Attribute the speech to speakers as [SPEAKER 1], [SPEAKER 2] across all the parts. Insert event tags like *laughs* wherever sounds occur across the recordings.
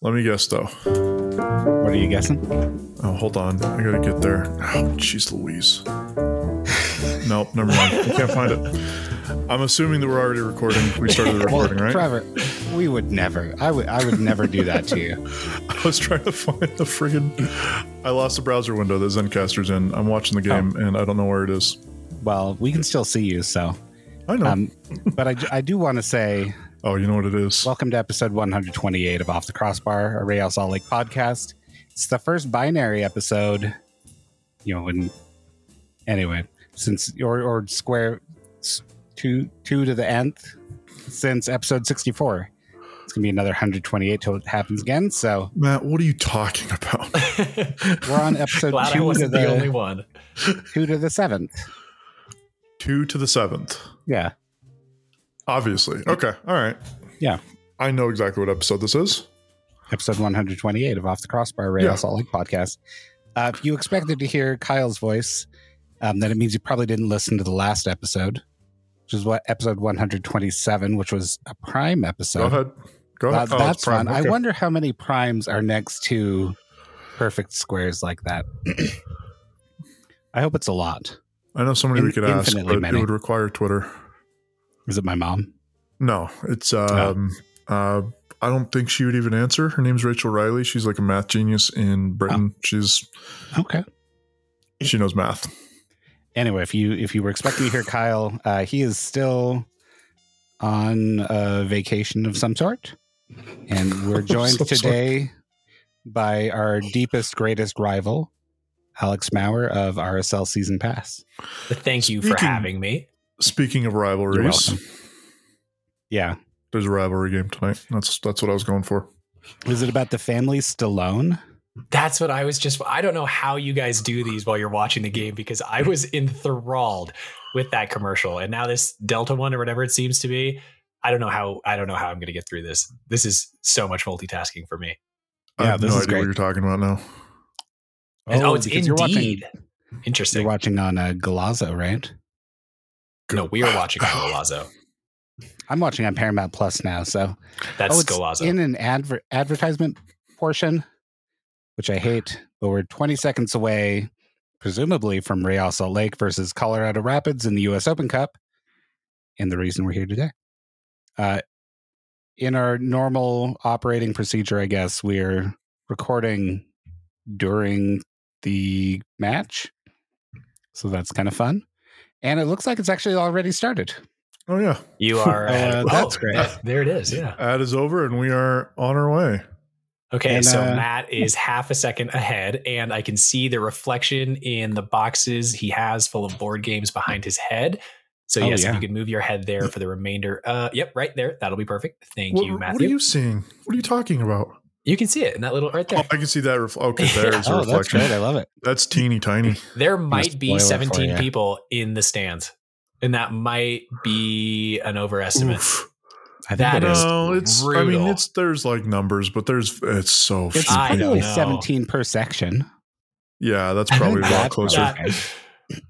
[SPEAKER 1] Let me guess though.
[SPEAKER 2] What are you guessing?
[SPEAKER 1] Oh, hold on. I gotta get there. Oh, jeez
[SPEAKER 2] *laughs*
[SPEAKER 1] Louise. nope, never mind. I can't find it. I'm assuming that we're already recording. We
[SPEAKER 2] *laughs*
[SPEAKER 1] started the recording, right? *laughs*
[SPEAKER 2] Trevor, we would never. I would. I would never do that to
[SPEAKER 3] *laughs*
[SPEAKER 2] you.
[SPEAKER 1] I was trying to find the friggin' I lost the browser window that Zencaster's in. I'm watching the
[SPEAKER 2] Oh.
[SPEAKER 1] game and I don't know where it is.
[SPEAKER 2] Well, we can still see you. So,
[SPEAKER 1] I
[SPEAKER 3] Oh.
[SPEAKER 1] know.
[SPEAKER 2] um, but I, I do want to say
[SPEAKER 1] oh, you know what it is.
[SPEAKER 2] welcome to episode 128 of Off the Crossbar, a Ray Al Salt Lake podcast. It's the first binary episode. You know, and anyway, since or or square s- two two to the nth since episode 64. It's gonna be another 128 till it happens again. So
[SPEAKER 1] Matt, what are you talking about? *laughs*
[SPEAKER 2] we're
[SPEAKER 3] *laughs*
[SPEAKER 2] on *laughs* episode
[SPEAKER 3] Glad I
[SPEAKER 2] two to
[SPEAKER 3] wasn't the,
[SPEAKER 2] the
[SPEAKER 3] only one.
[SPEAKER 2] two to the seventh.
[SPEAKER 1] Two to the seventh.
[SPEAKER 2] Yeah.
[SPEAKER 1] Obviously. Okay. All right.
[SPEAKER 2] Yeah.
[SPEAKER 1] I know exactly what episode this is.
[SPEAKER 2] episode 128 of Off the Crossbar Ray
[SPEAKER 1] Yeah.
[SPEAKER 2] Salt Lake podcast. Uh, if you expected to hear Kyle's voice, um, then it means you probably didn't listen to the last episode, which is what episode 127, which was a prime episode.
[SPEAKER 1] Go ahead. Go
[SPEAKER 2] Uh,
[SPEAKER 1] ahead. Oh, it's
[SPEAKER 2] that's
[SPEAKER 1] Prime.
[SPEAKER 2] fun.
[SPEAKER 1] Okay.
[SPEAKER 2] I wonder how many primes are next to perfect squares like that. *clears throat* I hope it's a lot.
[SPEAKER 1] I know somebody
[SPEAKER 2] In-
[SPEAKER 1] we could ask,
[SPEAKER 2] infinitely
[SPEAKER 1] but
[SPEAKER 2] many.
[SPEAKER 1] it would require Twitter.
[SPEAKER 2] Is it my mom?
[SPEAKER 1] No, it's um, uh, I don't think she would even answer. Her name's Rachel Riley. She's like a math genius in
[SPEAKER 2] Ah.
[SPEAKER 1] Britain. She's
[SPEAKER 2] Okay.
[SPEAKER 1] she knows math.
[SPEAKER 2] Anyway, if you if you were expecting to hear Kyle, uh, he is still on a vacation of some sort, and we're joined
[SPEAKER 1] Some sort.
[SPEAKER 2] today by our deepest, greatest rival, Alex Maurer of RSL Season Pass.
[SPEAKER 3] But thank you for
[SPEAKER 1] Speaking-
[SPEAKER 3] having me.
[SPEAKER 1] Speaking of rivalries,
[SPEAKER 2] welcome. Yeah,
[SPEAKER 1] there's a rivalry game tonight. That's that's what I was going for.
[SPEAKER 2] is it about the family Stallone?
[SPEAKER 3] That's what I was just. I don't know how you guys do these while you're watching the game because I was enthralled with that commercial. And now this Delta one or whatever it seems to be. I don't know how. I don't know how I'm going to get through this. This is so much multitasking for me.
[SPEAKER 1] I
[SPEAKER 2] Yeah,
[SPEAKER 1] have
[SPEAKER 2] this
[SPEAKER 1] no
[SPEAKER 2] is
[SPEAKER 1] idea
[SPEAKER 2] great.
[SPEAKER 1] what you're talking about now.
[SPEAKER 3] And- oh, it's
[SPEAKER 2] because you're watching-
[SPEAKER 3] indeed
[SPEAKER 2] You're
[SPEAKER 3] interesting.
[SPEAKER 2] watching on uh, Galazzo, right?
[SPEAKER 3] no, we are watching on Golazo.
[SPEAKER 2] I'm watching on Paramount Plus now, so
[SPEAKER 3] That's
[SPEAKER 2] oh,
[SPEAKER 3] oh,
[SPEAKER 2] it's in an adver- advertisement portion, which I hate, but we're 20 seconds away, presumably from Real Salt Lake versus Colorado Rapids in the U.S. Open Cup, and the reason we're here today. Uh, in our normal operating procedure, I guess we're recording during the match, so that's kind of fun. And it looks like it's actually already started.
[SPEAKER 1] Oh yeah,
[SPEAKER 3] You are.
[SPEAKER 2] Uh, that's great.
[SPEAKER 3] There it is. Yeah.
[SPEAKER 1] ad is over and we are on our way.
[SPEAKER 3] Okay,
[SPEAKER 2] And,
[SPEAKER 3] so
[SPEAKER 2] uh,
[SPEAKER 3] Matt is half a second ahead, and I can see the reflection in the boxes he has full of board games behind his head. So
[SPEAKER 2] Oh,
[SPEAKER 3] yes,
[SPEAKER 2] yeah.
[SPEAKER 3] if you could move your head there for the remainder. Uh, yep, right there. That'll be perfect. Thank
[SPEAKER 1] Mm. What,
[SPEAKER 3] you,
[SPEAKER 1] what
[SPEAKER 3] Matthew.
[SPEAKER 1] are
[SPEAKER 3] you-,
[SPEAKER 1] you seeing? What are you talking about?
[SPEAKER 3] can see it in that little right
[SPEAKER 1] Oh,
[SPEAKER 3] there.
[SPEAKER 1] I can see that. Ref- okay,
[SPEAKER 2] *laughs*
[SPEAKER 1] there's a
[SPEAKER 2] Oh, that's
[SPEAKER 1] reflection.
[SPEAKER 2] great.
[SPEAKER 1] That's,
[SPEAKER 2] I love it.
[SPEAKER 1] teeny tiny. *laughs*
[SPEAKER 3] There might
[SPEAKER 2] spoiler
[SPEAKER 3] be
[SPEAKER 2] for
[SPEAKER 3] 17
[SPEAKER 2] ya.
[SPEAKER 3] people in the stands, and that might be an overestimate.
[SPEAKER 1] Oof.
[SPEAKER 2] I think
[SPEAKER 3] That
[SPEAKER 2] it is.
[SPEAKER 3] is
[SPEAKER 1] No, it's. I mean,
[SPEAKER 3] brutal.
[SPEAKER 1] it's there's like numbers, but there's it's so.
[SPEAKER 2] It's
[SPEAKER 1] few.
[SPEAKER 3] I don't
[SPEAKER 2] probably
[SPEAKER 3] know.
[SPEAKER 2] 17 per section.
[SPEAKER 1] Yeah, that's
[SPEAKER 2] I
[SPEAKER 1] probably a
[SPEAKER 2] think
[SPEAKER 1] lot
[SPEAKER 2] that's
[SPEAKER 1] closer.
[SPEAKER 2] not-
[SPEAKER 3] That-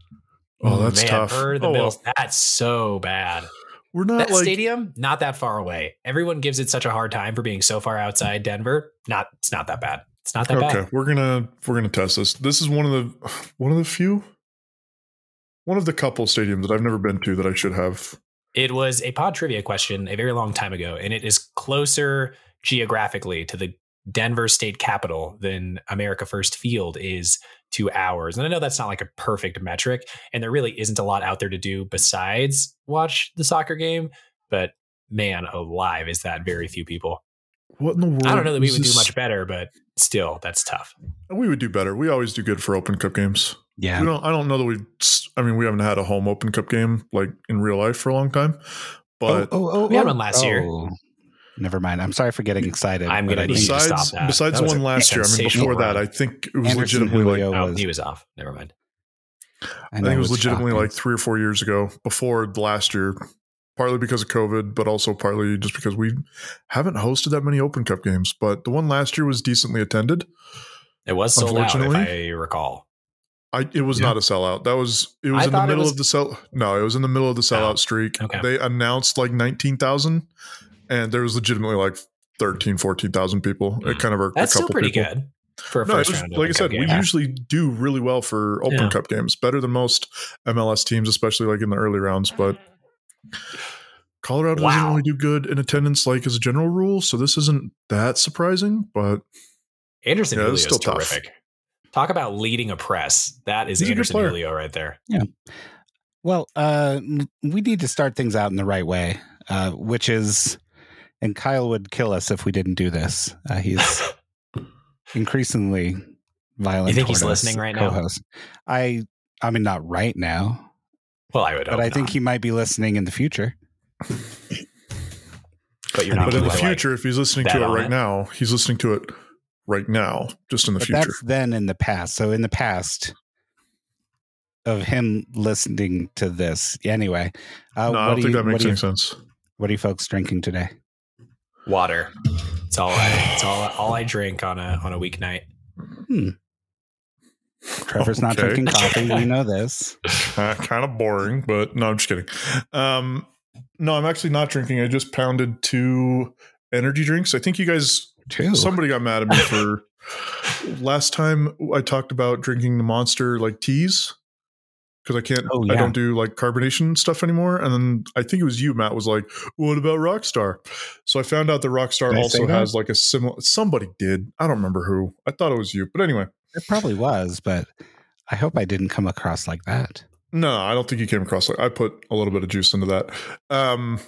[SPEAKER 1] oh, that's
[SPEAKER 3] man,
[SPEAKER 1] tough.
[SPEAKER 3] burn the
[SPEAKER 1] Oh,
[SPEAKER 3] middle.
[SPEAKER 1] well,
[SPEAKER 3] That's so bad.
[SPEAKER 1] we're not
[SPEAKER 3] that
[SPEAKER 1] like
[SPEAKER 3] stadium not that far away everyone gives it such a hard time for being so far outside denver not it's not that bad it's not that
[SPEAKER 1] okay.
[SPEAKER 3] bad
[SPEAKER 1] We're gonna we're gonna test this. This is one of the one of the few, one of the couple stadiums that I've never been to that I should have.
[SPEAKER 3] it was a pod trivia question a very long time ago and it is closer geographically to the denver state capital than america first field is to ours and i know that's not like a perfect metric and there really isn't a lot out there to do besides watch the soccer game but man alive is that very few people
[SPEAKER 1] What in the world?
[SPEAKER 3] i don't know that we
[SPEAKER 1] is
[SPEAKER 3] would do
[SPEAKER 1] this?
[SPEAKER 3] much better but still that's tough
[SPEAKER 1] We would do better. We always do good for Open Cup games.
[SPEAKER 2] Yeah.
[SPEAKER 1] We don't. I don't know that we. I mean, we haven't had a home Open Cup game like in real life for a long time. But
[SPEAKER 2] oh, oh,
[SPEAKER 3] We had one last year.
[SPEAKER 2] Never mind. I'm sorry for getting excited.
[SPEAKER 3] I'm
[SPEAKER 2] but
[SPEAKER 3] gonna
[SPEAKER 2] I
[SPEAKER 3] need
[SPEAKER 2] think
[SPEAKER 3] to stop
[SPEAKER 1] besides
[SPEAKER 3] that.
[SPEAKER 1] besides
[SPEAKER 3] That
[SPEAKER 1] the
[SPEAKER 3] was
[SPEAKER 1] one
[SPEAKER 3] a
[SPEAKER 1] last year, I mean,
[SPEAKER 3] sensational
[SPEAKER 1] before that,
[SPEAKER 3] run.
[SPEAKER 1] I think it was
[SPEAKER 2] Anderson
[SPEAKER 1] legitimately like
[SPEAKER 2] Julio
[SPEAKER 3] Oh,
[SPEAKER 2] was-
[SPEAKER 3] he was off. Never mind.
[SPEAKER 2] I,
[SPEAKER 1] I
[SPEAKER 2] know
[SPEAKER 1] think it was legitimately
[SPEAKER 2] shocking.
[SPEAKER 1] like three or four years ago, before last year, partly because of COVID, but also partly just because we haven't hosted that many Open Cup games. But the one last year was decently attended.
[SPEAKER 3] It was sold out, if
[SPEAKER 1] Unfortunately.
[SPEAKER 3] I recall.
[SPEAKER 1] I, it was
[SPEAKER 2] Yeah.
[SPEAKER 1] not a sellout. That was it was
[SPEAKER 3] I
[SPEAKER 1] in the
[SPEAKER 3] thought it
[SPEAKER 1] middle
[SPEAKER 3] was- Oh,
[SPEAKER 1] of the sell. No, it was in the middle of the sellout streak.
[SPEAKER 3] okay.
[SPEAKER 1] They announced like nineteen thousand, and there was legitimately like 13, 14,000 people. It kind of irked
[SPEAKER 3] Hmm. That's
[SPEAKER 1] a
[SPEAKER 3] still
[SPEAKER 1] couple
[SPEAKER 3] pretty
[SPEAKER 1] people.
[SPEAKER 3] good for a
[SPEAKER 1] No, it
[SPEAKER 3] first
[SPEAKER 1] was,
[SPEAKER 3] round.
[SPEAKER 1] like I
[SPEAKER 3] Open Cup
[SPEAKER 1] said, we
[SPEAKER 3] game.
[SPEAKER 1] usually do really well for Open
[SPEAKER 3] Yeah.
[SPEAKER 1] Cup games, better than most MLS teams, especially like in the early rounds. But Colorado doesn't
[SPEAKER 3] Wow.
[SPEAKER 1] really do good in attendance, like as a general rule. So this isn't that surprising, but
[SPEAKER 3] Anderson
[SPEAKER 1] Yeah, it
[SPEAKER 3] Julio
[SPEAKER 1] was
[SPEAKER 3] is
[SPEAKER 1] still tough.
[SPEAKER 3] terrific. Talk about leading a press. That is
[SPEAKER 1] He's a good
[SPEAKER 3] Anderson
[SPEAKER 1] player.
[SPEAKER 3] Julio right there.
[SPEAKER 2] Well, uh, n- we need to start things out in the right way, uh, which is, and Kyle would kill us if we didn't do this. Uh,
[SPEAKER 3] *laughs*
[SPEAKER 2] he's increasingly violent.
[SPEAKER 3] You think he's
[SPEAKER 2] toward us,
[SPEAKER 3] listening right now?
[SPEAKER 2] co-host. I, I mean, not right now,
[SPEAKER 3] Well, I would,
[SPEAKER 2] but I think he might be listening in the future.
[SPEAKER 3] But you're not.
[SPEAKER 1] but in the
[SPEAKER 3] gonna, like-
[SPEAKER 1] future, if he's listening
[SPEAKER 3] bet
[SPEAKER 1] to it
[SPEAKER 3] on
[SPEAKER 1] right
[SPEAKER 3] it.
[SPEAKER 1] now, he's listening to it right now, just in the
[SPEAKER 2] but
[SPEAKER 1] future.
[SPEAKER 2] that's then in the past. So in the past of him listening to this, anyway. Uh,
[SPEAKER 1] no,
[SPEAKER 2] what
[SPEAKER 1] I don't
[SPEAKER 2] do
[SPEAKER 1] think
[SPEAKER 2] you-
[SPEAKER 1] that
[SPEAKER 2] what
[SPEAKER 1] makes
[SPEAKER 2] do you-
[SPEAKER 1] any sense. *laughs*
[SPEAKER 2] What are you folks drinking today?
[SPEAKER 3] water. It's all. I, it's all. All I drink on a on a weeknight.
[SPEAKER 2] Trevor's not
[SPEAKER 1] Okay. *laughs*
[SPEAKER 2] drinking coffee. We know this.
[SPEAKER 1] uh, kind of boring, but no, I'm just kidding. Um, no, I'm actually not drinking. I just pounded two energy drinks. I think you guys,
[SPEAKER 2] Too.
[SPEAKER 1] somebody got mad at me
[SPEAKER 2] *laughs*
[SPEAKER 1] for last time I talked about drinking the monster like teas because I can't,
[SPEAKER 2] Oh,
[SPEAKER 1] I
[SPEAKER 2] yeah.
[SPEAKER 1] don't do like carbonation stuff anymore. And then I think it was you, Matt, was like, what about Rockstar? So I found out that Rockstar
[SPEAKER 2] Did I say
[SPEAKER 1] also
[SPEAKER 2] that?
[SPEAKER 1] has like a similar, somebody did. I don't remember who. I thought it was you, but anyway.
[SPEAKER 2] It probably was, but I hope I didn't come across like that.
[SPEAKER 1] No, I don't think you came across like I put a little bit of juice into that. Um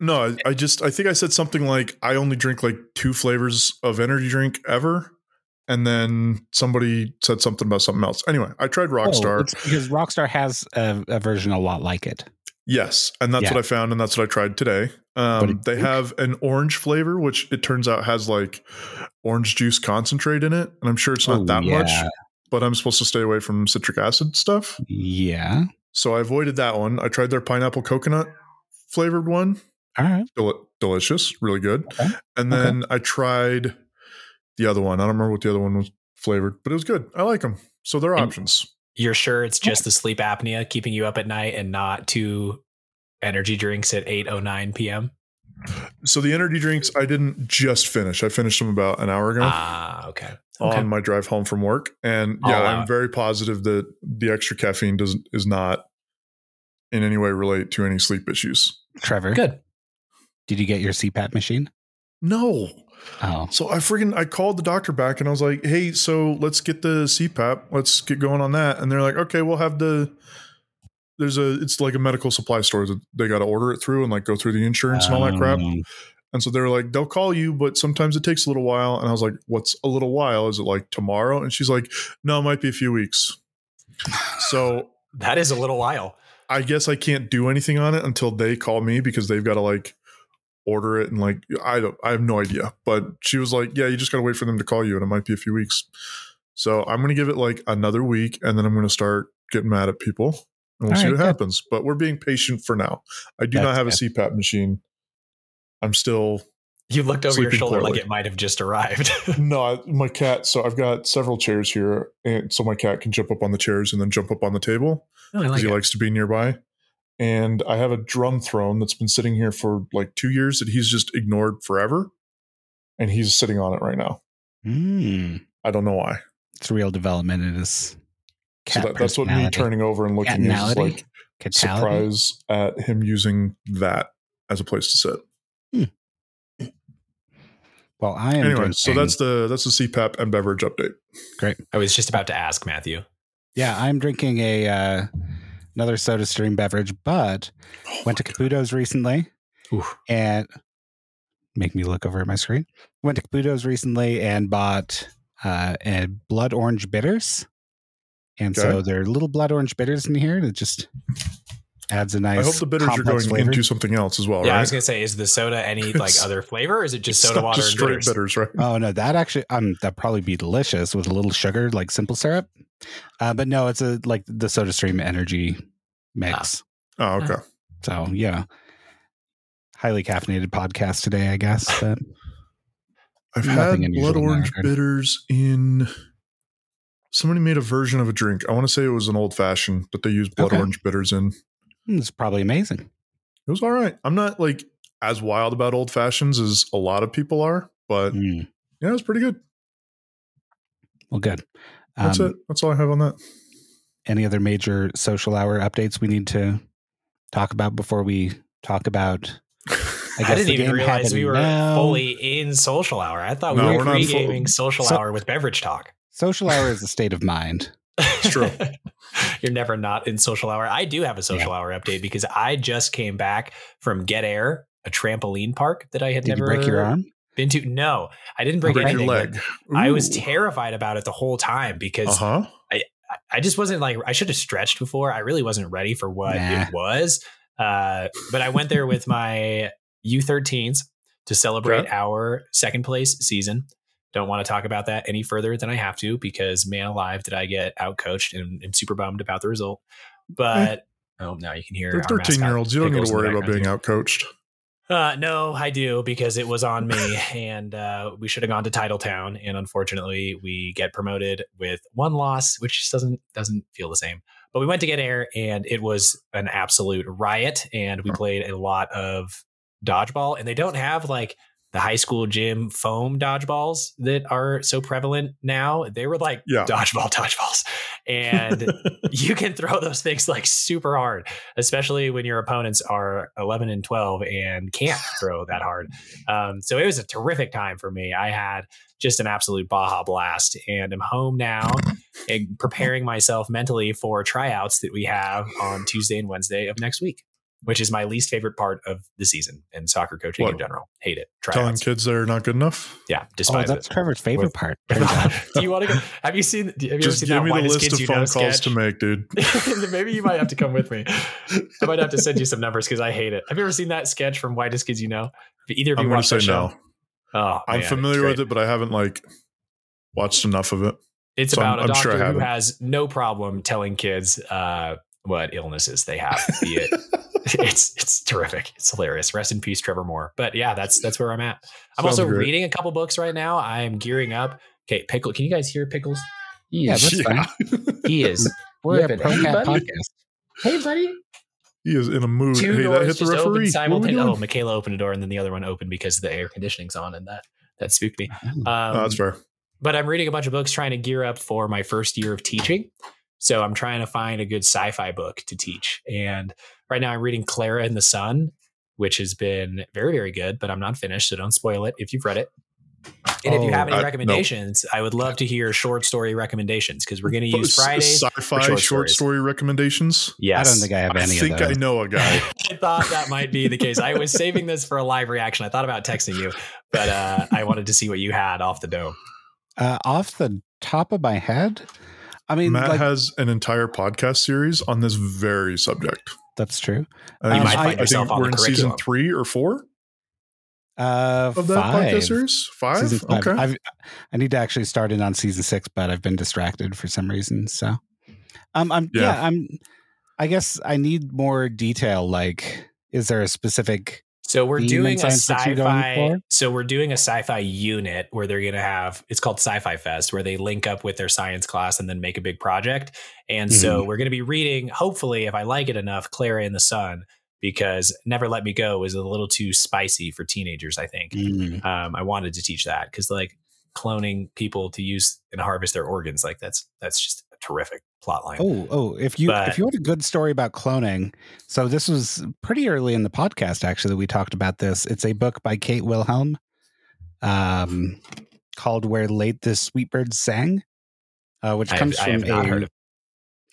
[SPEAKER 1] No, I, I just I think I said something like I only drink like two flavors of energy drink ever. And then somebody said something about something else. Anyway, I tried
[SPEAKER 2] Oh,
[SPEAKER 1] Rockstar.
[SPEAKER 2] it's because Rockstar has a, a version a lot like it.
[SPEAKER 1] yes, and that's
[SPEAKER 2] Yeah.
[SPEAKER 1] what I found, and that's what I tried today.
[SPEAKER 2] But
[SPEAKER 1] Um,
[SPEAKER 2] it-
[SPEAKER 1] they have an orange flavor, which it turns out has like orange juice concentrate in it, and I'm sure it's not
[SPEAKER 2] Oh,
[SPEAKER 1] that
[SPEAKER 2] yeah.
[SPEAKER 1] much. But I'm supposed to stay away from citric acid stuff.
[SPEAKER 2] Yeah.
[SPEAKER 1] So I avoided that one. I tried their pineapple coconut flavored one.
[SPEAKER 2] All right.
[SPEAKER 1] Del- delicious, really good.
[SPEAKER 2] Okay.
[SPEAKER 1] And
[SPEAKER 2] Okay.
[SPEAKER 1] then I tried the other one. I don't remember what the other one was flavored, but it was good. I like them. So they're
[SPEAKER 3] And-
[SPEAKER 1] options.
[SPEAKER 3] You're sure it's just the sleep apnea keeping you up at night and not two energy drinks at 8:09 p.m.
[SPEAKER 1] So the energy drinks I didn't just finish. I finished them about an hour ago
[SPEAKER 3] Ah, okay. okay. Oh,
[SPEAKER 1] on my drive home from work. And yeah,
[SPEAKER 3] All
[SPEAKER 1] I'm
[SPEAKER 3] out.
[SPEAKER 1] very positive that the extra caffeine does is not in any way relate to any sleep issues.
[SPEAKER 2] Trevor,
[SPEAKER 3] Good.
[SPEAKER 2] did you get your CPAP machine?
[SPEAKER 1] No.
[SPEAKER 2] Oh,
[SPEAKER 1] So I freaking I called the doctor back and I was like, "Hey, so let's get the CPAP. Let's get going on that." And they're like, "Okay, we'll have the there's a it's like a medical supply store that they got to order it through and like go through the insurance and all that crap."
[SPEAKER 2] Um,
[SPEAKER 1] And so they were like, "They'll call you, but sometimes it takes a little while." And I was like, "What's a little while? Is it like tomorrow?" And she's like, "No, it might be a few weeks." so
[SPEAKER 3] That is a little while.
[SPEAKER 1] I guess I can't do anything on it until they call me because they've got to like order it and like I don't I have no idea. But she was like, "Yeah, you just got to wait for them to call you and it might be a few weeks." So I'm going to give it like another week and then I'm going to start getting mad at people and we'll
[SPEAKER 2] All
[SPEAKER 1] see
[SPEAKER 2] right,
[SPEAKER 1] what
[SPEAKER 2] good.
[SPEAKER 1] happens. But we're being patient for now. I do not
[SPEAKER 2] That's
[SPEAKER 1] have a CPAP machine. I'm still
[SPEAKER 3] You looked over your
[SPEAKER 1] Sleeping
[SPEAKER 3] shoulder
[SPEAKER 1] poorly.
[SPEAKER 3] like it might have just arrived. *laughs*
[SPEAKER 1] no, I, my cat. So I've got several chairs here, and so my cat can jump up on the chairs and then jump up on the table.
[SPEAKER 3] No, I
[SPEAKER 1] because
[SPEAKER 3] like
[SPEAKER 1] he
[SPEAKER 3] it.
[SPEAKER 1] likes to be nearby. And I have a drum throne that's been sitting here for like two years that he's just ignored forever. And he's sitting on it right now.
[SPEAKER 2] mm,
[SPEAKER 1] I don't know why.
[SPEAKER 2] it's real development. It is.
[SPEAKER 1] So
[SPEAKER 2] Cat
[SPEAKER 1] that, that's what me
[SPEAKER 2] personality.
[SPEAKER 1] turning over and looking is just
[SPEAKER 2] Catanality?
[SPEAKER 1] like
[SPEAKER 2] Catality?
[SPEAKER 1] surprise at him using that as a place to sit.
[SPEAKER 2] Well, I am.
[SPEAKER 1] Anyway, so
[SPEAKER 2] drinking-
[SPEAKER 1] that's the that's the CPAP and beverage update.
[SPEAKER 3] I was just about to ask Matthew.
[SPEAKER 2] Yeah, I'm drinking a uh, another soda stream beverage, but went to Caputo's recently
[SPEAKER 3] Oof.
[SPEAKER 2] and make me look over at my screen. Went to Caputo's recently and bought uh, a blood orange bitters, and so
[SPEAKER 1] Okay.
[SPEAKER 2] there are little blood orange bitters in here that just adds a nice.
[SPEAKER 1] I hope the bitters are going
[SPEAKER 2] complex flavor.
[SPEAKER 1] into something else as well,
[SPEAKER 3] yeah, I was
[SPEAKER 1] right?
[SPEAKER 3] gonna say, is the soda any
[SPEAKER 1] *laughs*
[SPEAKER 3] like
[SPEAKER 1] It's-
[SPEAKER 3] other flavor? Or is it just
[SPEAKER 1] It's
[SPEAKER 3] soda
[SPEAKER 1] not
[SPEAKER 3] water
[SPEAKER 1] just
[SPEAKER 3] and
[SPEAKER 1] straight
[SPEAKER 3] bitters?
[SPEAKER 1] bitters, right?
[SPEAKER 2] Oh no, that actually um that probably be delicious with a little sugar like simple syrup, uh, but no, it's a like the soda stream energy mix.
[SPEAKER 1] Oh, okay.
[SPEAKER 3] Ah.
[SPEAKER 2] So yeah, highly caffeinated podcast today, I guess.
[SPEAKER 3] *laughs*
[SPEAKER 2] But
[SPEAKER 1] I've
[SPEAKER 2] Nothing
[SPEAKER 1] had
[SPEAKER 2] unusual
[SPEAKER 1] blood
[SPEAKER 2] in that
[SPEAKER 1] orange
[SPEAKER 2] regard.
[SPEAKER 1] bitters in. Somebody made a version of a drink. I want to say it was an old fashioned that they used blood
[SPEAKER 2] Okay.
[SPEAKER 1] orange bitters in. It
[SPEAKER 2] it's probably amazing.
[SPEAKER 1] was all right. I'm not like as wild about old fashions as a lot of people are, but
[SPEAKER 2] Mm.
[SPEAKER 1] yeah, it's pretty good.
[SPEAKER 2] Well, good.
[SPEAKER 1] That's
[SPEAKER 2] Um,
[SPEAKER 1] it. That's all I have on that.
[SPEAKER 2] Any other major social hour updates we need to talk about before we talk about?
[SPEAKER 3] I, didn't even realize we were fully in social hour. I thought
[SPEAKER 1] No,
[SPEAKER 3] we were
[SPEAKER 1] we're not full-
[SPEAKER 3] pre-gaming social
[SPEAKER 2] So-
[SPEAKER 3] hour with beverage talk.
[SPEAKER 2] Social hour is a state of
[SPEAKER 3] *laughs*
[SPEAKER 2] mind.
[SPEAKER 3] It's
[SPEAKER 1] true.
[SPEAKER 3] You're never not in social hour. I do have a social hour update because I just came back from Get Air, a trampoline park that I had
[SPEAKER 2] Did
[SPEAKER 3] never
[SPEAKER 2] you break your arm? Oh,
[SPEAKER 3] been to. No, I didn't break,
[SPEAKER 1] *laughs* Break your
[SPEAKER 3] anything,
[SPEAKER 1] leg.
[SPEAKER 3] but I was terrified about it the whole time because
[SPEAKER 1] Uh huh.
[SPEAKER 3] I- I just wasn't like I should have stretched before. I really wasn't ready for what
[SPEAKER 2] Nah.
[SPEAKER 3] it was. Uh, but I went there with my U13s to celebrate
[SPEAKER 1] Okay.
[SPEAKER 3] our second place season. Don't want to talk about that any further than I have to because man alive did I get outcoached and I'm super bummed about the result. But oh, now you can hear
[SPEAKER 1] Eh. They're
[SPEAKER 3] our
[SPEAKER 1] 13 year
[SPEAKER 3] mascot
[SPEAKER 1] olds. You don't need
[SPEAKER 3] Pickles
[SPEAKER 1] to
[SPEAKER 3] in the
[SPEAKER 1] worry about
[SPEAKER 3] background.
[SPEAKER 1] being outcoached.
[SPEAKER 3] Uh, no, I do because it was on me, and uh, we should have gone to Titletown, and unfortunately, we get promoted with one loss, which just doesn't doesn't feel the same. But we went to get air, and it was an absolute riot, and we played a lot of dodgeball, and they don't have like the high school gym foam dodgeballs that are so prevalent now. They were like
[SPEAKER 1] Yeah.
[SPEAKER 3] dodgeball dodgeballs, *laughs* and you can throw those things like super hard, especially when your opponents are 11 and 12
[SPEAKER 1] *laughs*
[SPEAKER 3] and can't throw that hard. Um, so it was a terrific time for me. I had just an absolute Baja blast and I'm
[SPEAKER 1] *laughs*
[SPEAKER 3] home now and preparing myself mentally for tryouts that we have on Tuesday and Wednesday of next week, which is my least favorite part of the season and soccer coaching in
[SPEAKER 1] What?
[SPEAKER 3] general. Hate it.
[SPEAKER 1] *laughs* Telling
[SPEAKER 3] Tryouts.
[SPEAKER 1] kids they're not good enough.
[SPEAKER 3] Yeah.
[SPEAKER 2] Oh,
[SPEAKER 3] Despise
[SPEAKER 2] that's
[SPEAKER 3] it. *laughs*
[SPEAKER 2] Trevor's favorite
[SPEAKER 3] With-
[SPEAKER 2] part.
[SPEAKER 3] do you want to go? Have you seen? Have you ever
[SPEAKER 1] Just
[SPEAKER 3] seen
[SPEAKER 1] give
[SPEAKER 3] that
[SPEAKER 1] me the
[SPEAKER 3] Whitest
[SPEAKER 1] list
[SPEAKER 3] Kids
[SPEAKER 1] of
[SPEAKER 3] You
[SPEAKER 1] phone
[SPEAKER 3] Know
[SPEAKER 1] calls
[SPEAKER 3] sketch?
[SPEAKER 1] to make, dude.
[SPEAKER 3] *laughs* Maybe you might have to come with me. I might have to send you some numbers because I hate it. Have you ever seen that sketch from Whitest Kids You Know? Have either of you
[SPEAKER 1] I'm going
[SPEAKER 3] watched
[SPEAKER 1] to
[SPEAKER 3] that
[SPEAKER 1] say
[SPEAKER 3] show?
[SPEAKER 1] no.
[SPEAKER 3] Oh,
[SPEAKER 1] I'm familiar with it, but I haven't like watched enough of it.
[SPEAKER 3] It's
[SPEAKER 1] so I'm-
[SPEAKER 3] about a
[SPEAKER 1] I'm
[SPEAKER 3] doctor
[SPEAKER 1] sure I
[SPEAKER 3] who
[SPEAKER 1] haven't.
[SPEAKER 3] has no problem telling kids uh, what illnesses they have. Be
[SPEAKER 1] *laughs*
[SPEAKER 3] it. it's it's terrific. It's hilarious. Rest in peace, Trevor Moore. But yeah, that's that's where I'm at. I'm
[SPEAKER 1] Sounds
[SPEAKER 3] also
[SPEAKER 1] great.
[SPEAKER 3] reading a couple books right now. I am gearing up. Okay, pickle. Can you guys hear pickles? He
[SPEAKER 1] *laughs*
[SPEAKER 2] Yeah, that's fine.
[SPEAKER 3] he is.
[SPEAKER 2] We're a
[SPEAKER 3] Ripping.
[SPEAKER 2] pro cat
[SPEAKER 3] Anybody?
[SPEAKER 2] podcast.
[SPEAKER 3] *laughs* Hey, buddy.
[SPEAKER 1] He is in a mood.
[SPEAKER 3] two
[SPEAKER 1] hey,
[SPEAKER 3] doors
[SPEAKER 1] that hit
[SPEAKER 3] just
[SPEAKER 1] the referee.
[SPEAKER 3] opened
[SPEAKER 1] What are we
[SPEAKER 3] simultaneously.
[SPEAKER 1] doing?
[SPEAKER 3] Oh, Michaela opened a door and then the other one opened because the air conditioning's on, and that that spooked me. Um,
[SPEAKER 1] Oh, that's fair.
[SPEAKER 3] but I'm reading a bunch of books trying to gear up for my first year of teaching. So I'm trying to find a good sci-fi book to teach. And right now I'm reading Clara and the Sun, which has been very, very good, but I'm not finished, so don't spoil it if you've read it. And if you
[SPEAKER 2] Oh,
[SPEAKER 3] have any
[SPEAKER 1] I- no.
[SPEAKER 3] recommendations, I would love to hear short story recommendations because we're going to use
[SPEAKER 1] But s-
[SPEAKER 3] Fridays.
[SPEAKER 1] sci-fi
[SPEAKER 3] for short
[SPEAKER 1] short,
[SPEAKER 3] stories.
[SPEAKER 1] story recommendations.
[SPEAKER 2] I
[SPEAKER 3] Yes.
[SPEAKER 2] don't think I have
[SPEAKER 1] I
[SPEAKER 2] any
[SPEAKER 1] think
[SPEAKER 2] of those.
[SPEAKER 1] I know
[SPEAKER 2] *laughs*
[SPEAKER 1] a guy.
[SPEAKER 3] I thought that might be the case. I was saving this for a live reaction. I thought about texting you, but uh, I wanted to see what you had off the dome.
[SPEAKER 2] Uh, off the top of my head, I mean,
[SPEAKER 1] Matt
[SPEAKER 2] like,
[SPEAKER 1] has an entire podcast series on this very subject.
[SPEAKER 2] that's true.
[SPEAKER 1] I
[SPEAKER 2] You
[SPEAKER 1] think,
[SPEAKER 2] might
[SPEAKER 1] it's-
[SPEAKER 2] find
[SPEAKER 1] I
[SPEAKER 3] yourself
[SPEAKER 1] think
[SPEAKER 3] on
[SPEAKER 1] we're
[SPEAKER 3] the
[SPEAKER 1] in season
[SPEAKER 3] curriculum.
[SPEAKER 1] three or four
[SPEAKER 2] Uh,
[SPEAKER 1] of that
[SPEAKER 2] five.
[SPEAKER 1] podcast series. Five?
[SPEAKER 2] Season five.
[SPEAKER 1] Okay.
[SPEAKER 2] I've, I need to actually start in on season six, but I've been distracted for some reason. So, um, I'm yeah.
[SPEAKER 1] Yeah.
[SPEAKER 2] I'm. I guess I need more detail. Like, is there a specific?
[SPEAKER 3] So we're
[SPEAKER 2] Theme
[SPEAKER 3] doing
[SPEAKER 2] and
[SPEAKER 3] a
[SPEAKER 2] science fiction going
[SPEAKER 3] sci-fi.
[SPEAKER 2] for?
[SPEAKER 3] So we're doing a sci-fi unit where they're going to have it's called Sci-Fi Fest, where they link up with their science class and then make a big project. And so we're going to be reading, hopefully, if I like it enough, Clara in the Sun, because Never Let Me Go is a little too spicy for teenagers. I think.
[SPEAKER 2] Mm,
[SPEAKER 3] um, I wanted to teach that because like cloning people to use and harvest their organs, like that's that's just a terrific plot line.
[SPEAKER 2] Oh, oh! If you
[SPEAKER 3] But-
[SPEAKER 2] if you want a good story about cloning, so this was pretty early in the podcast actually that we talked about this. It's a book by Kate Wilhelm, um, called "Where Late the Sweetbirds Sang," uh, which
[SPEAKER 3] I, have,
[SPEAKER 2] comes
[SPEAKER 3] I
[SPEAKER 2] from
[SPEAKER 3] have not
[SPEAKER 2] a-
[SPEAKER 3] heard of.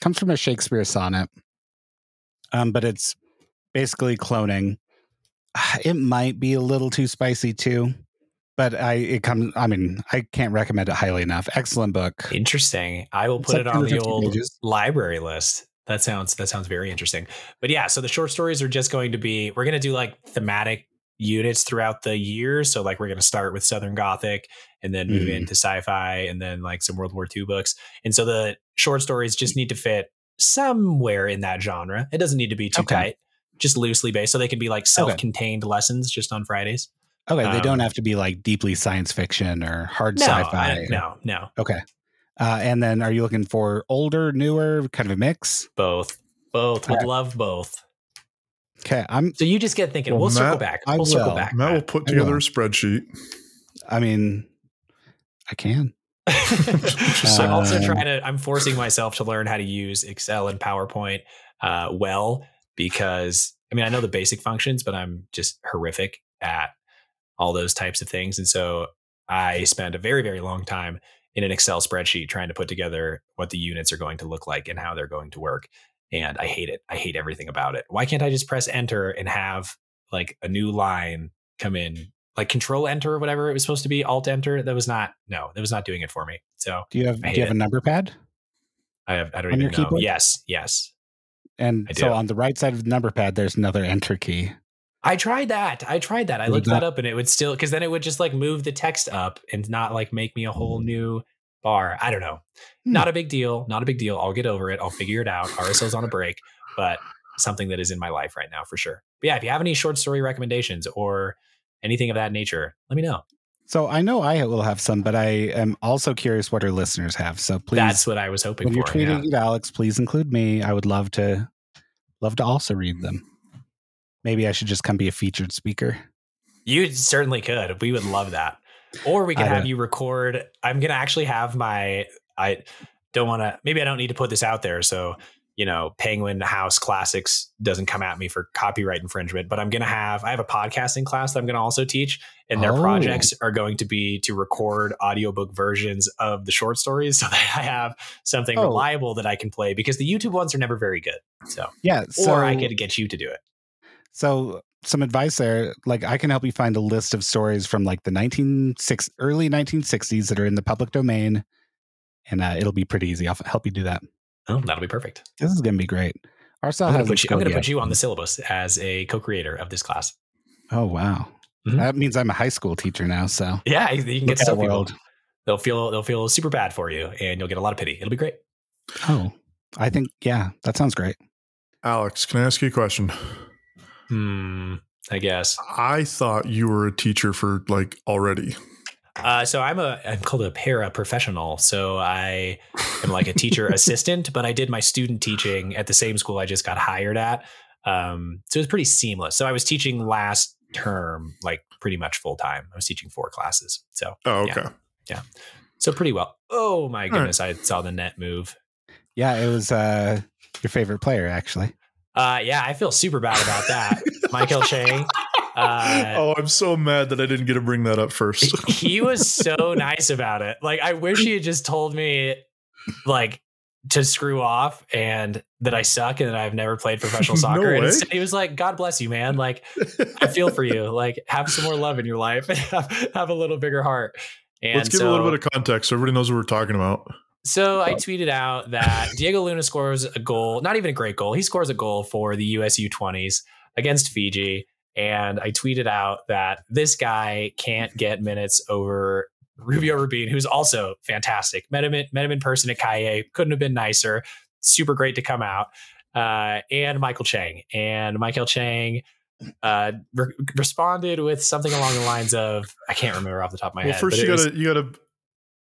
[SPEAKER 2] comes from a Shakespeare sonnet, um, but it's basically cloning. *sighs* It might be a little too spicy too, but I it comes. I mean, I can't recommend it highly enough. Excellent book.
[SPEAKER 3] Interesting. I will
[SPEAKER 2] It's
[SPEAKER 3] put
[SPEAKER 2] like
[SPEAKER 3] it on the
[SPEAKER 2] 250
[SPEAKER 3] old
[SPEAKER 2] pages.
[SPEAKER 3] library list. That sounds that sounds very interesting. But yeah, so the short stories are just going to be we're going to do like thematic units throughout the year. So like we're going to start with Southern Gothic and then move
[SPEAKER 2] Mhm.
[SPEAKER 3] into sci-fi and then like some World War II books. And so the short stories just need to fit somewhere in that genre. It doesn't need to be too
[SPEAKER 2] Okay.
[SPEAKER 3] tight, just loosely based. So they can be like self-contained lessons just on Fridays.
[SPEAKER 2] Okay, they
[SPEAKER 3] Um,
[SPEAKER 2] don't have to be like deeply science fiction or hard
[SPEAKER 3] No,
[SPEAKER 2] sci-fi.
[SPEAKER 3] I,
[SPEAKER 2] or-
[SPEAKER 3] uh, no, no,
[SPEAKER 2] Okay. Uh, and then are you looking for older, newer, kind of a mix?
[SPEAKER 3] both, both. Would love both.
[SPEAKER 2] Okay, I'm.
[SPEAKER 3] So you just get thinking. We'll,
[SPEAKER 1] Well,
[SPEAKER 3] circle
[SPEAKER 1] Matt,
[SPEAKER 3] back.
[SPEAKER 2] I
[SPEAKER 3] We'll circle
[SPEAKER 2] will.
[SPEAKER 3] back. *laughs*
[SPEAKER 1] Matt will put
[SPEAKER 2] I
[SPEAKER 1] together
[SPEAKER 2] will.
[SPEAKER 1] a spreadsheet.
[SPEAKER 2] I mean, I can.
[SPEAKER 1] Just
[SPEAKER 2] like-
[SPEAKER 3] I'm also
[SPEAKER 2] Um,
[SPEAKER 3] trying to. I'm forcing myself to learn how to use Excel and PowerPoint uh, well because I mean I know the basic functions, but I'm just horrific at all those types of things, and so I spend a very very long time in an Excel spreadsheet trying to put together what the units are going to look like and how they're going to work, and I hate it. I hate everything about it. Why can't I just press enter and have like a new line come in? Like control enter or whatever it was supposed to be, alt enter. That was not no, that was not doing it for me. So
[SPEAKER 2] Do you have Do
[SPEAKER 3] I hate
[SPEAKER 2] you have
[SPEAKER 3] it.
[SPEAKER 2] a number pad?
[SPEAKER 3] I have, I don't
[SPEAKER 2] On
[SPEAKER 3] even
[SPEAKER 2] your
[SPEAKER 3] know.
[SPEAKER 2] keyboard?
[SPEAKER 3] Yes, yes.
[SPEAKER 2] And
[SPEAKER 3] I do.
[SPEAKER 2] so on the right side of the number pad, there's another enter key.
[SPEAKER 3] I tried that. I tried that. I
[SPEAKER 2] Did
[SPEAKER 3] looked
[SPEAKER 2] that-
[SPEAKER 3] that up and it would still because then it would just like move the text up and not like make me a whole new bar. I don't know.
[SPEAKER 2] Hmm.
[SPEAKER 3] Not a big deal. Not a big deal. I'll get over it. I'll figure it out. RSL's on a break, but something that is in my life right now for sure. But yeah, if you have any short story recommendations or anything of that nature, let me know.
[SPEAKER 2] So I know I will have some, but I am also curious what our listeners have. So please,
[SPEAKER 3] That's what I was hoping
[SPEAKER 2] when
[SPEAKER 3] for.
[SPEAKER 2] you're tweeting at Alex, please include me. I would love to love to also read them. Maybe I should just come be a featured speaker.
[SPEAKER 3] You certainly could. We would love that. Or we could
[SPEAKER 2] I
[SPEAKER 3] have
[SPEAKER 2] don't-
[SPEAKER 3] you record. I'm gonna actually have my. I don't want to. Maybe I don't need to put this out there. So you know, Penguin House Classics doesn't come at me for copyright infringement. But I'm gonna have. I have a podcasting class that I'm gonna also teach, and their
[SPEAKER 2] Oh.
[SPEAKER 3] projects are going to be to record audiobook versions of the short stories, *laughs* so that I have something
[SPEAKER 2] Oh.
[SPEAKER 3] reliable that I can play because the YouTube ones are never very good. So,
[SPEAKER 2] Yeah. So
[SPEAKER 3] or I could get you to do it.
[SPEAKER 2] So some advice there, like I can help you find a list of stories from like the 1960s, early 1960s that are in the public domain, and uh, it'll be pretty easy. I'll f- help you do that.
[SPEAKER 3] Oh, that'll be perfect.
[SPEAKER 2] This is gonna be great. Arcel
[SPEAKER 3] I'm gonna,
[SPEAKER 2] hasn't
[SPEAKER 3] put you, I'm
[SPEAKER 2] showed
[SPEAKER 3] gonna
[SPEAKER 2] yet.
[SPEAKER 3] put you on the syllabus as a co-creator of this class.
[SPEAKER 2] Oh wow,
[SPEAKER 3] Mhm.
[SPEAKER 2] that means I'm a high school teacher now. So
[SPEAKER 3] Yeah, you you
[SPEAKER 2] Look
[SPEAKER 3] can get to
[SPEAKER 2] at the
[SPEAKER 3] tell people.
[SPEAKER 2] world.
[SPEAKER 3] They'll feel they'll feel super bad for you, and you'll get a lot of pity. It'll be great.
[SPEAKER 2] Oh, I think yeah, that sounds great.
[SPEAKER 1] Alex, can I ask you a question?
[SPEAKER 3] Hmm. I guess.
[SPEAKER 1] I thought you were a teacher for like already.
[SPEAKER 3] Uh, so I'm a I'm called a para professional. So I am like a *laughs* teacher assistant, but I did my student teaching at the same school I just got hired at. Um, so it was pretty seamless. So I was teaching last term, like pretty much full time. I was teaching four classes. So
[SPEAKER 1] Oh,
[SPEAKER 3] Yeah.
[SPEAKER 1] okay.
[SPEAKER 3] so pretty well. Oh my
[SPEAKER 1] right.
[SPEAKER 3] goodness! I saw the net move.
[SPEAKER 2] Yeah, it was uh, your favorite player actually.
[SPEAKER 3] Uh, yeah, I feel super bad about that, Michael Chang. Uh,
[SPEAKER 1] oh, I'm so mad that I didn't get to bring that up first.
[SPEAKER 3] He was so nice about it. Like, I wish he had just told me, like, to screw off and that I suck and that I've never played
[SPEAKER 1] *laughs*
[SPEAKER 3] professional
[SPEAKER 1] No
[SPEAKER 3] soccer. and
[SPEAKER 1] way.
[SPEAKER 3] instead he was like, "God bless you, man. Like, I feel for you. Like, have some more love in your life and *laughs* have, have a little bigger heart." And
[SPEAKER 1] Let's give
[SPEAKER 3] so,
[SPEAKER 1] a little bit of context so everybody knows what we're talking about.
[SPEAKER 3] So I tweeted out that Diego Luna scores a goal, not even a great goal. He scores a goal for the USU 20s against Fiji. And I tweeted out that this guy can't get minutes over Rubio Rubin, who's also fantastic. Met him in, met him in person at Kaye. Couldn't have been nicer. Super great to come out. Uh, and Michael Chang. And Michael Chang uh, re- responded with something along the lines of, I can't remember off the top of my
[SPEAKER 1] well,
[SPEAKER 3] head.
[SPEAKER 1] first
[SPEAKER 3] but
[SPEAKER 1] you
[SPEAKER 3] it was-
[SPEAKER 1] gotta you gotta
[SPEAKER 3] oh,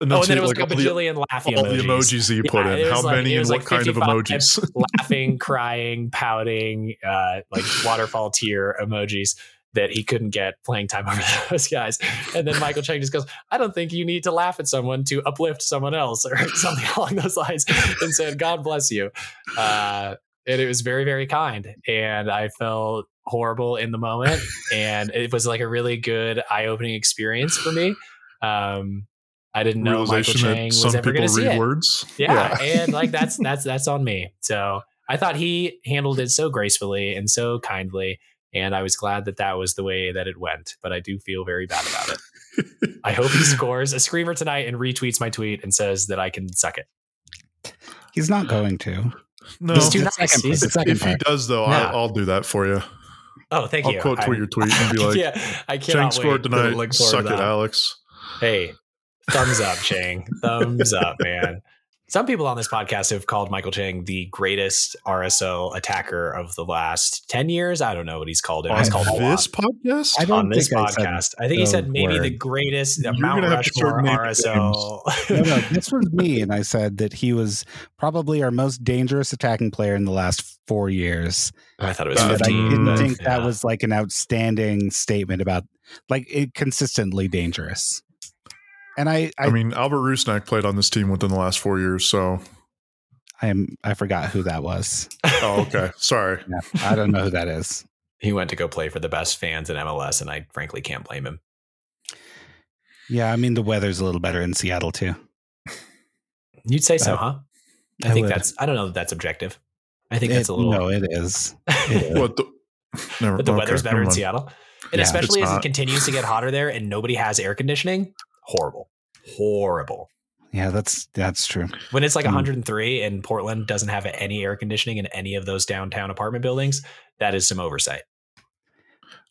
[SPEAKER 3] and then it
[SPEAKER 1] enunciate,
[SPEAKER 3] was
[SPEAKER 1] like,
[SPEAKER 3] like a
[SPEAKER 1] all the-
[SPEAKER 3] bajillion laughing
[SPEAKER 1] all the emojis that you put
[SPEAKER 3] Yeah,
[SPEAKER 1] in,
[SPEAKER 3] it
[SPEAKER 1] how
[SPEAKER 3] was like-
[SPEAKER 1] many
[SPEAKER 3] it
[SPEAKER 1] and
[SPEAKER 3] was
[SPEAKER 1] what
[SPEAKER 3] like
[SPEAKER 1] kind of
[SPEAKER 3] 55
[SPEAKER 1] emojis.
[SPEAKER 3] laughing, crying, pouting, uh, like waterfall tear emojis that he couldn't get playing time over *laughs* those guys. And then Michael Chang just goes, I don't think you need to laugh at someone to uplift someone else or *laughs* something along those lines and said, God bless you. Uh, and it was very, very kind. And I felt horrible in the moment. And it was like a really good eye opening experience for me. Um, I didn't know Michael
[SPEAKER 1] Realization
[SPEAKER 3] Chang
[SPEAKER 1] that
[SPEAKER 3] was
[SPEAKER 1] some
[SPEAKER 3] ever
[SPEAKER 1] people
[SPEAKER 3] going to see
[SPEAKER 1] read
[SPEAKER 3] it
[SPEAKER 1] words.
[SPEAKER 3] yeah, and
[SPEAKER 1] *laughs*
[SPEAKER 3] like that's that's that's on me so i thought he handled it so gracefully and so kindly and i was glad that that was the way that it went but i do feel very bad about it
[SPEAKER 1] *laughs*
[SPEAKER 3] i hope he scores a screamer tonight and retweets my tweet and says that i can suck it
[SPEAKER 2] He's
[SPEAKER 3] *gasps*
[SPEAKER 2] not going to.
[SPEAKER 1] no.
[SPEAKER 3] He's too
[SPEAKER 2] The
[SPEAKER 3] nice.
[SPEAKER 2] second- the
[SPEAKER 3] He's-
[SPEAKER 2] second
[SPEAKER 1] If he
[SPEAKER 2] part.
[SPEAKER 1] does though,
[SPEAKER 3] Yeah.
[SPEAKER 1] I'll, I'll do that for you.
[SPEAKER 3] oh thank
[SPEAKER 1] I'll
[SPEAKER 3] you
[SPEAKER 1] quote tweet
[SPEAKER 3] I'm-
[SPEAKER 1] your tweet and be like,
[SPEAKER 3] yeah *laughs* i
[SPEAKER 1] Chang
[SPEAKER 3] can't
[SPEAKER 1] scored tonight. Suck it, Alex.
[SPEAKER 3] hey thumbs
[SPEAKER 2] *laughs*
[SPEAKER 3] up chang thumbs up man some people on this podcast have called michael chang the greatest rso attacker of the last 10 years i don't know what he's called it
[SPEAKER 1] On
[SPEAKER 3] he's called a lot.
[SPEAKER 1] this podcast,
[SPEAKER 2] I
[SPEAKER 3] on
[SPEAKER 2] don't
[SPEAKER 3] this
[SPEAKER 2] think I said
[SPEAKER 3] podcast. I, think he
[SPEAKER 2] the
[SPEAKER 3] said maybe the
[SPEAKER 2] word.
[SPEAKER 3] greatest
[SPEAKER 1] You're
[SPEAKER 3] Mount
[SPEAKER 1] gonna have to start
[SPEAKER 3] Rushmore
[SPEAKER 1] naming
[SPEAKER 2] no, no,
[SPEAKER 3] RSL.
[SPEAKER 2] this was me, and I said that he was probably our most dangerous attacking player in the last four years.
[SPEAKER 3] *laughs* I thought it was
[SPEAKER 1] Uh,
[SPEAKER 2] And that I
[SPEAKER 3] 15.
[SPEAKER 2] didn't
[SPEAKER 3] but,
[SPEAKER 2] think that
[SPEAKER 3] yeah.
[SPEAKER 2] was like an outstanding statement about like it consistently dangerous. And I, I,
[SPEAKER 1] I, mean, Albert Rusnak played on this team within the last four years. So,
[SPEAKER 2] I am, I forgot who that was.
[SPEAKER 1] oh, okay. Sorry.
[SPEAKER 2] Yeah, I don't know who that is.
[SPEAKER 3] he went to go play for the best fans in MLS, and I frankly can't blame him.
[SPEAKER 2] Yeah, I mean the weather's a little better in Seattle too.
[SPEAKER 3] You'd say so,
[SPEAKER 2] Uh,
[SPEAKER 3] huh? I,
[SPEAKER 2] I
[SPEAKER 3] think
[SPEAKER 2] would.
[SPEAKER 3] that's. I don't know that that's objective. I think that's
[SPEAKER 2] It-
[SPEAKER 3] a little.
[SPEAKER 2] No, it is. it is.
[SPEAKER 1] What the? Never,
[SPEAKER 3] but the
[SPEAKER 1] okay,
[SPEAKER 3] weather's better
[SPEAKER 1] never
[SPEAKER 3] in
[SPEAKER 1] mind.
[SPEAKER 3] Seattle, and
[SPEAKER 2] Yeah.
[SPEAKER 3] especially
[SPEAKER 1] It's
[SPEAKER 3] as it
[SPEAKER 1] not.
[SPEAKER 3] continues to get hotter there, and nobody has air conditioning. Horrible, horrible.
[SPEAKER 2] Yeah, that's that's true.
[SPEAKER 3] When it's like
[SPEAKER 1] Mm.
[SPEAKER 2] Hmm.
[SPEAKER 3] 103 and Portland doesn't have any air conditioning in any of those downtown apartment buildings, that is some oversight.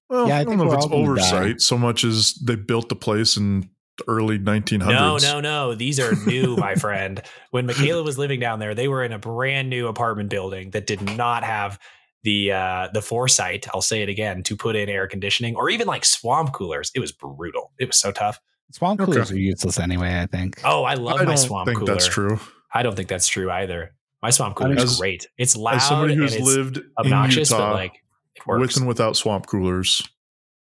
[SPEAKER 1] Well,
[SPEAKER 2] Yeah, I
[SPEAKER 1] I,
[SPEAKER 2] think
[SPEAKER 1] don't know
[SPEAKER 2] we're
[SPEAKER 1] if it's
[SPEAKER 2] all gonna die.
[SPEAKER 1] oversight so much as they built the place in the early 1900s.
[SPEAKER 3] No, no, no. These are
[SPEAKER 1] *laughs*
[SPEAKER 3] new, my friend. When Michaela was living down there, they were in a brand new apartment building that did not have the uh the foresight, I'll say it again, to put in air conditioning or even like swamp coolers. It was brutal. It was so tough.
[SPEAKER 2] Swamp
[SPEAKER 1] Okay.
[SPEAKER 2] coolers are useless anyway. I think.
[SPEAKER 3] Oh, I love
[SPEAKER 1] I
[SPEAKER 3] my
[SPEAKER 1] don't
[SPEAKER 3] swamp
[SPEAKER 1] think
[SPEAKER 3] cooler.
[SPEAKER 1] that's true.
[SPEAKER 3] I don't think that's true either. My swamp
[SPEAKER 2] I mean,
[SPEAKER 3] cooler is
[SPEAKER 1] as-
[SPEAKER 3] great. It's loud
[SPEAKER 1] As somebody
[SPEAKER 3] and
[SPEAKER 1] who's
[SPEAKER 3] it's
[SPEAKER 1] lived in
[SPEAKER 3] obnoxious,
[SPEAKER 1] Utah
[SPEAKER 3] but like it
[SPEAKER 1] with
[SPEAKER 3] works.
[SPEAKER 1] and without swamp coolers,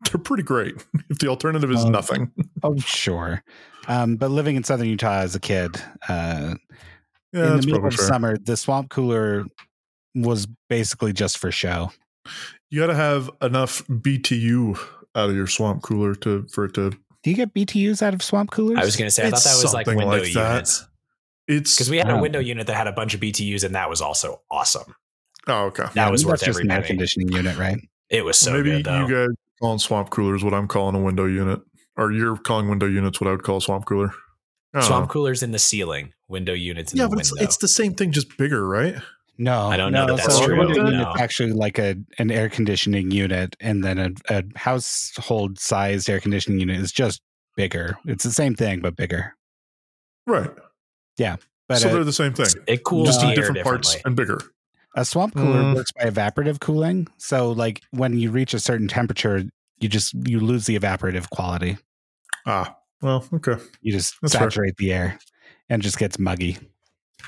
[SPEAKER 1] *laughs* they're pretty great. *laughs* If the alternative is
[SPEAKER 2] Um,
[SPEAKER 1] nothing, *laughs*
[SPEAKER 2] Oh, sure. Um, but living in southern Utah as a kid, uh,
[SPEAKER 1] yeah,
[SPEAKER 2] in
[SPEAKER 1] that's
[SPEAKER 2] the middle
[SPEAKER 1] probably
[SPEAKER 2] of
[SPEAKER 1] fair.
[SPEAKER 2] summer, the swamp cooler was basically just for show.
[SPEAKER 1] You got to have enough BTU out of your swamp cooler to for it to.
[SPEAKER 2] Do you get BTUs out of swamp coolers?
[SPEAKER 3] I was gonna say I thought
[SPEAKER 1] It's
[SPEAKER 3] that was like
[SPEAKER 1] something
[SPEAKER 3] window
[SPEAKER 1] like that.
[SPEAKER 3] units.
[SPEAKER 1] It's
[SPEAKER 3] Because we had a
[SPEAKER 2] Wow.
[SPEAKER 3] window unit that had a bunch of BTUs and that was also awesome.
[SPEAKER 1] oh okay.
[SPEAKER 3] That was
[SPEAKER 2] that's
[SPEAKER 3] worth
[SPEAKER 2] just
[SPEAKER 3] every
[SPEAKER 2] an air
[SPEAKER 3] penny.
[SPEAKER 2] conditioning unit, right?
[SPEAKER 3] It was so
[SPEAKER 1] Maybe
[SPEAKER 3] good though.
[SPEAKER 1] you guys calling swamp coolers what I'm calling a window unit, or you're calling window units what I would call a swamp cooler. I don't
[SPEAKER 3] Swamp
[SPEAKER 1] know.
[SPEAKER 3] coolers in the ceiling, window units in
[SPEAKER 1] Yeah,
[SPEAKER 3] the
[SPEAKER 1] but
[SPEAKER 3] window.
[SPEAKER 1] it's, it's the same thing, just bigger, right?
[SPEAKER 2] No,
[SPEAKER 3] I don't know
[SPEAKER 2] no,
[SPEAKER 3] that that's
[SPEAKER 2] so a
[SPEAKER 1] true,
[SPEAKER 2] window
[SPEAKER 1] no.
[SPEAKER 2] unit's actually like a an air conditioning unit, and then a, a household sized air conditioning unit is just bigger. It's the same thing but bigger.
[SPEAKER 1] Right.
[SPEAKER 2] But uh,
[SPEAKER 1] so
[SPEAKER 2] a-
[SPEAKER 1] they're the same thing,
[SPEAKER 3] it cools
[SPEAKER 1] just
[SPEAKER 3] the
[SPEAKER 1] in
[SPEAKER 3] air
[SPEAKER 1] different parts
[SPEAKER 3] differently.
[SPEAKER 1] and bigger.
[SPEAKER 2] A swamp cooler
[SPEAKER 1] Mm.
[SPEAKER 2] works by evaporative cooling. So like when you reach a certain temperature, you just you lose the evaporative quality.
[SPEAKER 1] Ah, well, okay.
[SPEAKER 2] You just
[SPEAKER 1] That's fair.
[SPEAKER 2] saturate the air and just gets muggy.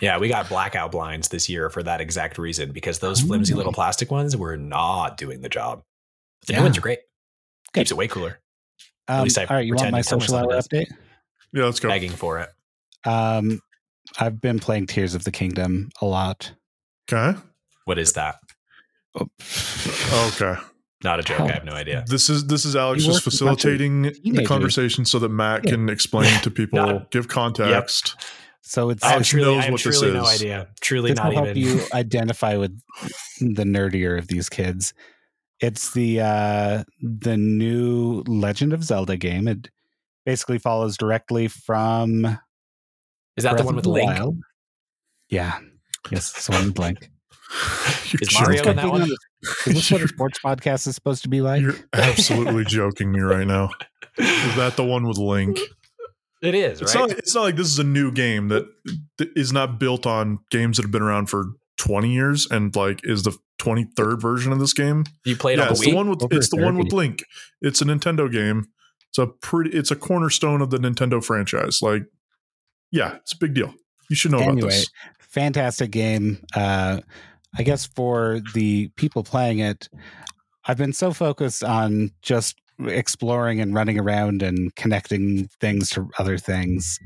[SPEAKER 3] Yeah, we got blackout blinds this year for that exact reason because those
[SPEAKER 2] Oh.
[SPEAKER 3] flimsy little plastic ones were not doing the job. But the
[SPEAKER 2] Yeah.
[SPEAKER 3] new ones are great.
[SPEAKER 2] Good.
[SPEAKER 3] Keeps it way cooler.
[SPEAKER 2] Um,
[SPEAKER 3] least I
[SPEAKER 2] all right, you want
[SPEAKER 3] pretend
[SPEAKER 2] my
[SPEAKER 3] to tell
[SPEAKER 2] social
[SPEAKER 3] myself
[SPEAKER 2] hour
[SPEAKER 3] it
[SPEAKER 2] update?
[SPEAKER 1] Yeah, let's go.
[SPEAKER 3] Begging for it.
[SPEAKER 2] Um, I've been playing Tears of the Kingdom a lot.
[SPEAKER 1] Okay.
[SPEAKER 3] What is that? Oh.
[SPEAKER 2] *laughs*
[SPEAKER 1] Okay.
[SPEAKER 3] Not a joke. I have no idea.
[SPEAKER 1] This is this is Alex
[SPEAKER 2] You
[SPEAKER 1] just
[SPEAKER 2] work with a bunch of
[SPEAKER 1] facilitating the
[SPEAKER 2] teenagers.
[SPEAKER 1] conversation so that Matt
[SPEAKER 2] Yeah.
[SPEAKER 1] can explain to people,
[SPEAKER 3] Not-
[SPEAKER 1] give context.
[SPEAKER 2] So it's
[SPEAKER 3] I have
[SPEAKER 1] Alex
[SPEAKER 3] Oh, truly,
[SPEAKER 1] knows
[SPEAKER 3] I have
[SPEAKER 1] what this
[SPEAKER 3] truly no
[SPEAKER 1] is.
[SPEAKER 3] idea. Truly
[SPEAKER 2] this
[SPEAKER 3] not
[SPEAKER 2] will help
[SPEAKER 3] even.
[SPEAKER 2] you identify with the nerdier of these kids. It's the uh, the new Legend of Zelda game. It basically follows directly from
[SPEAKER 3] is that the
[SPEAKER 2] Breath
[SPEAKER 3] one
[SPEAKER 2] of
[SPEAKER 3] with Link?
[SPEAKER 2] Wild. Yeah. Yes, it's the one with Link.
[SPEAKER 1] *laughs* You're
[SPEAKER 3] Is Mario
[SPEAKER 1] joking.
[SPEAKER 3] in that one?
[SPEAKER 2] Is this what a sports podcast is supposed to
[SPEAKER 3] *laughs*
[SPEAKER 2] be
[SPEAKER 1] *laughs*
[SPEAKER 2] like?
[SPEAKER 1] You're absolutely joking me right now. *laughs* Is that the one with Link?
[SPEAKER 3] It is,
[SPEAKER 1] It's
[SPEAKER 3] right?
[SPEAKER 1] not. It's not like this is a new game that th- is not built on games that have been around for 20 years and like is the 23rd version of this game.
[SPEAKER 3] you played
[SPEAKER 1] yeah,
[SPEAKER 3] on the
[SPEAKER 1] it's the
[SPEAKER 3] Wii.
[SPEAKER 1] one with
[SPEAKER 2] Over
[SPEAKER 1] it's the one with
[SPEAKER 2] 30.
[SPEAKER 1] Link. It's a Nintendo game. It's a pretty. It's a cornerstone of the Nintendo franchise. Like, yeah, it's a big deal. You should know about
[SPEAKER 2] anyway,
[SPEAKER 1] this.
[SPEAKER 2] fantastic game. Uh, I guess for the people playing it, I've been so focused on just exploring and running around and connecting things to other things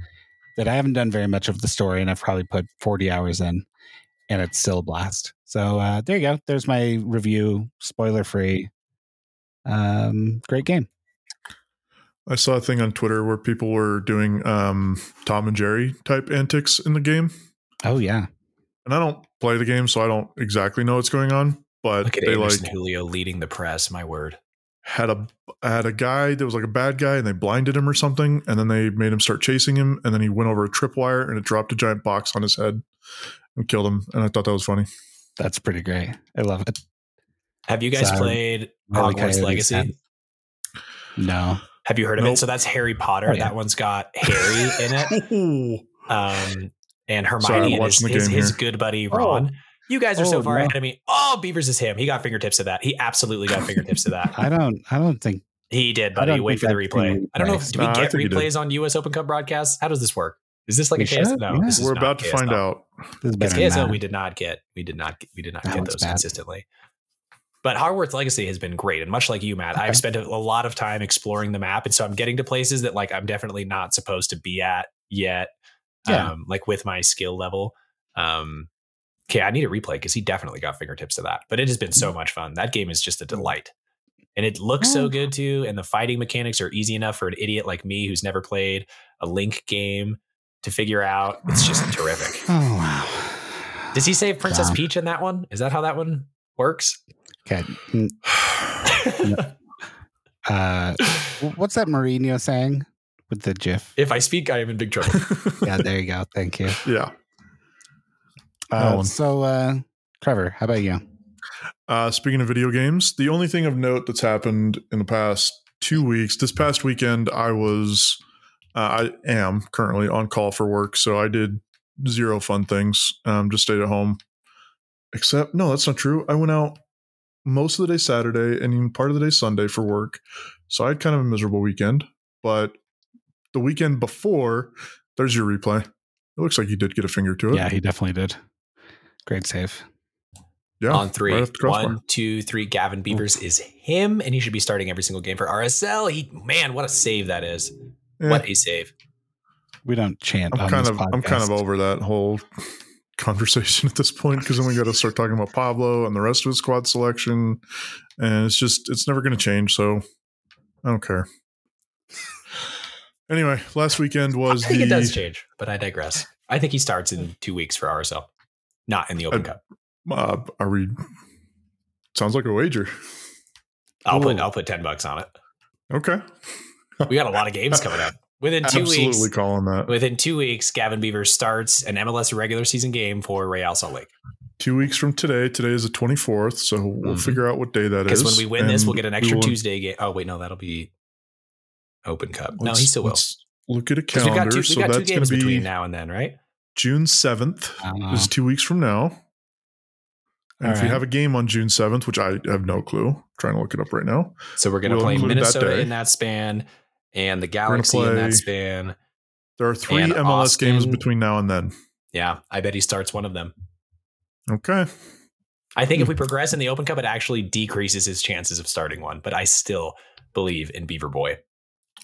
[SPEAKER 2] that I haven't done very much of the story, and I've probably put 40 hours in, and it's still a blast. So uh, there you go. There's my review, spoiler free. Um, great game.
[SPEAKER 1] I saw a thing on Twitter where people were doing um, Tom and Jerry type antics in the game.
[SPEAKER 2] Oh yeah,
[SPEAKER 1] and I don't play the game, so I don't exactly know what's going on. But
[SPEAKER 3] Look at
[SPEAKER 1] they
[SPEAKER 3] Anderson
[SPEAKER 1] like
[SPEAKER 3] Julio leading the press. My word.
[SPEAKER 1] had a had a guy that was like a bad guy, and they blinded him or something, and then they made him start chasing him, and then he went over a tripwire, and it dropped a giant box on his head and killed him. And I thought that was funny.
[SPEAKER 2] that's pretty great. I love it.
[SPEAKER 3] Have you guys
[SPEAKER 2] Sorry.
[SPEAKER 3] played
[SPEAKER 2] Really
[SPEAKER 3] Hogwarts
[SPEAKER 2] coyotes
[SPEAKER 3] Legacy?
[SPEAKER 2] have- No.
[SPEAKER 3] Have you heard of it?
[SPEAKER 1] Nope.
[SPEAKER 3] So that's Harry Potter.
[SPEAKER 2] Oh, yeah.
[SPEAKER 3] That one's got Harry in
[SPEAKER 1] *laughs*
[SPEAKER 3] it. Um, and Hermione
[SPEAKER 1] Sorry, I'm
[SPEAKER 3] and his,
[SPEAKER 1] watching the
[SPEAKER 3] his,
[SPEAKER 1] game
[SPEAKER 3] his
[SPEAKER 1] here.
[SPEAKER 3] good buddy
[SPEAKER 2] Oh.
[SPEAKER 3] Ron. You guys are so
[SPEAKER 2] Oh,
[SPEAKER 3] far
[SPEAKER 2] no.
[SPEAKER 3] ahead of me. Oh, Beavers is him. He got fingertips of that. He absolutely got fingertips of that.
[SPEAKER 2] I don't. I don't think.
[SPEAKER 3] He did,
[SPEAKER 2] I
[SPEAKER 3] buddy.
[SPEAKER 2] don't
[SPEAKER 3] Wait for
[SPEAKER 2] think
[SPEAKER 3] the
[SPEAKER 2] I've
[SPEAKER 3] replay.
[SPEAKER 2] seen
[SPEAKER 3] I don't know if do we
[SPEAKER 1] replays. Nah, I
[SPEAKER 3] get
[SPEAKER 1] think he did.
[SPEAKER 3] replays on US Open Cup broadcasts? How does this work? Is this like
[SPEAKER 2] We
[SPEAKER 3] a KS?
[SPEAKER 2] should,
[SPEAKER 3] No,
[SPEAKER 2] yeah.
[SPEAKER 3] this is
[SPEAKER 1] We're
[SPEAKER 3] not
[SPEAKER 1] about to
[SPEAKER 3] KSL.
[SPEAKER 1] find out.
[SPEAKER 2] This is
[SPEAKER 3] Because
[SPEAKER 2] better. than
[SPEAKER 3] KSL
[SPEAKER 2] that.
[SPEAKER 3] we did not get, we did not, we did not
[SPEAKER 2] That
[SPEAKER 3] get
[SPEAKER 2] one's
[SPEAKER 3] those
[SPEAKER 2] bad.
[SPEAKER 3] consistently. But Hogwarts Legacy has been great, and much like you, Matt,
[SPEAKER 2] Okay.
[SPEAKER 3] I've spent a a lot of time exploring the map, and so I'm getting to places that like I'm definitely not supposed to be at yet.
[SPEAKER 2] Yeah.
[SPEAKER 3] Um, like with my skill level. Um, okay, I need a replay because he definitely got fingertips to that. But it has been
[SPEAKER 2] Mm.
[SPEAKER 3] so much fun. That game is just a delight, and it looks so
[SPEAKER 2] Oh, Yeah.
[SPEAKER 3] good too. And the fighting mechanics are easy enough for an idiot like me who's never played a Link game to figure out. It's just terrific.
[SPEAKER 2] Oh wow.
[SPEAKER 3] Does he save Princess
[SPEAKER 2] Wow.
[SPEAKER 3] Peach in that one? Is that how that one
[SPEAKER 1] *sighs*
[SPEAKER 3] works?
[SPEAKER 2] Okay. mm, Uh, w- what's that Mourinho saying with the GIF?
[SPEAKER 1] *laughs*
[SPEAKER 3] if I speak, I am in big trouble.
[SPEAKER 2] Yeah, there you go. Thank you.
[SPEAKER 1] yeah. That
[SPEAKER 2] Uh,
[SPEAKER 1] one.
[SPEAKER 2] so, uh, Trevor, how about you?
[SPEAKER 1] Uh, speaking of video games, the only thing of note that's happened in the past two weeks, this past weekend, I was, uh, I am currently on call for work, so I did zero fun things. Um, just stayed at home. Except, no, that's not true. I went out most of the day Saturday and even part of the day Sunday for work, so I had kind of a miserable weekend. But the weekend before, there's your replay. It looks like you did get a finger to it.
[SPEAKER 2] he definitely did. Great save.
[SPEAKER 1] *laughs* Yeah,
[SPEAKER 3] On three,
[SPEAKER 1] right off the crossbar.
[SPEAKER 3] one, two, three. Gavin Beavers is him, and he should be starting every single game for RSL. He man, what a save that is!
[SPEAKER 1] Yeah.
[SPEAKER 3] What a save!
[SPEAKER 2] We don't chant.
[SPEAKER 1] I'm
[SPEAKER 2] on
[SPEAKER 1] kind
[SPEAKER 2] this
[SPEAKER 1] of I'm kind of
[SPEAKER 2] podcast.
[SPEAKER 1] over that whole *laughs* conversation at this point because then we got to start talking about Pablo and the rest of his squad selection, and it's just it's never going to change. So I don't care. Anyway, last weekend was
[SPEAKER 3] I think it does
[SPEAKER 1] the
[SPEAKER 3] change, but I digress. I think he starts in two weeks for RSL, not in the Open
[SPEAKER 1] Uh,
[SPEAKER 3] Cup.
[SPEAKER 1] uh, are we? Sounds like a wager.
[SPEAKER 3] I'll put
[SPEAKER 2] ooh.
[SPEAKER 3] I'll put ten bucks
[SPEAKER 1] *laughs*
[SPEAKER 3] on it.
[SPEAKER 1] Okay,
[SPEAKER 3] We got a lot of games coming up within two
[SPEAKER 1] absolutely
[SPEAKER 3] weeks.
[SPEAKER 1] calling that.
[SPEAKER 3] Within two weeks, Gavin Beavers starts an MLS regular season game for Real Salt Lake.
[SPEAKER 1] Two weeks from today. Today is the 24th, so we'll
[SPEAKER 2] Mm-hmm.
[SPEAKER 3] Mhm.
[SPEAKER 1] figure out what day that is.
[SPEAKER 3] Because when we win this,
[SPEAKER 1] and
[SPEAKER 3] we'll get an
[SPEAKER 1] we
[SPEAKER 3] extra
[SPEAKER 1] will-
[SPEAKER 3] Tuesday game. Oh wait, no, that'll be Open Cup. No,
[SPEAKER 1] let's-
[SPEAKER 3] he still will.
[SPEAKER 1] let's Look at a
[SPEAKER 3] Because we've got two,
[SPEAKER 1] calendar.
[SPEAKER 3] we've
[SPEAKER 1] So
[SPEAKER 3] got two
[SPEAKER 1] that's going
[SPEAKER 3] games
[SPEAKER 1] to
[SPEAKER 3] between
[SPEAKER 1] be
[SPEAKER 3] now and then, right?
[SPEAKER 1] June 7th.
[SPEAKER 2] Uh,
[SPEAKER 3] Uh-huh.
[SPEAKER 1] is two weeks from now. And
[SPEAKER 2] All
[SPEAKER 1] if you
[SPEAKER 2] right.
[SPEAKER 1] have a game on June 7th, which I have no clue, trying to look it up right now.
[SPEAKER 3] So we're going to
[SPEAKER 1] We'll
[SPEAKER 3] play
[SPEAKER 1] include that
[SPEAKER 3] Minnesota
[SPEAKER 1] day.
[SPEAKER 3] in that span, and the Galaxy in
[SPEAKER 1] play-
[SPEAKER 3] that span.
[SPEAKER 1] There are three
[SPEAKER 3] And
[SPEAKER 1] MLS games
[SPEAKER 3] Austin.
[SPEAKER 1] between now and then.
[SPEAKER 3] Yeah, I bet he starts one of them.
[SPEAKER 1] Okay.
[SPEAKER 3] I think
[SPEAKER 1] Hmm.
[SPEAKER 3] if we progress in the Open Cup, it actually decreases his chances of starting one. But I still believe in Beaver Boy.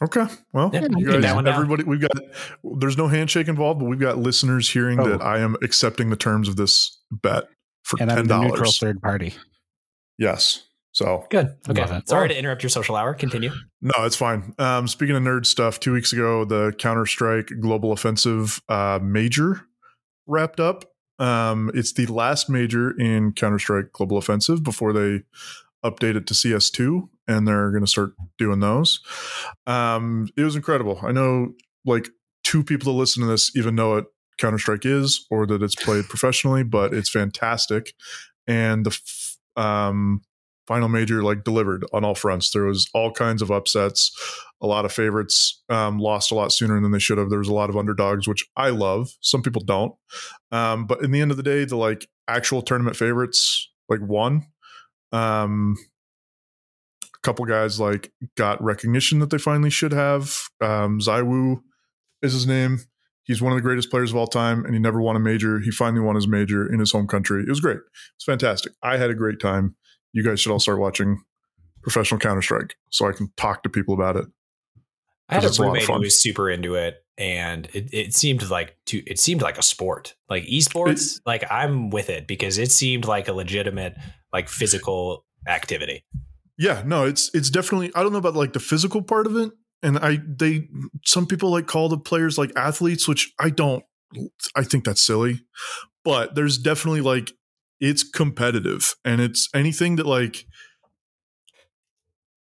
[SPEAKER 1] Okay. Well,
[SPEAKER 3] Yeah,
[SPEAKER 1] you
[SPEAKER 3] keep
[SPEAKER 1] guys,
[SPEAKER 3] that one down.
[SPEAKER 1] everybody, we've got, there's no handshake involved, but we've got listeners hearing
[SPEAKER 2] Oh.
[SPEAKER 1] that I am accepting the terms of this bet for
[SPEAKER 2] and I'm the neutral
[SPEAKER 1] $10.
[SPEAKER 2] third party.
[SPEAKER 1] Yes. So,
[SPEAKER 3] Good.
[SPEAKER 2] Love
[SPEAKER 3] Okay.
[SPEAKER 2] it.
[SPEAKER 3] Sorry to interrupt your social hour. Continue.
[SPEAKER 1] no, it's fine. Um, speaking of nerd stuff, two weeks ago, the Counter Strike Global Offensive uh, major wrapped up. Um, it's the last major in Counter Strike Global Offensive before they update it to CS2, and they're going to start doing those. Um, it was incredible. I know like two people that listen to this even know what Counter Strike is or that it's played professionally, but it's fantastic. And the f- um, final major like delivered on all fronts. There was all kinds of upsets, a lot of favorites um, lost a lot sooner than they should have. There was a lot of underdogs, which I love. Some people don't. Um, but in the end of the day, the like actual tournament favorites like won. Um, a couple guys like got recognition that they finally should have. Um, Zaiwu is his name. He's one of the greatest players of all time, and he never won a major. He finally won his major in his home country. It was great. It's fantastic. I had a great time. You guys should all start watching professional Counter Strike so I can talk to people about it.
[SPEAKER 3] I had
[SPEAKER 1] 'Cause
[SPEAKER 3] a
[SPEAKER 1] it's a lot of
[SPEAKER 3] roommate who
[SPEAKER 1] fun.
[SPEAKER 3] was super into it, and it, it seemed like to it seemed like a sport, like esports. like I'm with it because it seemed like a legitimate, like physical activity.
[SPEAKER 1] Yeah, no, it's it's definitely I don't know about like the physical part of it. And I they some people like call the players like athletes, which I don't I think that's silly. But there's definitely like it's competitive and it's anything that like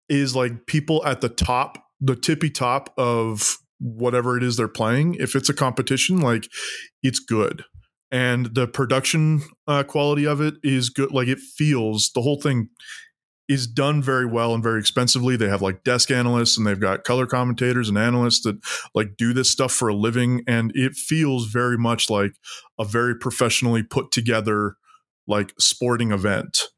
[SPEAKER 1] is like people at the top, the tippy top of whatever it is they're playing. If it's a competition, like it's good. And the production uh, quality of it is good. Like it feels the whole thing is done very well and very expensively. They have like desk analysts and they've got color commentators and analysts that like do this stuff for a living. And it feels very much like a very professionally put together like sporting event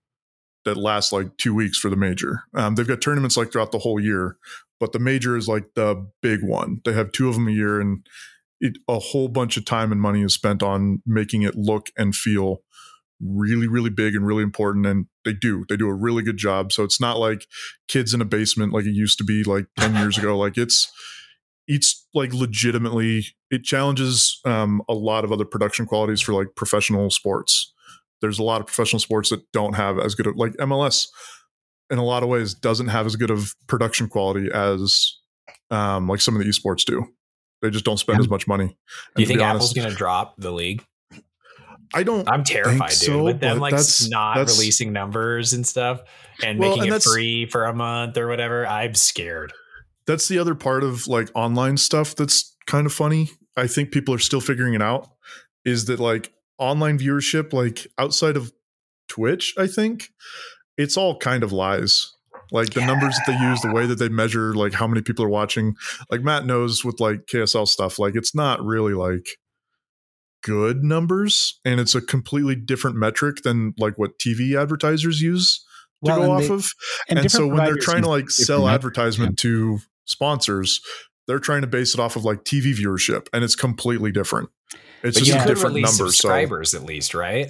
[SPEAKER 1] that lasts like two weeks for the major. Um, they've got tournaments like throughout the whole year, but the major is like the big one. They have two of them a year and it, a whole bunch of time and money is spent on making it look and feel really really big and really important and they do they do a really good job so it's not like kids in a basement like it used to be like 10 years
[SPEAKER 3] *laughs*
[SPEAKER 1] ago like it's it's like legitimately it challenges um, a lot of other production qualities for like professional sports there's a lot of professional sports that don't have as good of like mls in a lot of ways doesn't have as good of production quality as um, like some of the esports do they just don't spend as much money And
[SPEAKER 3] Do you
[SPEAKER 1] to
[SPEAKER 3] think
[SPEAKER 1] be
[SPEAKER 3] Apple's
[SPEAKER 1] honest,
[SPEAKER 3] going to drop the league?
[SPEAKER 1] i don't
[SPEAKER 3] I'm terrified, dude.
[SPEAKER 1] so,
[SPEAKER 3] With them
[SPEAKER 1] but
[SPEAKER 3] like
[SPEAKER 1] that's-
[SPEAKER 3] not
[SPEAKER 1] that's-
[SPEAKER 3] releasing numbers and stuff, and
[SPEAKER 1] Well,
[SPEAKER 3] making
[SPEAKER 1] and
[SPEAKER 3] it
[SPEAKER 1] that's-
[SPEAKER 3] free for a month or whatever. I'm scared.
[SPEAKER 1] that's the other part of like online stuff that's kind of funny. I think people are still figuring it out is that like online viewership, like outside of Twitch, I think it's all kind of lies. Like the numbers that they use, the way that they measure, like how many people are watching. Like Matt knows with like KSL stuff, like it's not really like good numbers and it's a completely different metric than like what TV advertisers use to
[SPEAKER 2] Well,
[SPEAKER 1] go
[SPEAKER 2] and
[SPEAKER 1] off
[SPEAKER 2] they-
[SPEAKER 1] of and, so
[SPEAKER 2] different
[SPEAKER 1] when they're
[SPEAKER 2] providers
[SPEAKER 1] trying to
[SPEAKER 2] use
[SPEAKER 1] like
[SPEAKER 2] different
[SPEAKER 1] sell
[SPEAKER 2] metrics,
[SPEAKER 1] advertisement to sponsors they're trying to base it off of like tv viewership and it's completely different it's
[SPEAKER 3] But
[SPEAKER 1] just
[SPEAKER 3] you
[SPEAKER 1] a
[SPEAKER 3] could
[SPEAKER 1] different
[SPEAKER 3] release
[SPEAKER 1] number so
[SPEAKER 3] subscribers at least, right?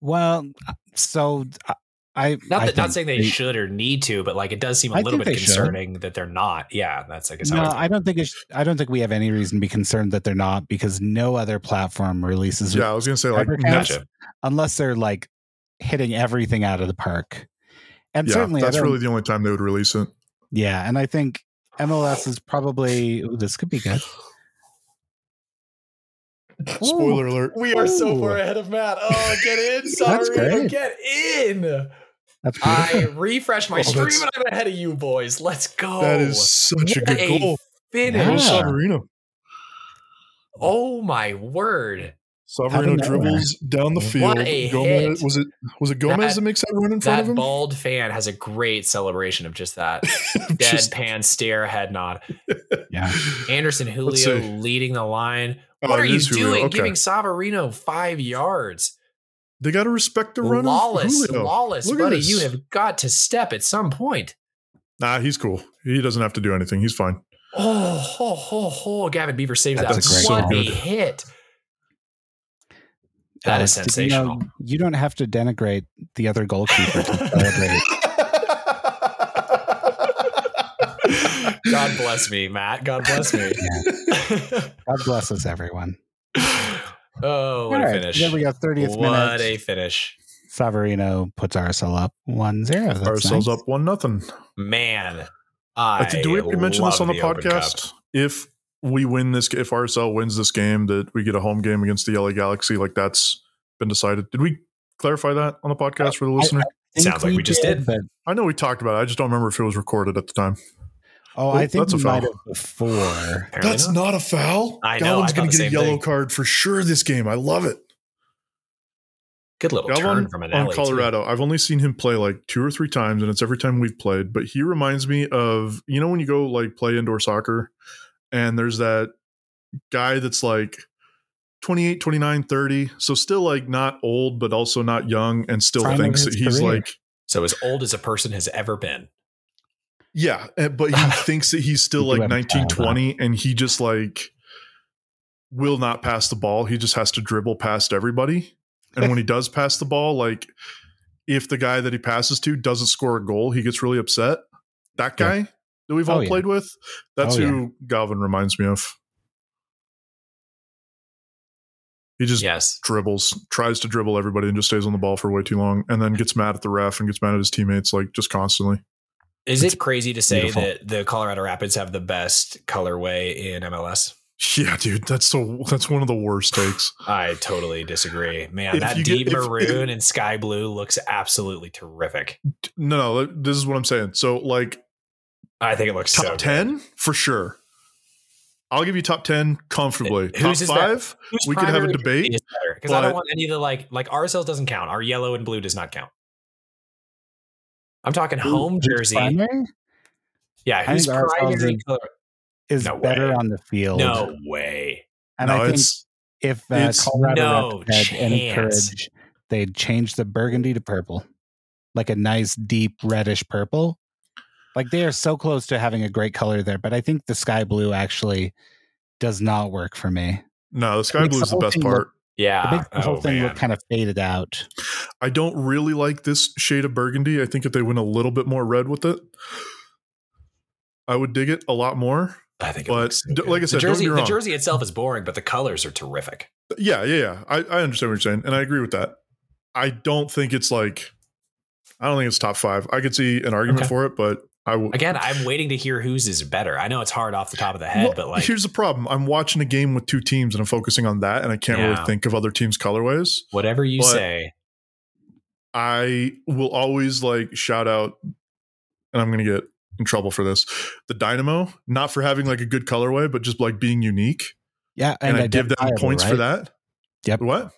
[SPEAKER 2] Well, so uh, I
[SPEAKER 3] Not
[SPEAKER 2] I
[SPEAKER 3] that, not
[SPEAKER 2] think
[SPEAKER 3] saying they, should or need to, but like it does seem a
[SPEAKER 2] I
[SPEAKER 3] little
[SPEAKER 2] think
[SPEAKER 3] bit
[SPEAKER 2] they should.
[SPEAKER 3] concerning that they're not. Yeah, that's I guess
[SPEAKER 2] No,
[SPEAKER 3] how I,
[SPEAKER 2] I don't think it's, I don't think we have any reason to be concerned that they're not because no other platform releases
[SPEAKER 1] yeah i was gonna say like
[SPEAKER 2] Subscriber
[SPEAKER 1] that's,
[SPEAKER 2] counts?
[SPEAKER 3] gotcha.
[SPEAKER 2] unless they're like hitting everything out of the park. And
[SPEAKER 1] yeah,
[SPEAKER 2] certainly, I
[SPEAKER 1] that's
[SPEAKER 2] don't-
[SPEAKER 1] really the only time they would release it
[SPEAKER 2] yeah. And I think MLS is probably ooh, this could be good.
[SPEAKER 1] spoiler alert
[SPEAKER 3] We
[SPEAKER 2] are so Ooh. far
[SPEAKER 3] ahead of Matt. Oh,
[SPEAKER 1] *laughs*
[SPEAKER 3] get in,
[SPEAKER 2] That's Saru.
[SPEAKER 1] Oh,
[SPEAKER 2] great.
[SPEAKER 3] get in.
[SPEAKER 2] That's *laughs*
[SPEAKER 3] I
[SPEAKER 2] beautiful.
[SPEAKER 3] refresh my
[SPEAKER 1] Oh,
[SPEAKER 3] stream
[SPEAKER 1] that's-
[SPEAKER 3] and I'm ahead of you boys. Let's go.
[SPEAKER 1] that is such a
[SPEAKER 3] What
[SPEAKER 1] good
[SPEAKER 3] a
[SPEAKER 1] goal
[SPEAKER 2] Yeah.
[SPEAKER 3] finish.
[SPEAKER 1] Savarino.
[SPEAKER 3] Oh my word.
[SPEAKER 2] Out of
[SPEAKER 1] Savarino
[SPEAKER 2] nowhere.
[SPEAKER 1] dribbles down the field.
[SPEAKER 2] What
[SPEAKER 3] a
[SPEAKER 1] Gomez,
[SPEAKER 3] hit.
[SPEAKER 1] was it was it Gomez
[SPEAKER 3] That-
[SPEAKER 1] that makes that run in front of
[SPEAKER 3] That
[SPEAKER 1] him? *laughs*
[SPEAKER 3] bald fan has a great celebration of just that
[SPEAKER 1] Just-
[SPEAKER 3] deadpan stare head nod.
[SPEAKER 2] yeah.
[SPEAKER 3] Anderson Julio
[SPEAKER 1] see.
[SPEAKER 3] leading the line.
[SPEAKER 1] Oh,
[SPEAKER 3] What are
[SPEAKER 1] it
[SPEAKER 3] you
[SPEAKER 1] is Julio.
[SPEAKER 3] doing?
[SPEAKER 1] Okay.
[SPEAKER 3] Giving Savarino five yards.
[SPEAKER 1] They got to respect the run. of
[SPEAKER 3] Lawless,
[SPEAKER 1] Julio.
[SPEAKER 3] lawless,
[SPEAKER 1] Look at
[SPEAKER 3] buddy.
[SPEAKER 1] this.
[SPEAKER 3] You have got to step at some point.
[SPEAKER 1] Nah, he's cool. He doesn't have to do anything. He's fine.
[SPEAKER 3] Oh, ho, ho, ho. Gavin Beaver saves that.
[SPEAKER 2] That's a great
[SPEAKER 3] what
[SPEAKER 2] call.
[SPEAKER 3] a hit. That is
[SPEAKER 2] Alex, did you know *laughs*
[SPEAKER 3] sensational.
[SPEAKER 2] you don't have to denigrate the other goalkeeper to
[SPEAKER 3] *laughs*
[SPEAKER 2] celebrate.
[SPEAKER 3] God bless me, Matt. God bless
[SPEAKER 1] *laughs*
[SPEAKER 3] me.
[SPEAKER 2] God bless us, everyone.
[SPEAKER 3] *laughs* oh, what
[SPEAKER 2] All
[SPEAKER 3] a
[SPEAKER 2] right,
[SPEAKER 3] finish.
[SPEAKER 2] There we go. 30th
[SPEAKER 3] What
[SPEAKER 2] minute.
[SPEAKER 3] a finish.
[SPEAKER 2] Savarino puts RSL up 1 0.
[SPEAKER 1] Ourselves up one nothing.
[SPEAKER 3] Man. I
[SPEAKER 1] I think, Uh, do we have to mention this
[SPEAKER 3] love
[SPEAKER 1] on the,
[SPEAKER 3] Open Cup.
[SPEAKER 1] podcast? If we win this, if RSL wins this game, that we get a home game against the LA Galaxy, like that's been decided. Did we clarify that on the podcast for the listener?
[SPEAKER 3] Sounds like we just did.
[SPEAKER 2] But,
[SPEAKER 1] I, know we talked about it. I just don't remember if it was recorded at the time. Oh,
[SPEAKER 2] oh, I think
[SPEAKER 1] that's a
[SPEAKER 2] we might
[SPEAKER 1] foul.
[SPEAKER 2] have before.
[SPEAKER 3] Apparently not.
[SPEAKER 1] a foul.
[SPEAKER 3] I know, I thought
[SPEAKER 1] gonna
[SPEAKER 3] the same thing.
[SPEAKER 1] card for sure this game. I love it.
[SPEAKER 3] Good little turn
[SPEAKER 1] Galvan
[SPEAKER 3] from an
[SPEAKER 1] on
[SPEAKER 3] alley, too.
[SPEAKER 1] Colorado. I've only seen him play like two or three times, and it's every time we've played. But he reminds me of you know when you go like play indoor soccer, and there's that guy that's like 28, 29, 30. So still like not old, but also not young, and still
[SPEAKER 2] Prime of
[SPEAKER 1] thinks that
[SPEAKER 2] his
[SPEAKER 1] he's
[SPEAKER 2] career.
[SPEAKER 1] like
[SPEAKER 3] So as old as a person has ever been.
[SPEAKER 1] yeah, eh, but
[SPEAKER 2] *laughs*
[SPEAKER 1] he thinks that he's still
[SPEAKER 2] You do
[SPEAKER 1] like
[SPEAKER 2] have a
[SPEAKER 1] nineteen
[SPEAKER 2] child, huh?
[SPEAKER 1] twenty, and he just like will not pass the ball. He just has to dribble past everybody. And when he does pass the ball, like if the guy that he passes to doesn't score a goal, he gets really upset. That guy
[SPEAKER 2] Yeah.
[SPEAKER 1] that we've
[SPEAKER 2] Oh,
[SPEAKER 1] all
[SPEAKER 2] yeah.
[SPEAKER 1] played with, that's
[SPEAKER 2] Oh, yeah.
[SPEAKER 1] who Galvin reminds me of. He just
[SPEAKER 3] Yes.
[SPEAKER 1] dribbles, tries to dribble everybody and just stays on the ball for way too long and then gets mad at the ref and gets mad at his teammates like just constantly.
[SPEAKER 3] Is it crazy to say
[SPEAKER 2] beautiful.
[SPEAKER 3] that the Colorado Rapids have the best colorway in MLS?
[SPEAKER 1] Yeah, dude, that's so that's one of the worst
[SPEAKER 3] *sighs*
[SPEAKER 1] takes.
[SPEAKER 3] I totally disagree. Man,
[SPEAKER 1] If
[SPEAKER 3] that
[SPEAKER 1] you get-
[SPEAKER 3] deep
[SPEAKER 1] if-
[SPEAKER 3] maroon and sky blue looks absolutely terrific.
[SPEAKER 1] No, no, this is what I'm saying. So like
[SPEAKER 3] I think it looks
[SPEAKER 1] top
[SPEAKER 3] so good.
[SPEAKER 1] 10 for sure. I'll give you top 10 comfortably.
[SPEAKER 3] Whose is
[SPEAKER 1] top
[SPEAKER 3] that?
[SPEAKER 1] 5,
[SPEAKER 3] Whose
[SPEAKER 1] we could have a
[SPEAKER 3] primary
[SPEAKER 1] debate,
[SPEAKER 3] jersey is better? Because I don't
[SPEAKER 1] but-
[SPEAKER 3] want any of the like like RSL doesn't count. Our yellow and blue does not count. I'm talking home
[SPEAKER 2] Who's
[SPEAKER 3] jersey.
[SPEAKER 2] primary
[SPEAKER 3] Yeah,
[SPEAKER 2] I
[SPEAKER 3] who's
[SPEAKER 2] think RSL is
[SPEAKER 3] primary
[SPEAKER 2] in-
[SPEAKER 3] color?
[SPEAKER 2] Is
[SPEAKER 3] No
[SPEAKER 2] better
[SPEAKER 3] way.
[SPEAKER 2] on the field.
[SPEAKER 3] No way.
[SPEAKER 2] And
[SPEAKER 1] no,
[SPEAKER 2] I think
[SPEAKER 1] it's
[SPEAKER 2] if uh,
[SPEAKER 1] it's
[SPEAKER 2] Colorado
[SPEAKER 3] no
[SPEAKER 2] Rapids had any
[SPEAKER 3] chance.
[SPEAKER 2] courage, they'd change the burgundy to purple, like a nice deep reddish purple. Like they are so close to having a great color there, but I think the sky blue actually does not work for me.
[SPEAKER 1] No, the sky
[SPEAKER 2] makes
[SPEAKER 1] blue
[SPEAKER 2] the
[SPEAKER 1] is the
[SPEAKER 2] whole
[SPEAKER 1] best
[SPEAKER 2] thing look-
[SPEAKER 1] part.
[SPEAKER 3] Yeah.
[SPEAKER 1] Ah,
[SPEAKER 2] It makes the whole
[SPEAKER 3] Oh,
[SPEAKER 2] thing
[SPEAKER 3] man.
[SPEAKER 2] look kind of faded out.
[SPEAKER 1] I don't really like this shade of burgundy. I think if they went a little bit more red with it, I would dig it a lot more.
[SPEAKER 3] I think. it
[SPEAKER 1] But
[SPEAKER 3] looks so
[SPEAKER 1] d-
[SPEAKER 3] good.
[SPEAKER 1] like I said,
[SPEAKER 3] the
[SPEAKER 1] don't
[SPEAKER 3] jersey,
[SPEAKER 1] get me
[SPEAKER 3] the
[SPEAKER 1] wrong.
[SPEAKER 3] jersey itself is boring, but the colors are terrific.
[SPEAKER 1] Yeah, yeah, yeah. I, I understand what you're saying, and I agree with that. I don't think it's like, I don't think it's top five. I could see an argument
[SPEAKER 3] Okay.
[SPEAKER 1] for it, but I will.
[SPEAKER 3] Again, I'm waiting to hear whose is better. I know it's hard off the top of the head,
[SPEAKER 1] Well,
[SPEAKER 3] but like,
[SPEAKER 1] here's the problem. I'm watching a game with two teams, and I'm focusing on that, and I can't
[SPEAKER 3] Yeah.
[SPEAKER 1] really think of other teams' colorways.
[SPEAKER 3] whatever you
[SPEAKER 1] but-
[SPEAKER 3] say,
[SPEAKER 1] I will always like shout out, and I'm gonna get in trouble for this. The Dynamo, not for having like a good colorway, but just like being unique,
[SPEAKER 2] Yeah,
[SPEAKER 1] and, I give them
[SPEAKER 2] identifiable,
[SPEAKER 1] points for
[SPEAKER 2] right?
[SPEAKER 1] that.
[SPEAKER 2] Yep.
[SPEAKER 1] What?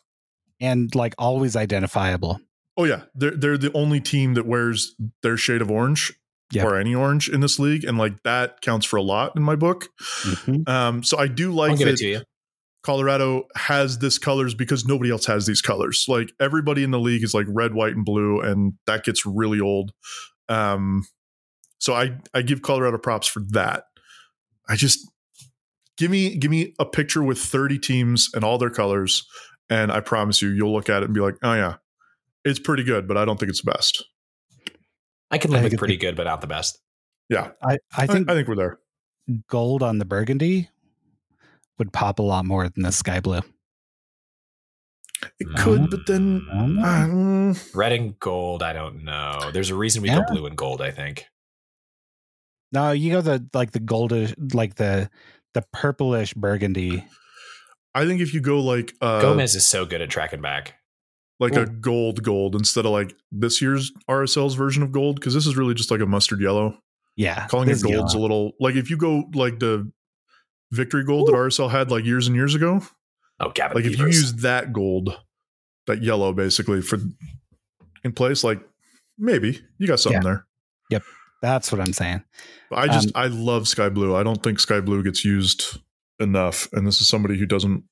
[SPEAKER 2] And like always identifiable.
[SPEAKER 1] Oh yeah, they're they're the only team that wears their shade of orange
[SPEAKER 2] Yep.
[SPEAKER 1] or any orange in this league, and like that counts for a lot in my book.
[SPEAKER 2] Mhm.
[SPEAKER 1] Um, so I do
[SPEAKER 3] I'll
[SPEAKER 1] like
[SPEAKER 3] give it
[SPEAKER 1] that
[SPEAKER 3] to you.
[SPEAKER 1] Colorado has this colors because nobody else has these colors. Like everybody in the league is like red, white, and blue, and that gets really old. Um, so I I give Colorado props for that. I just give me give me a picture with thirty teams and all their colors, and I promise you, you'll look at it and be like, oh yeah, it's pretty good, but I don't think it's the best.
[SPEAKER 3] I
[SPEAKER 2] I
[SPEAKER 3] can live
[SPEAKER 2] think
[SPEAKER 3] with
[SPEAKER 2] it's
[SPEAKER 3] pretty good, but not the best.
[SPEAKER 2] I, I
[SPEAKER 1] I
[SPEAKER 2] think
[SPEAKER 1] I think we're there.
[SPEAKER 2] gold on the burgundy would pop a lot more than the sky blue.
[SPEAKER 1] It could, but then.
[SPEAKER 2] Mm.
[SPEAKER 1] uh, mm.
[SPEAKER 3] Red and gold, I don't know. There's a reason we
[SPEAKER 2] Yeah.
[SPEAKER 3] go blue and gold, I think.
[SPEAKER 2] No, you go the like the goldish, like the the purplish burgundy.
[SPEAKER 1] I think if you go like uh,
[SPEAKER 3] Gomez is so good at tracking back.
[SPEAKER 1] like
[SPEAKER 2] Cool.
[SPEAKER 1] a gold gold instead of like this year's RSL's version of gold because this is really just like a mustard yellow.
[SPEAKER 2] Yeah,
[SPEAKER 1] Calling it
[SPEAKER 2] this
[SPEAKER 1] gold's
[SPEAKER 2] yellow.
[SPEAKER 1] a little like if you go like the victory gold that RSL had like years and years ago,
[SPEAKER 3] Oh, Gavin.
[SPEAKER 1] like if you
[SPEAKER 3] Beavers.
[SPEAKER 1] use that gold, that yellow basically for in place, like maybe you got something there.
[SPEAKER 2] That's what I'm saying.
[SPEAKER 1] But I just
[SPEAKER 2] Um,
[SPEAKER 1] I love sky blue. I don't think sky blue gets used enough, and this is somebody who doesn't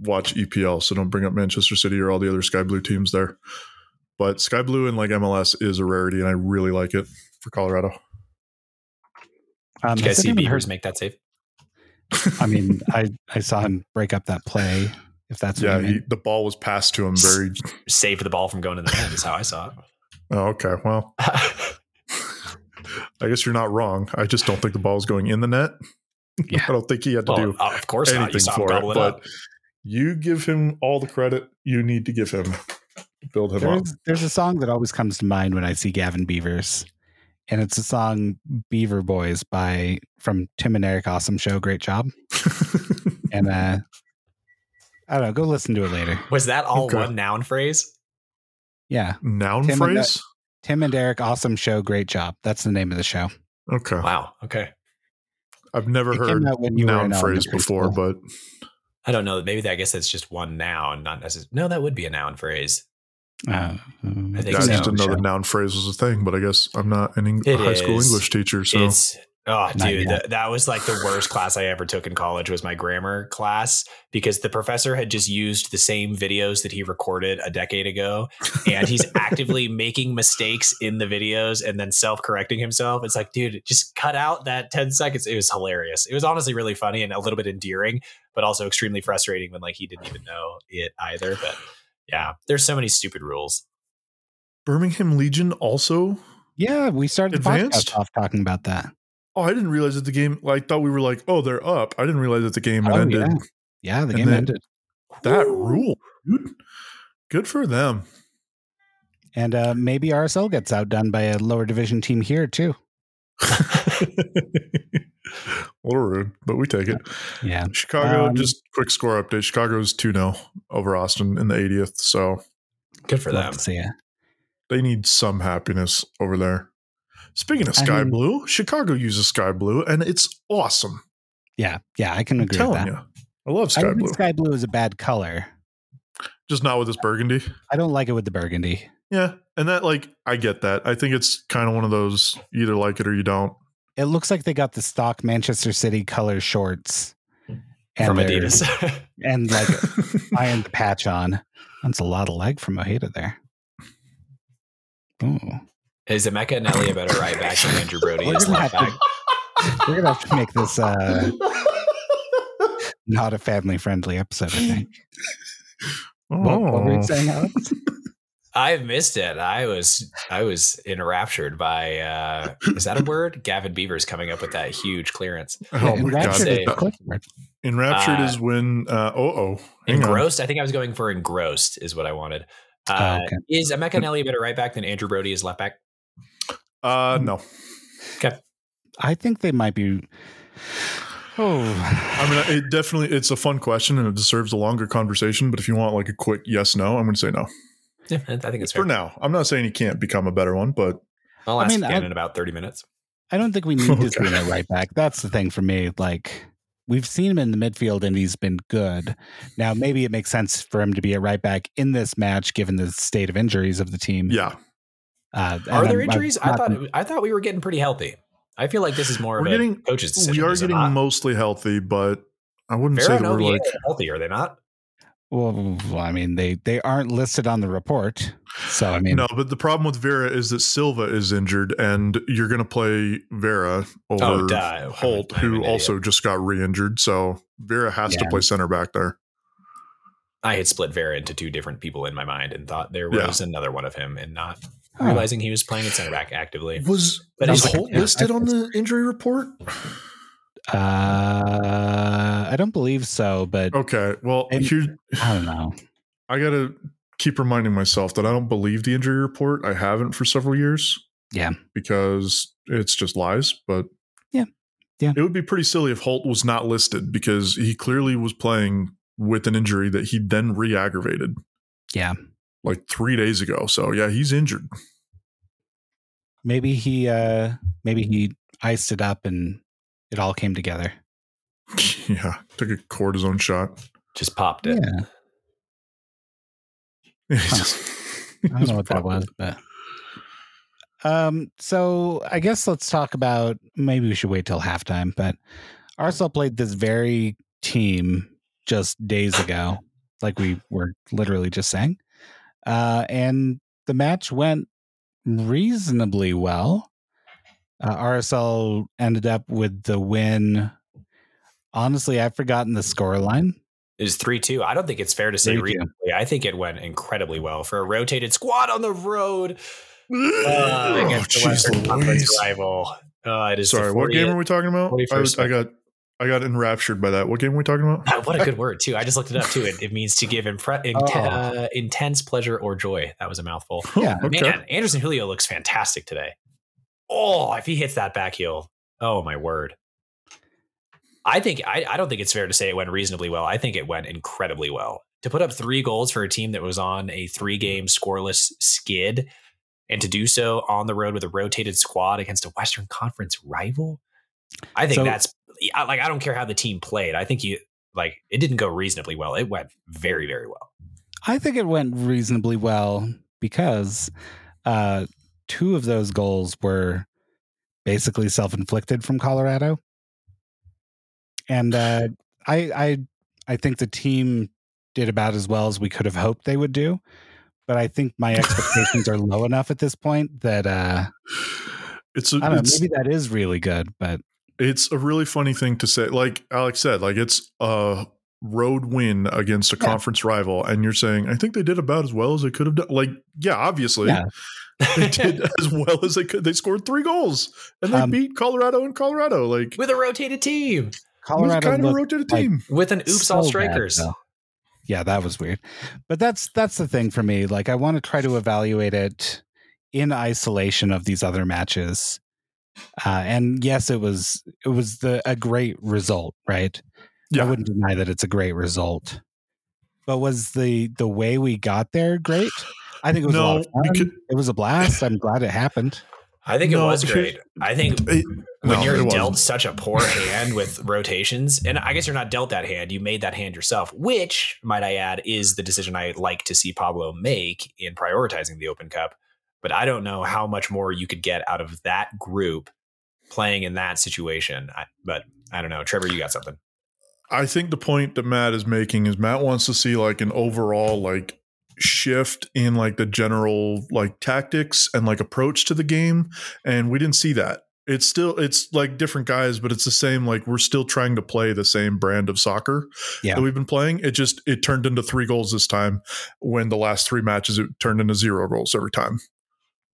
[SPEAKER 1] watch EPL, so don't bring up Manchester City or all the other sky blue teams there. But sky blue in like MLS is a rarity, and I really like it for Colorado.
[SPEAKER 2] Um,
[SPEAKER 3] Did you guys
[SPEAKER 2] has
[SPEAKER 3] see
[SPEAKER 2] anyone
[SPEAKER 3] Beavers
[SPEAKER 2] heard-
[SPEAKER 3] make that save?
[SPEAKER 2] I
[SPEAKER 1] *laughs*
[SPEAKER 2] mean, I I saw him break up that play. If that's what
[SPEAKER 1] yeah,
[SPEAKER 2] you mean.
[SPEAKER 1] he, the ball was passed to him.
[SPEAKER 2] *laughs*
[SPEAKER 1] Very
[SPEAKER 3] Saved the ball from going to the net, is how I saw
[SPEAKER 1] *laughs* oh, okay. Well,
[SPEAKER 3] it.
[SPEAKER 1] I guess you're not wrong. I just don't think the ball was going in the net. *laughs*
[SPEAKER 2] Yeah.
[SPEAKER 1] I don't think he had to
[SPEAKER 3] well, uh,
[SPEAKER 1] do
[SPEAKER 3] of course not. You
[SPEAKER 1] anything
[SPEAKER 3] saw him
[SPEAKER 1] for
[SPEAKER 3] gobble
[SPEAKER 1] it.
[SPEAKER 3] it
[SPEAKER 1] But
[SPEAKER 3] up.
[SPEAKER 1] you give him all the credit you need to give him. Build him up.
[SPEAKER 2] There's, there's a song that always comes to mind when I see Gavin Beavers, and it's a song "Beaver Boys" by from Tim and Eric. Awesome show, great job. And uh, I don't know, go listen to it later.
[SPEAKER 3] Was that all
[SPEAKER 1] Okay.
[SPEAKER 3] one noun phrase?
[SPEAKER 2] Yeah,
[SPEAKER 1] *laughs* Noun
[SPEAKER 2] Tim and
[SPEAKER 1] phrase.
[SPEAKER 2] Tim and Eric, awesome show, great job. That's the name of the show.
[SPEAKER 1] Okay.
[SPEAKER 3] Wow. Okay.
[SPEAKER 1] I've never
[SPEAKER 2] It
[SPEAKER 1] heard
[SPEAKER 2] out when
[SPEAKER 1] noun
[SPEAKER 2] in
[SPEAKER 1] phrase
[SPEAKER 2] elementary
[SPEAKER 1] before,
[SPEAKER 2] school.
[SPEAKER 1] but
[SPEAKER 3] I don't know. Maybe that, I guess that's just one noun, not necessarily. No, that would be a noun phrase.
[SPEAKER 2] Uh, um,
[SPEAKER 3] I think
[SPEAKER 1] yeah, I
[SPEAKER 3] so.
[SPEAKER 1] just
[SPEAKER 2] name of the
[SPEAKER 1] didn't know
[SPEAKER 2] show.
[SPEAKER 1] that noun phrase was a thing, but I guess I'm not an Eng-
[SPEAKER 3] It
[SPEAKER 1] high school
[SPEAKER 3] is.
[SPEAKER 1] English teacher, so
[SPEAKER 3] It's oh,
[SPEAKER 2] Not
[SPEAKER 3] dude,
[SPEAKER 2] yet.
[SPEAKER 3] that, that was like the worst class I ever took in college was my grammar class because the professor had just used the same videos that he recorded a decade ago, and *laughs* he's actively making mistakes in the videos and then self-correcting himself. It's like, dude, just cut out that ten seconds. It was hilarious. It was honestly really funny and a little bit endearing, but also extremely frustrating when like he didn't even know it either. But yeah, there's so many stupid rules.
[SPEAKER 1] Birmingham Legion also.
[SPEAKER 2] Yeah, we started the
[SPEAKER 1] Advanced?
[SPEAKER 2] podcast off talking about that.
[SPEAKER 1] Oh, I didn't realize that the game. I thought we were like, oh, they're up. I didn't realize that the game had
[SPEAKER 2] Oh,
[SPEAKER 1] ended.
[SPEAKER 2] yeah. Yeah, the
[SPEAKER 1] And
[SPEAKER 2] game
[SPEAKER 1] then-
[SPEAKER 2] ended.
[SPEAKER 1] That
[SPEAKER 3] Woo.
[SPEAKER 1] rule, dude. Good for them.
[SPEAKER 2] And uh, maybe RSL gets outdone by a lower division team here too.
[SPEAKER 1] What rude, but we take it.
[SPEAKER 2] Yeah.
[SPEAKER 1] Chicago,
[SPEAKER 2] Um,
[SPEAKER 1] just quick score update. Chicago's 2 0 over Austin in the 80th. So
[SPEAKER 3] Good for
[SPEAKER 2] love
[SPEAKER 3] them.
[SPEAKER 2] to see it.
[SPEAKER 1] they need some happiness over there. Speaking of
[SPEAKER 2] I
[SPEAKER 1] sky
[SPEAKER 2] mean-
[SPEAKER 1] blue, Chicago uses sky blue and it's awesome.
[SPEAKER 2] Yeah, yeah, I can
[SPEAKER 1] I'm
[SPEAKER 2] agree with
[SPEAKER 1] telling
[SPEAKER 2] that.
[SPEAKER 1] you. I love
[SPEAKER 2] I
[SPEAKER 1] sky
[SPEAKER 2] don't
[SPEAKER 1] blue.
[SPEAKER 2] think sky blue is a bad color.
[SPEAKER 1] just not with this burgundy.
[SPEAKER 2] I don't like it with the burgundy.
[SPEAKER 1] Yeah. And that like I get that. I think it's kind of one of those you either like it or you don't.
[SPEAKER 2] It looks like they got the stock Manchester City color shorts and
[SPEAKER 3] From
[SPEAKER 2] their-
[SPEAKER 3] Adidas. *laughs*
[SPEAKER 1] *laughs*
[SPEAKER 2] and like ironed the patch on. That's a lot of leg from Ojeda there. Ooh.
[SPEAKER 3] Is Emeka Nelly a better right back than
[SPEAKER 1] *laughs*
[SPEAKER 3] Andrew Brody
[SPEAKER 2] We're
[SPEAKER 3] is
[SPEAKER 2] gonna
[SPEAKER 3] left
[SPEAKER 2] have
[SPEAKER 3] back?
[SPEAKER 2] to- We're gonna have to make this uh not a family friendly episode. I think.
[SPEAKER 1] Oh.
[SPEAKER 2] What, what were you saying, Alex?
[SPEAKER 3] I missed it. I was I was enraptured by uh is that a word? Gavin Beavers coming up with that huge clearance.
[SPEAKER 1] *laughs* Oh my god!
[SPEAKER 2] Enraptured is
[SPEAKER 3] Say-
[SPEAKER 2] the click word.
[SPEAKER 1] Enraptured
[SPEAKER 3] Uh,
[SPEAKER 1] is when. Uh, oh, oh, hang on.
[SPEAKER 3] Engrossed. I think I was going for engrossed is what I wanted.
[SPEAKER 2] Oh,
[SPEAKER 3] Uh,
[SPEAKER 2] okay.
[SPEAKER 3] Is Emeka Nelly a better right back than Andrew Brody is left back? *laughs*
[SPEAKER 1] Uh, no,
[SPEAKER 2] I think they might be. *sighs* Oh,
[SPEAKER 1] *sighs* I mean it definitely. It's a fun question and it deserves a longer conversation. But if you want like a quick yes no, I'm going to say no
[SPEAKER 3] Yeah, I think it's
[SPEAKER 1] for
[SPEAKER 3] fair. Mm.
[SPEAKER 1] now. I'm not saying he can't become a better one, but
[SPEAKER 3] I'll
[SPEAKER 2] I
[SPEAKER 3] ask
[SPEAKER 2] mean,
[SPEAKER 3] again
[SPEAKER 2] I-
[SPEAKER 3] in about thirty minutes.
[SPEAKER 2] I don't think we need to
[SPEAKER 1] *laughs*
[SPEAKER 2] see
[SPEAKER 1] Okay.
[SPEAKER 2] him at right back. That's the thing for me. Like we've seen him in the midfield and he's been good. Now maybe it makes sense for him to be at right back in this match given the state of injuries of the team.
[SPEAKER 1] yeah,
[SPEAKER 2] Uh, and
[SPEAKER 3] Are there
[SPEAKER 2] I'm- I'm
[SPEAKER 3] injuries? I
[SPEAKER 2] not-
[SPEAKER 3] thought I thought we were getting pretty healthy. I feel like this is more
[SPEAKER 1] We're
[SPEAKER 3] of a
[SPEAKER 1] getting-
[SPEAKER 3] coach's decision.
[SPEAKER 1] we are
[SPEAKER 3] is it
[SPEAKER 1] getting
[SPEAKER 3] not?
[SPEAKER 1] mostly healthy, but I wouldn't
[SPEAKER 3] Vera
[SPEAKER 1] say
[SPEAKER 3] and
[SPEAKER 1] that we're
[SPEAKER 3] OBA
[SPEAKER 1] like.
[SPEAKER 3] are healthy. Are they not?
[SPEAKER 2] Well, well, I mean they they aren't listed on the report, so I mean
[SPEAKER 1] no, but the problem with Vera is that Silva is injured, and you're going to play Vera over
[SPEAKER 3] Oh, duh.
[SPEAKER 1] Holt,
[SPEAKER 3] I'm an
[SPEAKER 1] who
[SPEAKER 3] idiot.
[SPEAKER 1] also just got re-injured. So Vera has to
[SPEAKER 2] Yeah.
[SPEAKER 1] play center back there.
[SPEAKER 3] I had split Vera into two different people in my mind and thought there
[SPEAKER 1] Yeah.
[SPEAKER 3] was another one of him, and not
[SPEAKER 2] Huh.
[SPEAKER 3] realizing he was playing at center back actively.
[SPEAKER 1] Was
[SPEAKER 3] But
[SPEAKER 1] was
[SPEAKER 3] he's like-
[SPEAKER 1] Holt
[SPEAKER 2] yeah,
[SPEAKER 1] listed
[SPEAKER 2] I-
[SPEAKER 1] on the injury report?
[SPEAKER 2] uh, I don't believe so, but
[SPEAKER 1] Okay, well
[SPEAKER 2] And-
[SPEAKER 1] here
[SPEAKER 2] I don't know.
[SPEAKER 1] I gotta keep reminding myself that I don't believe the injury report. I haven't for several years.
[SPEAKER 2] Yeah.
[SPEAKER 1] because it's just lies. But
[SPEAKER 2] Yeah. Yeah.
[SPEAKER 1] it would be pretty silly if Holt was not listed because he clearly was playing with an injury that he then re-aggravated.
[SPEAKER 2] Yeah.
[SPEAKER 1] like three days ago. So yeah, he's injured. *laughs*
[SPEAKER 2] Maybe he uh maybe he iced it up and it all came together.
[SPEAKER 1] yeah, took a cortisone shot. *laughs*
[SPEAKER 3] Just popped it.
[SPEAKER 2] Yeah.
[SPEAKER 1] *laughs*
[SPEAKER 2] I don't know what that was, but um so I guess let's talk about maybe we should wait till halftime, but Arsenal played this very team just days ago, like we were literally just saying. Uh and the match went reasonably well. Uh, RSL ended up with the win. Honestly, I've forgotten the score line.
[SPEAKER 3] It was three two. I don't think it's fair to say
[SPEAKER 2] Three, two.
[SPEAKER 3] reasonably. I think it went incredibly well for a rotated squad on the road uh,
[SPEAKER 1] oh,
[SPEAKER 3] against the
[SPEAKER 1] jeez
[SPEAKER 3] Western Conference
[SPEAKER 1] Louise.
[SPEAKER 3] rival. Uh, it is the
[SPEAKER 1] Sorry, what game are we talking about?
[SPEAKER 3] 41st
[SPEAKER 1] I, was, I got I got enraptured by that. What game are we talking about?
[SPEAKER 3] Ah, *laughs* what a good word too. I just looked it up too. It, it means to give
[SPEAKER 1] *laughs*
[SPEAKER 3] impre- in-
[SPEAKER 2] Oh.
[SPEAKER 3] uh, intense pleasure or joy. That was a mouthful.
[SPEAKER 2] Yeah.
[SPEAKER 1] *laughs* okay.
[SPEAKER 3] Man, Anderson Julio looks fantastic today. Oh, if he hits that back heel, oh my word. I think I, I don't think it's fair to say it went reasonably well. I think it went incredibly well. To put up three goals for a team that was on a three game scoreless skid and to do so on the road with a rotated squad against a Western Conference rival, I think
[SPEAKER 2] So-
[SPEAKER 3] that's I- like I don't care how the team played. I think you like it didn't go reasonably well. It went very, very well.
[SPEAKER 2] I think it went reasonably well because uh, two of those goals were basically self-inflicted from Colorado, and uh, I, I, I think the team did about as well as we could have hoped they would do. But I think my expectations are low enough at this point that uh,
[SPEAKER 1] It's a,
[SPEAKER 2] I don't know.
[SPEAKER 1] it's,
[SPEAKER 2] Maybe that is really good, but
[SPEAKER 1] it's a really funny thing to say. Like Alex said, like it's a road win against a
[SPEAKER 2] Yeah.
[SPEAKER 1] conference rival, and you're saying I think they did about as well as they could have done. Like, yeah, obviously
[SPEAKER 2] Yeah.
[SPEAKER 1] they *laughs* did *laughs* as well as they could. They scored three goals and they
[SPEAKER 2] Um,
[SPEAKER 1] beat Colorado in Colorado. Like
[SPEAKER 3] *laughs* with a rotated team.
[SPEAKER 1] Colorado
[SPEAKER 2] Colorado
[SPEAKER 1] kind of a
[SPEAKER 2] looked
[SPEAKER 1] rotated
[SPEAKER 2] like-
[SPEAKER 1] team.
[SPEAKER 3] With an oops all
[SPEAKER 2] so bad,
[SPEAKER 3] strikers.
[SPEAKER 2] though. yeah, that was weird. But that's that's the thing for me. Like I want to try to evaluate it in isolation of these other matches. Uh, and yes, it was it was the a great result, right? I wouldn't deny that it's a great result. But was the the way we got there great? I think it was a lot
[SPEAKER 1] no,
[SPEAKER 2] of fun.
[SPEAKER 1] because
[SPEAKER 2] it was a blast. I'm glad it happened.
[SPEAKER 3] I think
[SPEAKER 1] No,
[SPEAKER 3] it was
[SPEAKER 1] it-
[SPEAKER 3] great. I think
[SPEAKER 1] it-
[SPEAKER 3] when
[SPEAKER 1] no,
[SPEAKER 3] you're
[SPEAKER 1] it
[SPEAKER 3] dealt
[SPEAKER 1] wasn't.
[SPEAKER 3] such a poor hand with rotations, and I guess you're not dealt that hand, you made that hand yourself, which, might I add, is the decision I like to see Pablo make in prioritizing the Open Cup. But I don't know how much more you could get out of that group playing in that situation. I, but I don't know. Trevor, you got something.
[SPEAKER 1] I think the point that Matt is making is Matt wants to see like an overall like shift in like the general like tactics and like approach to the game and we didn't see that. it's still it's like different guys, but it's the same. Like we're still trying to play the same brand of soccer
[SPEAKER 2] Yeah.
[SPEAKER 1] that we've been playing. It just it turned into three goals this time. When the last three matches, it turned into zero goals every time.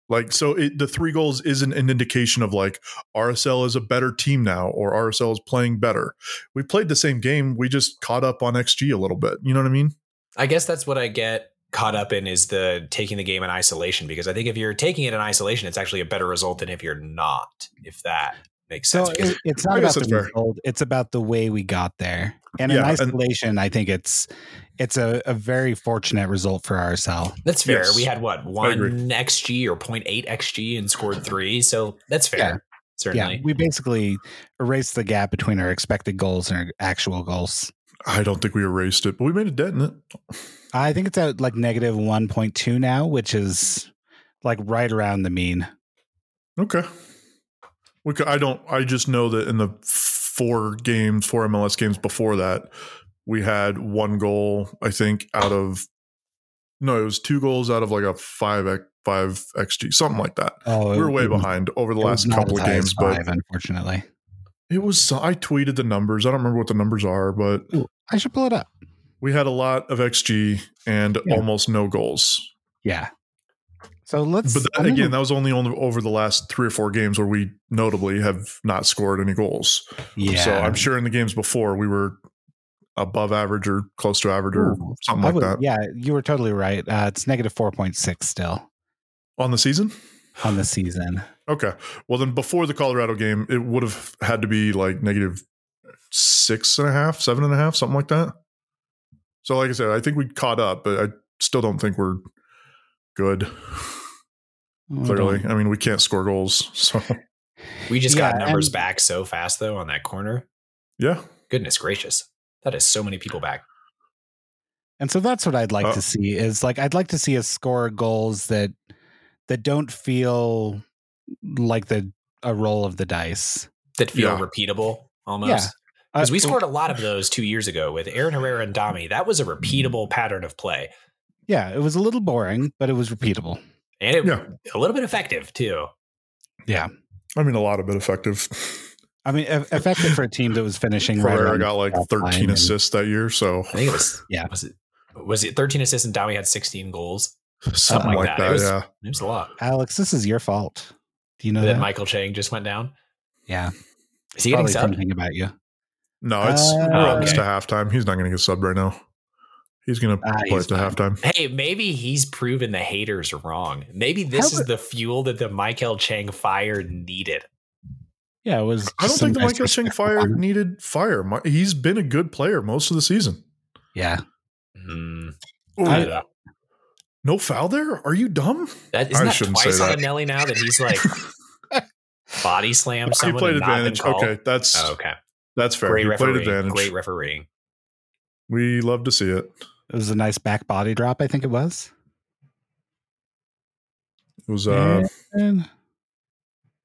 [SPEAKER 1] Like so, it, the three goals isn't an indication of like RSL is a better team now or RSL is playing better. We played the same game. We just caught up on XG a little bit. You know what I mean?
[SPEAKER 3] I guess that's what I get caught up in is the taking the game in isolation because I think if you're taking it in isolation, it's actually a better result than if you're not. If that makes
[SPEAKER 2] So
[SPEAKER 3] sense, because
[SPEAKER 2] it, it's
[SPEAKER 1] I
[SPEAKER 2] not
[SPEAKER 1] guess
[SPEAKER 2] about
[SPEAKER 1] that's
[SPEAKER 2] the
[SPEAKER 1] fair.
[SPEAKER 2] result; it's about the way we got there. And in
[SPEAKER 1] Yeah, and-
[SPEAKER 2] isolation, I think it's it's a, a very fortunate result for RSL.
[SPEAKER 3] that's fair.
[SPEAKER 1] Yes.
[SPEAKER 3] we had what
[SPEAKER 1] I agree.
[SPEAKER 3] one xg or 0.8 xg and
[SPEAKER 2] *laughs*
[SPEAKER 3] scored three, so that's fair.
[SPEAKER 2] Yeah.
[SPEAKER 3] Certainly,
[SPEAKER 2] Yeah, we basically erased the gap between our expected goals and our actual goals.
[SPEAKER 1] I don't think we erased it, but we made a dent in it.
[SPEAKER 2] I think it's at like negative one point two now, which is like right around the mean.
[SPEAKER 1] Okay. We could, I don't. I just know that in the four games, four MLS games before that, we had one goal. I think out of no, it was two goals out of like a five x five xg something like that.
[SPEAKER 2] Oh,
[SPEAKER 1] We were way
[SPEAKER 2] it-
[SPEAKER 1] behind over the
[SPEAKER 2] it was
[SPEAKER 1] last
[SPEAKER 2] not
[SPEAKER 1] couple
[SPEAKER 2] as
[SPEAKER 1] of
[SPEAKER 2] high as
[SPEAKER 1] games, but
[SPEAKER 2] five, unfortunately,
[SPEAKER 1] it was. so- I tweeted the numbers. I don't remember what the numbers are, but
[SPEAKER 2] I should pull it up.
[SPEAKER 1] we had a lot of xg and
[SPEAKER 2] Yeah.
[SPEAKER 1] almost no goals.
[SPEAKER 2] Yeah. So let's.
[SPEAKER 1] But that,
[SPEAKER 2] I'm gonna-
[SPEAKER 1] again, that was only on over the last three or four games where we notably have not scored any goals.
[SPEAKER 2] yeah.
[SPEAKER 1] So I'm sure in the games before we were above average or close to average or
[SPEAKER 2] Ooh,
[SPEAKER 1] something
[SPEAKER 2] I
[SPEAKER 1] like
[SPEAKER 2] would-
[SPEAKER 1] that
[SPEAKER 2] Yeah, you were totally right. Uh, it's negative four point six still
[SPEAKER 1] on the season.
[SPEAKER 2] on the season.
[SPEAKER 1] Okay. Well, then before the Colorado game, it would have had to be like negative six and a half, seven and a half, something like that. So, like I said, I think we caught up, but I still don't think we're good.
[SPEAKER 2] Hold on.
[SPEAKER 1] Clearly, I mean, we can't score goals. *laughs* So,
[SPEAKER 3] we just got
[SPEAKER 2] Yeah,
[SPEAKER 3] numbers
[SPEAKER 2] and-
[SPEAKER 3] back so fast though on that corner.
[SPEAKER 1] yeah,
[SPEAKER 3] Goodness gracious, that is so many people back.
[SPEAKER 2] And so that's what I'd like
[SPEAKER 1] Uh,
[SPEAKER 2] to see is like I'd like to see us score goals that that don't feel like the a roll of the dice.
[SPEAKER 3] that feel
[SPEAKER 1] Yeah.
[SPEAKER 3] repeatable
[SPEAKER 2] Yeah.
[SPEAKER 3] almost.
[SPEAKER 2] Uh,
[SPEAKER 3] Because we scored a lot of those two years ago with Aaron Herrera and Dami. That was a repeatable pattern of play.
[SPEAKER 2] Yeah, it was a little boring, but it was repeatable.
[SPEAKER 3] And it
[SPEAKER 1] Yeah.
[SPEAKER 3] a little bit effective too.
[SPEAKER 1] I mean, a lot of it effective. *laughs*
[SPEAKER 2] I mean, e- effective for a team that was finishing right.
[SPEAKER 1] Herrera
[SPEAKER 2] around-
[SPEAKER 1] got like
[SPEAKER 2] top
[SPEAKER 1] 13
[SPEAKER 2] line and-
[SPEAKER 1] assists that year, so
[SPEAKER 3] I think it was
[SPEAKER 2] *laughs* Yeah.
[SPEAKER 3] Was it was it 13 assists and Dami had 16 goals?
[SPEAKER 1] something
[SPEAKER 2] like
[SPEAKER 1] like
[SPEAKER 3] that. It
[SPEAKER 1] that.
[SPEAKER 3] was-
[SPEAKER 1] yeah,
[SPEAKER 3] It was a lot.
[SPEAKER 2] Alex, this is your fault. Do you know
[SPEAKER 3] And
[SPEAKER 2] that?
[SPEAKER 3] then Michael Chang just went down.
[SPEAKER 2] yeah,
[SPEAKER 3] Is he getting
[SPEAKER 2] probably
[SPEAKER 3] subbed?
[SPEAKER 2] thinking about you.
[SPEAKER 1] No, it's
[SPEAKER 2] Uh,
[SPEAKER 1] we're almost
[SPEAKER 3] okay.
[SPEAKER 1] to halftime. He's not going to get subbed right now. He's going to
[SPEAKER 2] Ah,
[SPEAKER 1] play
[SPEAKER 2] he's
[SPEAKER 1] at the
[SPEAKER 2] fine.
[SPEAKER 1] halftime.
[SPEAKER 3] Hey, maybe he's proven the haters wrong. Maybe this
[SPEAKER 2] How
[SPEAKER 3] is
[SPEAKER 2] could-
[SPEAKER 3] the fuel that the Michael Chang fire needed.
[SPEAKER 2] Yeah, it was.
[SPEAKER 1] I don't
[SPEAKER 2] just some
[SPEAKER 1] think the
[SPEAKER 2] nice
[SPEAKER 1] Michael Chang
[SPEAKER 2] respectful
[SPEAKER 1] fire
[SPEAKER 2] comment.
[SPEAKER 1] needed fire. Mi- He's been a good player most of the season.
[SPEAKER 2] Yeah,
[SPEAKER 3] Hmm.
[SPEAKER 1] Ooh,
[SPEAKER 3] I don't know.
[SPEAKER 1] no foul there? Are you
[SPEAKER 3] *laughs*
[SPEAKER 1] dumb?
[SPEAKER 3] That, isn't
[SPEAKER 1] I
[SPEAKER 3] that
[SPEAKER 1] shouldn't say
[SPEAKER 3] twice on
[SPEAKER 1] that.
[SPEAKER 3] Anelli now that
[SPEAKER 1] *laughs*
[SPEAKER 3] he's like body slammed
[SPEAKER 1] he
[SPEAKER 3] someone
[SPEAKER 1] played
[SPEAKER 3] and not been
[SPEAKER 1] advantage.
[SPEAKER 3] called?
[SPEAKER 1] Okay, that's
[SPEAKER 3] Oh, okay.
[SPEAKER 1] that's fair.
[SPEAKER 3] Great
[SPEAKER 1] he
[SPEAKER 3] refereeing.
[SPEAKER 1] played advantage.
[SPEAKER 3] Great refereeing.
[SPEAKER 1] We love to see it.
[SPEAKER 2] it was a nice back body drop. I think it was.
[SPEAKER 1] It was uh,
[SPEAKER 2] And-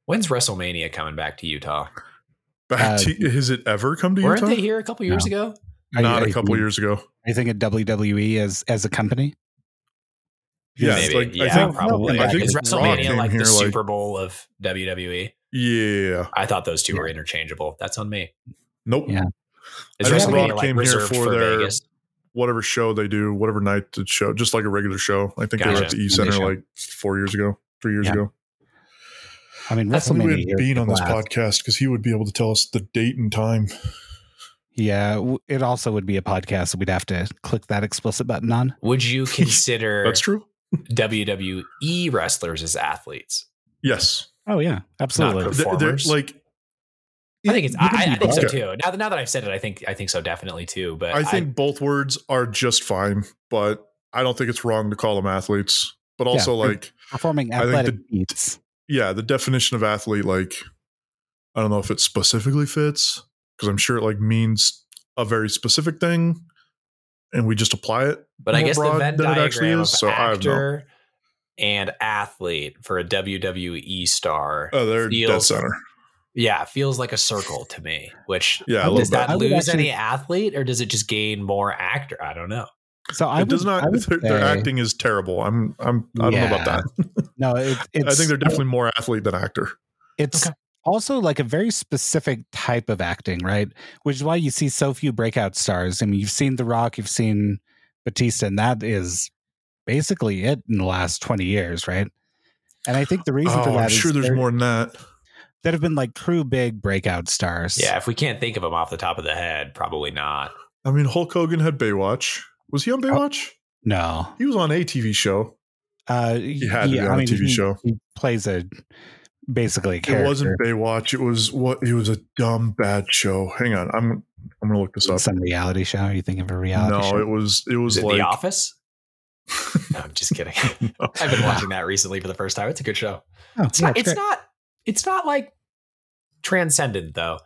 [SPEAKER 3] When's WrestleMania coming back to Utah?
[SPEAKER 1] *laughs* back.
[SPEAKER 2] Uh,
[SPEAKER 1] to, has it ever come to
[SPEAKER 3] Weren't
[SPEAKER 1] Utah?
[SPEAKER 3] they here a couple years ago?
[SPEAKER 2] Are you-
[SPEAKER 1] Not
[SPEAKER 2] are
[SPEAKER 1] a
[SPEAKER 2] you
[SPEAKER 1] couple
[SPEAKER 2] thinking-
[SPEAKER 1] years ago.
[SPEAKER 2] Are you thinking WWE E as as a company?
[SPEAKER 1] Yeah,
[SPEAKER 3] Maybe.
[SPEAKER 1] like, I
[SPEAKER 3] yeah,
[SPEAKER 1] think-
[SPEAKER 3] probably.
[SPEAKER 2] I think
[SPEAKER 3] Is
[SPEAKER 2] Raw
[SPEAKER 3] WrestleMania
[SPEAKER 1] came
[SPEAKER 3] like the
[SPEAKER 1] here, like-
[SPEAKER 3] Super Bowl of WWE?
[SPEAKER 1] Yeah.
[SPEAKER 3] I thought those two
[SPEAKER 2] Yeah.
[SPEAKER 3] were interchangeable. That's on me.
[SPEAKER 1] Nope.
[SPEAKER 2] Yeah.
[SPEAKER 3] Is
[SPEAKER 1] I
[SPEAKER 2] think
[SPEAKER 3] WrestleMania
[SPEAKER 1] Raw
[SPEAKER 3] like
[SPEAKER 1] came here
[SPEAKER 3] reserved
[SPEAKER 1] for
[SPEAKER 3] for,
[SPEAKER 1] their-
[SPEAKER 3] Vegas?
[SPEAKER 1] Whatever show they do, whatever night the show, just like a regular show. I think they were
[SPEAKER 3] Gotcha.
[SPEAKER 1] at the E
[SPEAKER 2] Sunday
[SPEAKER 1] Center
[SPEAKER 2] show.
[SPEAKER 1] like four years ago, three years
[SPEAKER 2] Yeah.
[SPEAKER 1] ago.
[SPEAKER 2] I mean,
[SPEAKER 1] If only
[SPEAKER 2] WrestleMania.
[SPEAKER 1] we
[SPEAKER 2] here
[SPEAKER 1] had Bean
[SPEAKER 2] was
[SPEAKER 1] on this
[SPEAKER 2] last.
[SPEAKER 1] podcast because he would be able to tell us the date and time.
[SPEAKER 2] Yeah, w- it also would be a podcast. that We'd have to click that explicit button on.
[SPEAKER 1] *laughs*
[SPEAKER 3] Would you consider
[SPEAKER 1] That's true.
[SPEAKER 3] WWE wrestlers as athletes?
[SPEAKER 1] Yes,
[SPEAKER 2] Oh yeah, absolutely.
[SPEAKER 3] Not
[SPEAKER 1] Th- they're,
[SPEAKER 3] Performers?
[SPEAKER 1] like
[SPEAKER 3] I think it's.
[SPEAKER 2] You
[SPEAKER 3] I,
[SPEAKER 2] can
[SPEAKER 3] I- I
[SPEAKER 2] do
[SPEAKER 3] think so
[SPEAKER 1] both.
[SPEAKER 3] too. Now, that now that I've said it, I think I think so definitely too. But
[SPEAKER 1] I think both words are just fine, but I don't think it's wrong to call them athletes. But also,
[SPEAKER 2] they're-
[SPEAKER 1] like,
[SPEAKER 2] Performing
[SPEAKER 1] I think
[SPEAKER 2] athletic
[SPEAKER 1] the-
[SPEAKER 2] feats.
[SPEAKER 1] yeah, the definition of athlete, like, I don't know if it specifically fits because I'm sure it like means a very specific thing, and we just apply it.
[SPEAKER 3] But I
[SPEAKER 1] more
[SPEAKER 3] guess the
[SPEAKER 1] broad
[SPEAKER 3] Venn
[SPEAKER 1] than it actually
[SPEAKER 3] diagram
[SPEAKER 1] is,
[SPEAKER 3] of
[SPEAKER 1] so I don't know.
[SPEAKER 3] actor and athlete for a WWE star,
[SPEAKER 1] Oh, they're dead
[SPEAKER 3] Feels-
[SPEAKER 1] center.
[SPEAKER 3] yeah, feels like a circle to me. Which
[SPEAKER 1] Yeah, a
[SPEAKER 2] I'm
[SPEAKER 1] little
[SPEAKER 3] does
[SPEAKER 2] just-
[SPEAKER 1] bit.
[SPEAKER 3] that
[SPEAKER 2] I would
[SPEAKER 3] lose
[SPEAKER 2] actually-
[SPEAKER 3] any athlete, or does it just gain more actor? I don't know.
[SPEAKER 2] So I
[SPEAKER 1] It
[SPEAKER 2] would,
[SPEAKER 1] does not.
[SPEAKER 2] I
[SPEAKER 1] *laughs*
[SPEAKER 2] would
[SPEAKER 1] Their, their
[SPEAKER 2] say-
[SPEAKER 1] acting is terrible. I'm. I'm. I don't know
[SPEAKER 2] Yeah.
[SPEAKER 1] about that.
[SPEAKER 2] No, it, it's.
[SPEAKER 1] I think they're definitely more athlete than actor.
[SPEAKER 2] It's
[SPEAKER 3] Okay.
[SPEAKER 2] also like a very specific type of acting, right? Which is why you see so few breakout stars. I mean, you've seen The Rock, you've seen Batista, and that is basically it in the last 20 years, right? And I think the reason for
[SPEAKER 1] Oh,
[SPEAKER 2] that
[SPEAKER 1] I'm
[SPEAKER 2] is
[SPEAKER 1] sure there's
[SPEAKER 2] there-
[SPEAKER 1] more than that.
[SPEAKER 2] that have been like true big breakout stars.
[SPEAKER 3] Yeah, if we can't think of them off the top of the head, probably not.
[SPEAKER 1] I mean, Hulk Hogan had Baywatch. Was he
[SPEAKER 2] Oh.
[SPEAKER 1] on Baywatch?
[SPEAKER 2] No.
[SPEAKER 1] He was on a TV show.
[SPEAKER 2] Uh,
[SPEAKER 1] He had to be on a TV
[SPEAKER 2] he-
[SPEAKER 1] show.
[SPEAKER 2] He plays a basically a character.
[SPEAKER 1] It wasn't Baywatch. It was what? It was a dumb bad show. Hang on, I'm I'm gonna look this up.
[SPEAKER 2] some reality show. Are you thinking of a reality
[SPEAKER 1] No,
[SPEAKER 2] show? Oh,
[SPEAKER 1] it was it was
[SPEAKER 3] Is it
[SPEAKER 1] like
[SPEAKER 3] The Office? *laughs* No, I'm just *laughs* kidding. I've been watching that recently for the first time. It's a good show.
[SPEAKER 2] Oh,
[SPEAKER 3] It's
[SPEAKER 2] yeah,
[SPEAKER 3] not. It's
[SPEAKER 2] great.
[SPEAKER 3] not. It's not like transcendent though.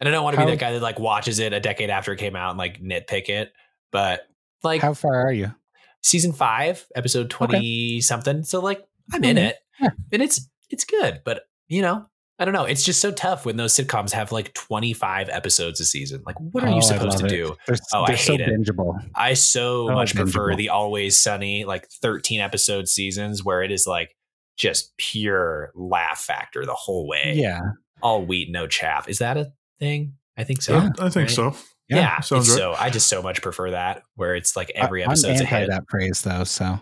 [SPEAKER 3] And I don't want to
[SPEAKER 2] How-
[SPEAKER 3] be that guy that like watches it a decade after it came out and like nitpick it. But like
[SPEAKER 2] How far are you?
[SPEAKER 3] season five, episode twenty something. So like I'm in
[SPEAKER 2] Mhm.
[SPEAKER 3] it,
[SPEAKER 2] Yeah.
[SPEAKER 3] and it's it's good. But you know, I don't know. It's just so tough when those sitcoms have like twenty five episodes a season. Like, what are
[SPEAKER 2] Oh, I
[SPEAKER 3] you
[SPEAKER 2] love
[SPEAKER 3] supposed to
[SPEAKER 2] it.
[SPEAKER 3] do?
[SPEAKER 2] They're,
[SPEAKER 3] Oh, I
[SPEAKER 2] they're so
[SPEAKER 3] hate it.
[SPEAKER 2] bingeable.
[SPEAKER 3] I so
[SPEAKER 2] Oh,
[SPEAKER 3] much prefer
[SPEAKER 2] bingeable.
[SPEAKER 3] the Always Sunny, like 13 episode seasons where it is like just pure laugh factor the whole way.
[SPEAKER 2] Yeah.
[SPEAKER 3] All wheat, no chaff. Is that a thing? I think so.
[SPEAKER 1] Yeah, I think
[SPEAKER 3] Right?
[SPEAKER 1] so.
[SPEAKER 2] Yeah,
[SPEAKER 3] Yeah.
[SPEAKER 1] sounds right.
[SPEAKER 3] it's So I just so much prefer that where it's like
[SPEAKER 2] I-
[SPEAKER 3] every
[SPEAKER 2] I'm
[SPEAKER 3] episode's a
[SPEAKER 2] anti
[SPEAKER 3] hit.
[SPEAKER 2] that phrase though. So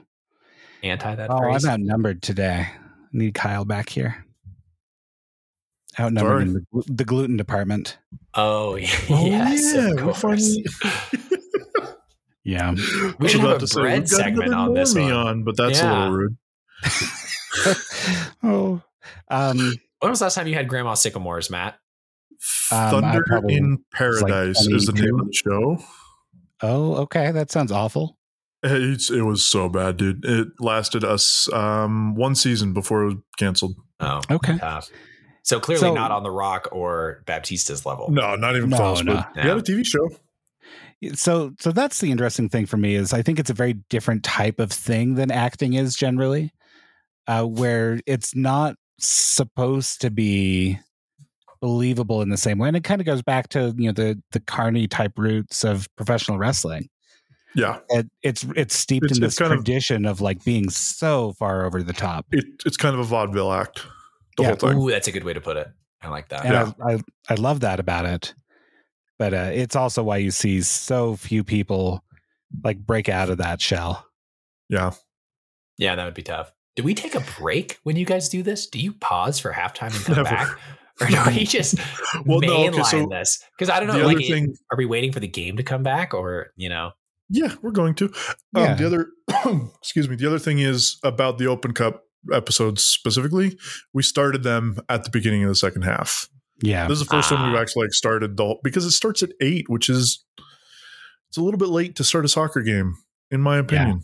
[SPEAKER 3] Anti that
[SPEAKER 2] oh,
[SPEAKER 3] phrase.
[SPEAKER 2] I'm outnumbered today. I need Kyle back here.
[SPEAKER 1] Sorry.
[SPEAKER 2] Outnumbered in the, glu- the gluten department.
[SPEAKER 3] Oh, *laughs* yes.
[SPEAKER 1] Oh,
[SPEAKER 3] of
[SPEAKER 1] yeah, we
[SPEAKER 3] course.
[SPEAKER 1] finally- *laughs*
[SPEAKER 2] Yeah. *laughs*
[SPEAKER 1] I
[SPEAKER 3] We
[SPEAKER 1] was
[SPEAKER 3] should have
[SPEAKER 1] about to
[SPEAKER 3] a
[SPEAKER 1] say,
[SPEAKER 3] bread
[SPEAKER 1] we've got
[SPEAKER 3] segment
[SPEAKER 1] another
[SPEAKER 3] on this
[SPEAKER 1] normie
[SPEAKER 3] one.
[SPEAKER 1] on, but that's a
[SPEAKER 3] Yeah.
[SPEAKER 1] little rude.
[SPEAKER 2] oh. Um,
[SPEAKER 3] when was the last time you had Grandma Sycamores, Matt?
[SPEAKER 2] I
[SPEAKER 1] Thunder
[SPEAKER 2] probably
[SPEAKER 1] in
[SPEAKER 2] was like
[SPEAKER 1] Paradise is the name of the show.
[SPEAKER 2] oh, okay. That sounds awful.
[SPEAKER 1] It's, it was so bad, dude. It lasted us um, one season before it was canceled.
[SPEAKER 3] Oh,
[SPEAKER 2] Okay.
[SPEAKER 3] tough. So clearly
[SPEAKER 2] So-
[SPEAKER 3] not on the Rock or Baptista's level.
[SPEAKER 1] No, not even
[SPEAKER 2] No,
[SPEAKER 1] close.
[SPEAKER 2] no.
[SPEAKER 1] But we had a TV show.
[SPEAKER 2] so so that's the interesting thing for me is i think it's a very different type of thing than acting is generally uh, where it's not supposed to be believable in the same way and it kind of goes back to you know the the carney type roots of professional wrestling
[SPEAKER 1] Yeah,
[SPEAKER 2] it, it's it's steeped
[SPEAKER 1] It's-
[SPEAKER 2] in
[SPEAKER 1] it's
[SPEAKER 2] this
[SPEAKER 1] kind of-
[SPEAKER 2] tradition of, like being so far over the top
[SPEAKER 1] it, it's kind of a vaudeville act. The
[SPEAKER 2] Yeah.
[SPEAKER 1] whole thing.
[SPEAKER 3] Ooh, that's a good way to put it. I like that.
[SPEAKER 2] and I, I I love that about it. But uh, it's also why you see so few people like break out of that shell.
[SPEAKER 1] Yeah,
[SPEAKER 3] Yeah, that would be tough. Do we take a break when you guys do this? Do you pause for
[SPEAKER 1] *laughs*
[SPEAKER 3] halftime and come
[SPEAKER 1] Never.
[SPEAKER 3] back? Or do we just
[SPEAKER 1] *laughs* Well, no,
[SPEAKER 3] mainline
[SPEAKER 1] okay, so
[SPEAKER 3] this? Because I don't
[SPEAKER 1] the
[SPEAKER 3] know.
[SPEAKER 1] other
[SPEAKER 3] Like,
[SPEAKER 1] thing.
[SPEAKER 3] are we waiting for the game to come back, or you know?
[SPEAKER 1] Yeah, we're going to.
[SPEAKER 2] Yeah.
[SPEAKER 1] Um, the other, *clears throat* excuse me. The other thing is about the Open Cup episodes specifically. We started them at the beginning of the second half.
[SPEAKER 2] Yeah.
[SPEAKER 1] This is the first one
[SPEAKER 3] Ah.
[SPEAKER 1] we've actually like started the whole, because it starts at eight, which is it's a little bit late to start a soccer game, in my opinion.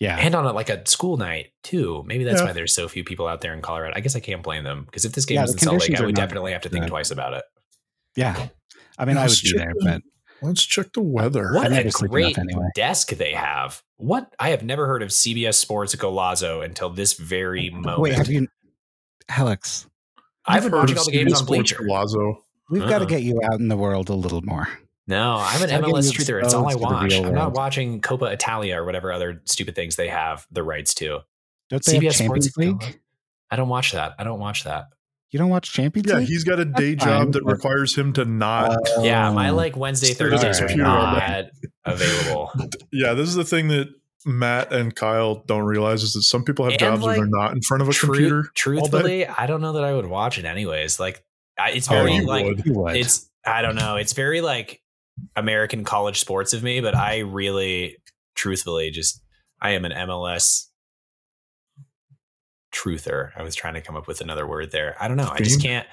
[SPEAKER 2] Yeah.
[SPEAKER 3] And on a, like a school night too. Maybe that's
[SPEAKER 1] Yeah.
[SPEAKER 3] why there's so few people out there in Colorado. I guess I can't blame them because if this game
[SPEAKER 2] Yeah,
[SPEAKER 3] was
[SPEAKER 2] the
[SPEAKER 3] in Salt Lake,
[SPEAKER 2] conditions
[SPEAKER 3] I
[SPEAKER 2] are
[SPEAKER 3] would
[SPEAKER 2] not
[SPEAKER 3] definitely have to think
[SPEAKER 2] good.
[SPEAKER 3] twice about it.
[SPEAKER 2] Yeah. I mean, I would
[SPEAKER 1] Let's
[SPEAKER 2] be
[SPEAKER 1] check
[SPEAKER 2] there,
[SPEAKER 1] the-
[SPEAKER 2] but
[SPEAKER 1] Let's check the weather.
[SPEAKER 3] What
[SPEAKER 2] never
[SPEAKER 3] a
[SPEAKER 2] sleep enough
[SPEAKER 3] great
[SPEAKER 2] anyway.
[SPEAKER 3] desk they have! What I have never heard of CBS Sports Golazo until this very
[SPEAKER 2] *laughs*
[SPEAKER 3] moment.
[SPEAKER 2] wait, have you, Alex?
[SPEAKER 3] I've been
[SPEAKER 1] Heard
[SPEAKER 3] watching
[SPEAKER 1] of
[SPEAKER 3] all the games
[SPEAKER 1] CBS
[SPEAKER 3] on
[SPEAKER 1] Sports
[SPEAKER 3] Bleacher.
[SPEAKER 1] Palazzo.
[SPEAKER 2] We've got to
[SPEAKER 3] Uh.
[SPEAKER 2] get you out in the world a little more.
[SPEAKER 3] No, I'm an
[SPEAKER 2] Start getting
[SPEAKER 3] MLS truther. It's all
[SPEAKER 2] exposed
[SPEAKER 3] I
[SPEAKER 2] to the
[SPEAKER 3] watch.
[SPEAKER 2] real
[SPEAKER 3] I'm not
[SPEAKER 2] world.
[SPEAKER 3] watching Copa Italia or whatever other stupid things they have the rights to.
[SPEAKER 2] Don't they have
[SPEAKER 3] CBS
[SPEAKER 2] Champions
[SPEAKER 3] Sports
[SPEAKER 2] League?
[SPEAKER 3] Gala. I don't watch that. I don't watch that.
[SPEAKER 2] You don't watch Champions
[SPEAKER 1] Yeah,
[SPEAKER 2] League?
[SPEAKER 1] he's got a day
[SPEAKER 2] That's
[SPEAKER 1] job
[SPEAKER 2] fine.
[SPEAKER 1] that requires him to not.
[SPEAKER 3] Uh, yeah, my
[SPEAKER 2] Um,
[SPEAKER 3] like Wednesday,
[SPEAKER 1] Stay to the
[SPEAKER 3] Thursdays are
[SPEAKER 2] computer all
[SPEAKER 3] not
[SPEAKER 2] *laughs*
[SPEAKER 3] available.
[SPEAKER 1] yeah, this is the thing that Matt and Kyle don't realize is that some people have
[SPEAKER 3] And,
[SPEAKER 1] jobs where
[SPEAKER 3] like,
[SPEAKER 1] they're not in front of a
[SPEAKER 3] Tru-
[SPEAKER 1] computer.
[SPEAKER 3] truthfully, I don't know that I would watch it anyways. Like, I, it's
[SPEAKER 2] Oh,
[SPEAKER 3] very
[SPEAKER 1] you
[SPEAKER 3] like
[SPEAKER 1] would.
[SPEAKER 2] You would.
[SPEAKER 3] it's I don't know. It's very like American college sports of me, but I really, truthfully, just I am an MLS truther. I was trying to come up with another word there. I don't know. I just
[SPEAKER 1] Fiend?
[SPEAKER 3] can't.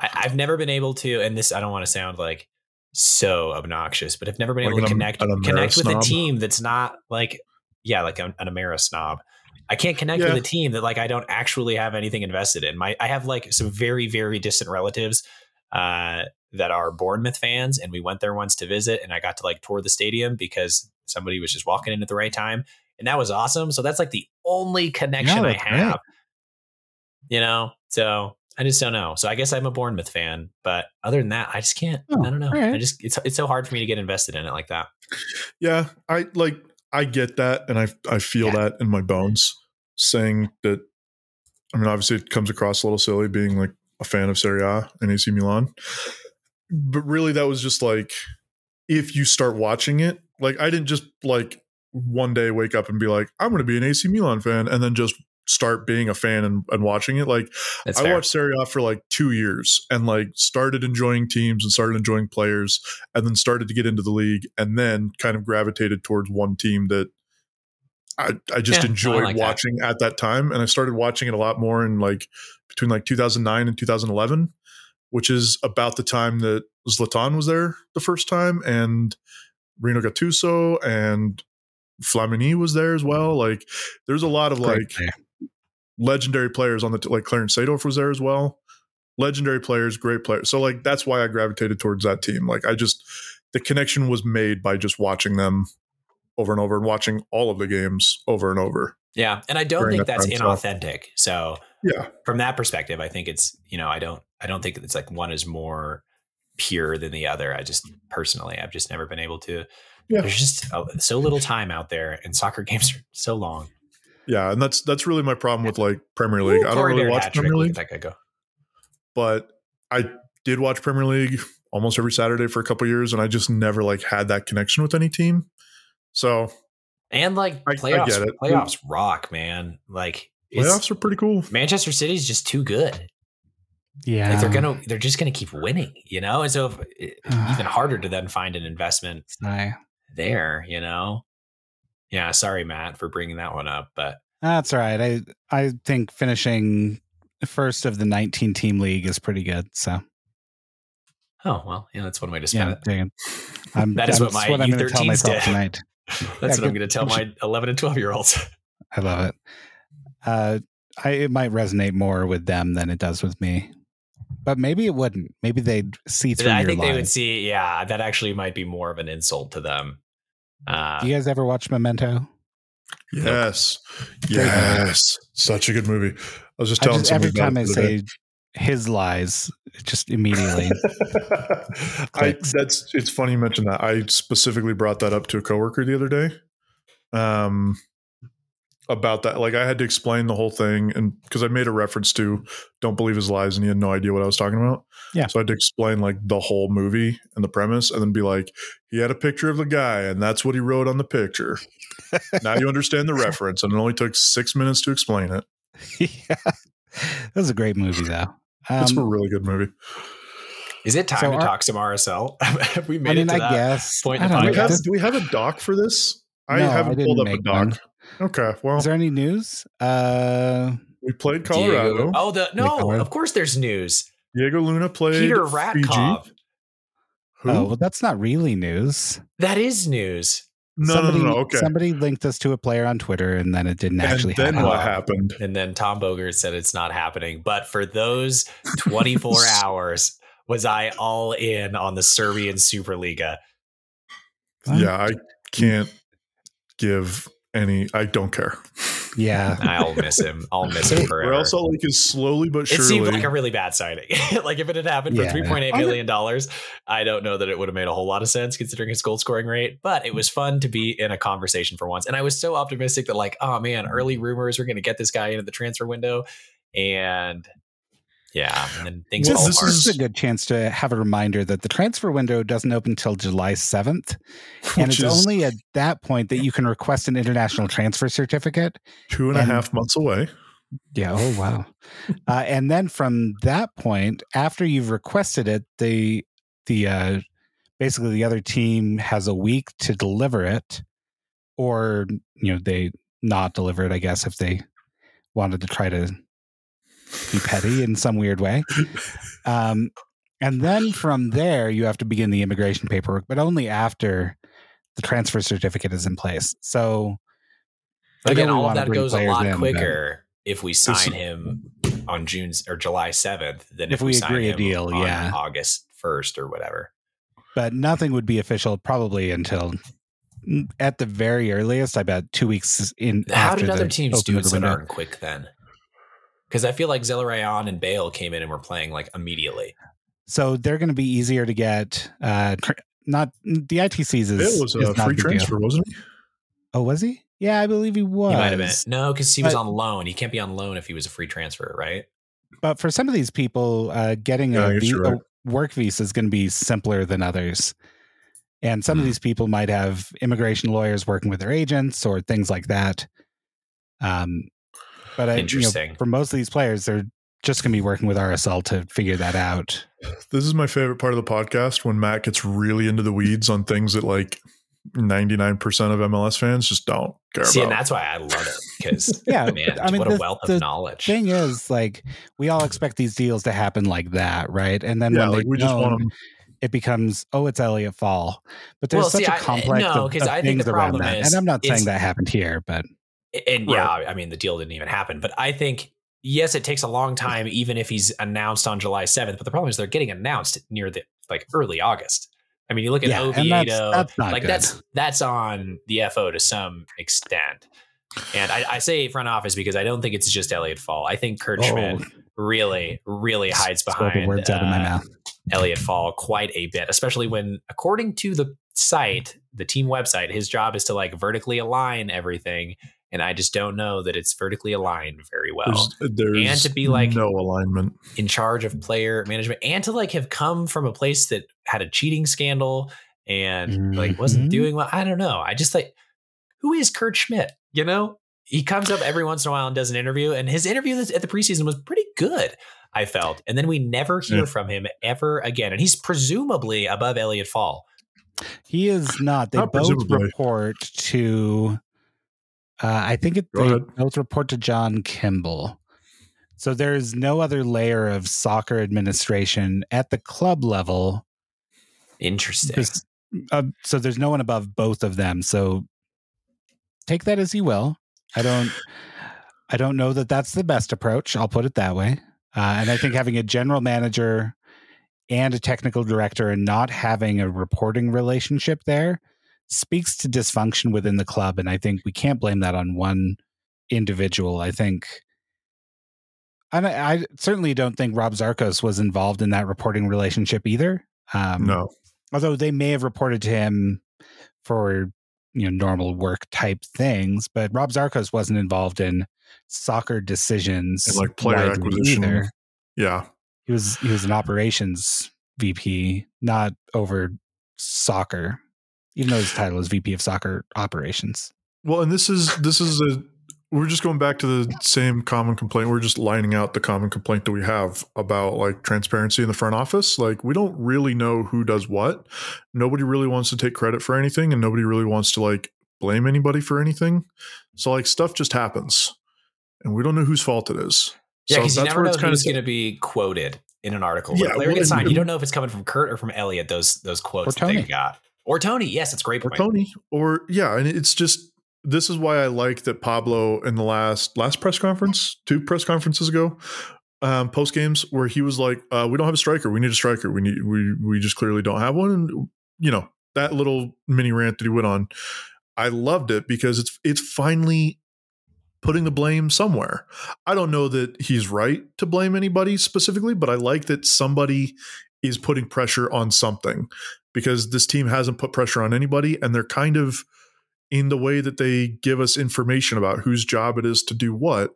[SPEAKER 3] I, I've never been able to, and this I don't want to sound like so obnoxious, but I've never been
[SPEAKER 1] Like
[SPEAKER 3] able to
[SPEAKER 1] an Am-
[SPEAKER 3] connect
[SPEAKER 1] an Ameri
[SPEAKER 3] connect with a
[SPEAKER 1] snob?
[SPEAKER 3] team that's not like yeah, like an, an Amera snob. I can't connect
[SPEAKER 1] Yeah.
[SPEAKER 3] with a team that like I don't actually have anything invested in. My I have like some very very distant relatives uh, that are Bournemouth fans, and we went there once to visit, and I got to like tour the stadium because somebody was just walking in at the right time, and that was awesome. So that's like the only connection I
[SPEAKER 2] that's
[SPEAKER 3] have,
[SPEAKER 2] great.
[SPEAKER 3] you know. So I just don't know. So I guess I'm a Bournemouth fan, but other than that, I just can't.
[SPEAKER 2] Oh,
[SPEAKER 3] I don't know.
[SPEAKER 2] all right.
[SPEAKER 3] I just it's it's so hard for me to get invested in it like that.
[SPEAKER 1] Yeah, I like I get that and I I feel
[SPEAKER 2] Yeah.
[SPEAKER 1] that in my bones saying that I mean obviously it comes across a little silly being like a a fan of Serie A and AC Milan. But really, that was just like if you start watching it, like I didn't just like one day wake up and be like, I'm going to be an AC Milan fan, and then just start being a fan and, and watching it. Like
[SPEAKER 3] That's
[SPEAKER 1] I
[SPEAKER 3] fair.
[SPEAKER 1] watched Serie A for like two years and like started enjoying teams and started enjoying players and then started to get into the league and then kind of gravitated towards one team that I, I just
[SPEAKER 3] Yeah, I
[SPEAKER 1] enjoyed
[SPEAKER 3] like that.
[SPEAKER 1] watching at that time. And I started watching it a lot more in like between like 2009 and 2011, which is about the time that Zlatan was there the first time and Reno Gattuso and Flamini was there as well. Like there's a lot of
[SPEAKER 2] Great
[SPEAKER 1] like
[SPEAKER 2] player.
[SPEAKER 1] legendary players on the t- like Clarence Sadorf was there as well. Legendary players, great players. So like that's why I gravitated towards that team. Like I just the connection was made by just watching them over and over and watching all of the games over and over.
[SPEAKER 3] Yeah, and I don't
[SPEAKER 1] During
[SPEAKER 3] think
[SPEAKER 1] that
[SPEAKER 3] that's
[SPEAKER 1] time, so-
[SPEAKER 3] inauthentic. So
[SPEAKER 1] Yeah.
[SPEAKER 3] from that perspective, I think it's you know I don't I don't think it's like one is more pure than the other. I just personally I've just never been able to.
[SPEAKER 1] Yeah.
[SPEAKER 3] There's just a, so little time out there, and soccer *laughs* games are so long.
[SPEAKER 1] Yeah, and that's that's really my problem with like Premier League.
[SPEAKER 3] Ooh,
[SPEAKER 1] I don't
[SPEAKER 3] Corey
[SPEAKER 1] really
[SPEAKER 3] Baird
[SPEAKER 1] watch
[SPEAKER 3] hat trick.
[SPEAKER 1] Premier
[SPEAKER 3] Look
[SPEAKER 1] League.
[SPEAKER 3] at That guy go.
[SPEAKER 1] but I did watch Premier League almost every Saturday for a couple years, and I just never like had that connection with any team. So
[SPEAKER 3] And like
[SPEAKER 1] I- I
[SPEAKER 3] playoffs,
[SPEAKER 1] get it.
[SPEAKER 3] playoffs rock, man. Like it's,
[SPEAKER 1] playoffs are pretty cool.
[SPEAKER 3] Manchester City's just too good.
[SPEAKER 2] Yeah.
[SPEAKER 3] Like they're gonna, they're just gonna keep winning, you know. And so if, it's even harder to then find an investment
[SPEAKER 2] Sigh.
[SPEAKER 3] there, you know? Yeah, sorry, Matt, for bringing that one up, but
[SPEAKER 2] That's all right. I I think finishing first of the 19 team league is pretty good. So
[SPEAKER 3] oh, well, yeah, that's one way to spend
[SPEAKER 2] yeah, dig it. I'm,
[SPEAKER 3] *laughs* That is
[SPEAKER 2] I'm-
[SPEAKER 3] what
[SPEAKER 2] that's
[SPEAKER 3] my
[SPEAKER 2] I'm gonna tell
[SPEAKER 3] U13s
[SPEAKER 2] myself
[SPEAKER 3] did.
[SPEAKER 2] tonight.
[SPEAKER 3] it. *laughs*
[SPEAKER 2] *laughs* Yeah,
[SPEAKER 3] That's what I'm
[SPEAKER 2] good-
[SPEAKER 3] going to tell my 11 and 12
[SPEAKER 2] *laughs*
[SPEAKER 3] year olds.
[SPEAKER 2] I love it. Uh, I it might resonate more with them than it does with me, but maybe it wouldn't. Maybe they'd see through.
[SPEAKER 3] I
[SPEAKER 2] your
[SPEAKER 3] think they would
[SPEAKER 2] lies.
[SPEAKER 3] see, yeah, that actually might be more of an insult to them. Uh,
[SPEAKER 2] Do you guys ever watch Memento?
[SPEAKER 1] Yes, yes, such a good movie. I was just
[SPEAKER 2] I
[SPEAKER 1] telling
[SPEAKER 2] just-
[SPEAKER 1] somebody
[SPEAKER 2] every time
[SPEAKER 1] about
[SPEAKER 2] I
[SPEAKER 1] it the other day. *laughs*
[SPEAKER 2] say his lies, it just immediately. *laughs*
[SPEAKER 1] I,
[SPEAKER 2] Clicks.
[SPEAKER 1] that's it's funny you mentioned that. I specifically brought that up to a coworker the other day. Um about that. Like I had to explain the whole thing and because I made a reference to Don't Believe His Lies and he had no idea what I was talking about.
[SPEAKER 2] Yeah.
[SPEAKER 1] So I had to explain like the whole movie and the premise and then be like, he had a picture of the guy and that's what he wrote on the picture. now you understand the reference, and it only took six minutes to explain it.
[SPEAKER 2] yeah. That was a great movie, though.
[SPEAKER 1] It's a
[SPEAKER 2] Um,
[SPEAKER 1] really good movie.
[SPEAKER 3] is it time
[SPEAKER 2] So
[SPEAKER 3] to
[SPEAKER 2] our-
[SPEAKER 3] talk some RSL? *laughs* Have we made
[SPEAKER 2] I
[SPEAKER 3] it
[SPEAKER 2] mean,
[SPEAKER 3] to
[SPEAKER 2] I
[SPEAKER 3] that?
[SPEAKER 2] guess.
[SPEAKER 3] point
[SPEAKER 2] I
[SPEAKER 3] in the
[SPEAKER 2] don't
[SPEAKER 1] Do
[SPEAKER 2] know.
[SPEAKER 1] we, have,
[SPEAKER 2] Does-
[SPEAKER 1] do we have a doc for this? I
[SPEAKER 2] No,
[SPEAKER 1] haven't
[SPEAKER 2] didn't
[SPEAKER 1] pulled up a
[SPEAKER 2] make
[SPEAKER 1] doc.
[SPEAKER 2] one.
[SPEAKER 1] Okay, well,
[SPEAKER 2] Is there any news? Uh,
[SPEAKER 1] we played
[SPEAKER 3] Diego-
[SPEAKER 1] Colorado. Diego,
[SPEAKER 3] Oh, the no,
[SPEAKER 2] Colorado.
[SPEAKER 3] of course there's news.
[SPEAKER 1] Luna played
[SPEAKER 3] Peter
[SPEAKER 1] Fiji.
[SPEAKER 3] Ratkov.
[SPEAKER 1] Who?
[SPEAKER 2] Oh, well, that's not really news.
[SPEAKER 3] That is news.
[SPEAKER 1] no,
[SPEAKER 2] somebody,
[SPEAKER 1] no, no, no. Okay.
[SPEAKER 2] Somebody linked us to a player on Twitter, and then it didn't
[SPEAKER 1] And
[SPEAKER 2] actually
[SPEAKER 1] then
[SPEAKER 2] happen.
[SPEAKER 1] what happened?
[SPEAKER 3] And then Tom Bogert said it's not happening. But
[SPEAKER 2] *laughs*
[SPEAKER 3] for those 24 hours, was I all in on the Serbian Superliga?
[SPEAKER 2] What?
[SPEAKER 1] Yeah, I can't give any. I don't care.
[SPEAKER 2] Yeah.
[SPEAKER 3] I'll miss him. I'll miss him forever.
[SPEAKER 1] Real Salt Lake is slowly but
[SPEAKER 3] it seemed
[SPEAKER 1] surely.
[SPEAKER 3] like a really bad signing. *laughs* like if it had happened
[SPEAKER 2] Yeah.
[SPEAKER 3] for three point eight
[SPEAKER 1] I mean-
[SPEAKER 3] million dollars, I don't know that it would have made a whole lot of sense considering his goal scoring rate. But it was fun to be in a conversation for once, and I was so optimistic that like, oh
[SPEAKER 2] Mm.
[SPEAKER 3] man, early rumors we're going to get this guy into the transfer window, and yeah, and then things
[SPEAKER 1] Well,
[SPEAKER 3] fall
[SPEAKER 1] this
[SPEAKER 3] apart.
[SPEAKER 2] This is a good chance to have a reminder that the transfer window doesn't open till
[SPEAKER 1] *laughs*
[SPEAKER 2] July 7th. And
[SPEAKER 1] which
[SPEAKER 2] it's
[SPEAKER 1] is
[SPEAKER 2] only at that point that you can request an international transfer certificate.
[SPEAKER 1] two and a half
[SPEAKER 2] and-
[SPEAKER 1] months away.
[SPEAKER 2] Yeah. Oh,
[SPEAKER 3] *laughs*
[SPEAKER 2] wow. uh, and then from that point, after you've requested it, the, the, uh, basically the other team has a week to deliver it or, you know, they not deliver it, I guess, if they wanted to try to be petty in some weird way. Um, and then from there, you have to begin the immigration paperwork, but only after the transfer certificate is in place. So,
[SPEAKER 3] But
[SPEAKER 2] I know
[SPEAKER 3] again,
[SPEAKER 2] we
[SPEAKER 3] all of
[SPEAKER 2] wanna
[SPEAKER 3] that
[SPEAKER 2] bring
[SPEAKER 3] goes a
[SPEAKER 2] players
[SPEAKER 3] lot
[SPEAKER 2] in, but
[SPEAKER 3] quicker if we
[SPEAKER 1] This-
[SPEAKER 3] sign him on June or July seventh than if,
[SPEAKER 2] If we
[SPEAKER 3] sign
[SPEAKER 2] agree a
[SPEAKER 3] him
[SPEAKER 2] deal,
[SPEAKER 3] on
[SPEAKER 2] yeah.
[SPEAKER 3] August first or whatever.
[SPEAKER 2] But nothing would be official probably until mm, at the very earliest, I bet two weeks in.
[SPEAKER 3] How
[SPEAKER 2] after
[SPEAKER 3] did other
[SPEAKER 2] the
[SPEAKER 3] teams do
[SPEAKER 2] opening
[SPEAKER 3] it
[SPEAKER 2] of the
[SPEAKER 3] so
[SPEAKER 2] window.
[SPEAKER 3] darn quick then? Because I feel like Zellerion and Bale came in and were playing like immediately.
[SPEAKER 2] So they're going to be easier to get. Uh, tr- not the ITC's is,
[SPEAKER 1] It was
[SPEAKER 2] is
[SPEAKER 1] a
[SPEAKER 2] not
[SPEAKER 1] free
[SPEAKER 2] big deal.
[SPEAKER 1] transfer, wasn't it?
[SPEAKER 2] Oh, was he? Yeah, I believe he was.
[SPEAKER 3] He might have been no, because he was
[SPEAKER 2] But-
[SPEAKER 3] on loan. He can't be on loan if he was a free transfer, right?
[SPEAKER 2] But for some of these people, uh, getting
[SPEAKER 1] Yeah, I
[SPEAKER 2] a,
[SPEAKER 1] guess
[SPEAKER 2] vi-
[SPEAKER 1] you're right.
[SPEAKER 2] a work visa is going to be simpler than others. And some of
[SPEAKER 4] Hmm.
[SPEAKER 2] these people might have immigration lawyers working with their agents or things like that. Um, but I, you know,
[SPEAKER 3] Interesting.
[SPEAKER 2] for most of these players, they're just going to be working with RSL to figure that out.
[SPEAKER 1] This is my favorite part of the podcast when Matt gets really into the weeds on things that like 99% of MLS fans just don't care
[SPEAKER 3] See, and
[SPEAKER 1] about.
[SPEAKER 3] that's why I love
[SPEAKER 2] *laughs*
[SPEAKER 3] it because
[SPEAKER 2] Yeah,
[SPEAKER 3] Oh, man,
[SPEAKER 2] I mean,
[SPEAKER 3] what
[SPEAKER 2] the-
[SPEAKER 3] a wealth
[SPEAKER 2] the
[SPEAKER 3] of knowledge.
[SPEAKER 2] Thing is, like, we all expect these deals to happen like that, right? And then
[SPEAKER 1] yeah,
[SPEAKER 2] when they
[SPEAKER 1] like we just want
[SPEAKER 2] don't,
[SPEAKER 1] them.
[SPEAKER 2] it becomes oh it's Elliot Fall. But there's
[SPEAKER 3] Well,
[SPEAKER 2] such
[SPEAKER 3] see,
[SPEAKER 2] a
[SPEAKER 3] I-
[SPEAKER 2] complex
[SPEAKER 3] no,
[SPEAKER 2] of,
[SPEAKER 3] 'cause
[SPEAKER 2] of
[SPEAKER 3] I think
[SPEAKER 2] things
[SPEAKER 3] the
[SPEAKER 2] around
[SPEAKER 3] problem
[SPEAKER 2] that.
[SPEAKER 3] is
[SPEAKER 2] and I'm not saying
[SPEAKER 3] it's-
[SPEAKER 2] that happened here, but
[SPEAKER 3] And yeah, I mean, the deal didn't even happen. But I think, yes, it takes a long time, even if he's announced on July 7th. But the problem is they're getting announced near the like early August. I mean, you look at
[SPEAKER 2] Yeah, and
[SPEAKER 3] Oviedo,
[SPEAKER 2] that's- that's not
[SPEAKER 3] like
[SPEAKER 2] good.
[SPEAKER 3] that's that's on the FO to some extent. And I, I say front office because I don't think it's just Elliot Fall. I think Kurt Schmidt really, really hides
[SPEAKER 2] stole
[SPEAKER 3] behind
[SPEAKER 2] the Oh. words out of my
[SPEAKER 3] uh,
[SPEAKER 2] mouth.
[SPEAKER 3] Elliot Fall quite a bit, especially when, according to the site, the team website, his job is to like vertically align everything. And I just don't know that it's vertically aligned very well.
[SPEAKER 1] There's, there's
[SPEAKER 3] and to be like-
[SPEAKER 1] no alignment.
[SPEAKER 3] In charge of player management and to like have come from a place that had a cheating scandal and like wasn't
[SPEAKER 1] Mm-hmm.
[SPEAKER 2] Mhm.
[SPEAKER 3] doing well. I don't know. I just like, who is Kurt Schmidt? You know, he comes up every once in a while and does an interview, and his interview this- at the preseason was pretty good. I felt, and then we never hear
[SPEAKER 1] Yeah.
[SPEAKER 3] from him ever again. And he's presumably above Elliot Fall.
[SPEAKER 2] He is not. They
[SPEAKER 1] Not
[SPEAKER 2] both
[SPEAKER 1] presumably.
[SPEAKER 2] report to. Uh, I think it,
[SPEAKER 1] Go
[SPEAKER 2] they
[SPEAKER 1] ahead.
[SPEAKER 2] both report to John Kimball. So there is no other layer of soccer administration at the club level.
[SPEAKER 3] Interesting.
[SPEAKER 2] Bes- uh, so there's no one above both of them. So take that as you will. I don't. I don't know that that's the best approach. I'll put it that way. Uh, and I think having a general manager and a technical director and not having a reporting relationship there speaks to dysfunction within the club. And I think we can't blame that on one individual. I think. And I, I certainly don't think Rob Zarkos was involved in that reporting relationship either. Um,
[SPEAKER 1] no.
[SPEAKER 2] although they may have reported to him for you know normal work type things but rob zarkos wasn't involved in soccer decisions
[SPEAKER 1] And, like, player
[SPEAKER 2] widely
[SPEAKER 1] acquisition. Yeah.
[SPEAKER 2] he was he was an operations vp not over soccer even though his title is vp of soccer operations
[SPEAKER 1] Well, and this is this is a we're just going back to the same common complaint. We're just lining out the common complaint that we have about like transparency in the front office. Like we don't really know who does what. Nobody really wants to take credit for anything and nobody really wants to like blame anybody for anything. So like stuff just happens and we don't know whose fault it is. So
[SPEAKER 3] Yeah, because you
[SPEAKER 1] that's
[SPEAKER 3] never
[SPEAKER 1] where
[SPEAKER 3] know
[SPEAKER 1] it's kinda-
[SPEAKER 3] who's going to be quoted in an article. When
[SPEAKER 1] Yeah,
[SPEAKER 3] a player
[SPEAKER 1] well,
[SPEAKER 3] gets
[SPEAKER 1] and-
[SPEAKER 3] signed, you don't know if it's coming from Kurt or from Elliot. Those those quotes
[SPEAKER 2] Or
[SPEAKER 3] that they
[SPEAKER 2] Tony.
[SPEAKER 3] got or Tony. Yes, that's a great
[SPEAKER 1] or
[SPEAKER 3] point.
[SPEAKER 1] Tony or yeah, and it's just this is why I like that Pablo in the last last press conference, two press conferences ago, um, post games where he was like, uh, "We don't have a striker. We need a striker. We need we we just clearly don't have one." And you know that little mini rant that he went on, I loved it because it's it's finally putting the blame somewhere. I don't know that he's right to blame anybody specifically, but I like that somebody is putting pressure on something because this team hasn't put pressure on anybody and they're kind of in the way that they give us information about whose job it is to do what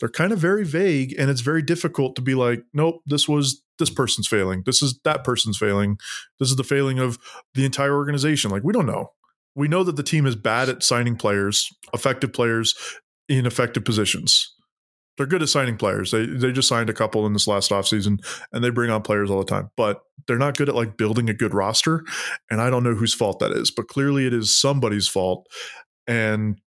[SPEAKER 1] they're kind of very vague and it's very difficult to be like nope this was this person's failing this is that person's failing this is the failing of the entire organization like we don't know we know that the team is bad at signing players effective players in effective positions they're good at signing players they they just signed a couple in this last offseason and they bring on players all the time but they're not good at like building a good roster and i don't know whose fault that is but clearly it is somebody's fault and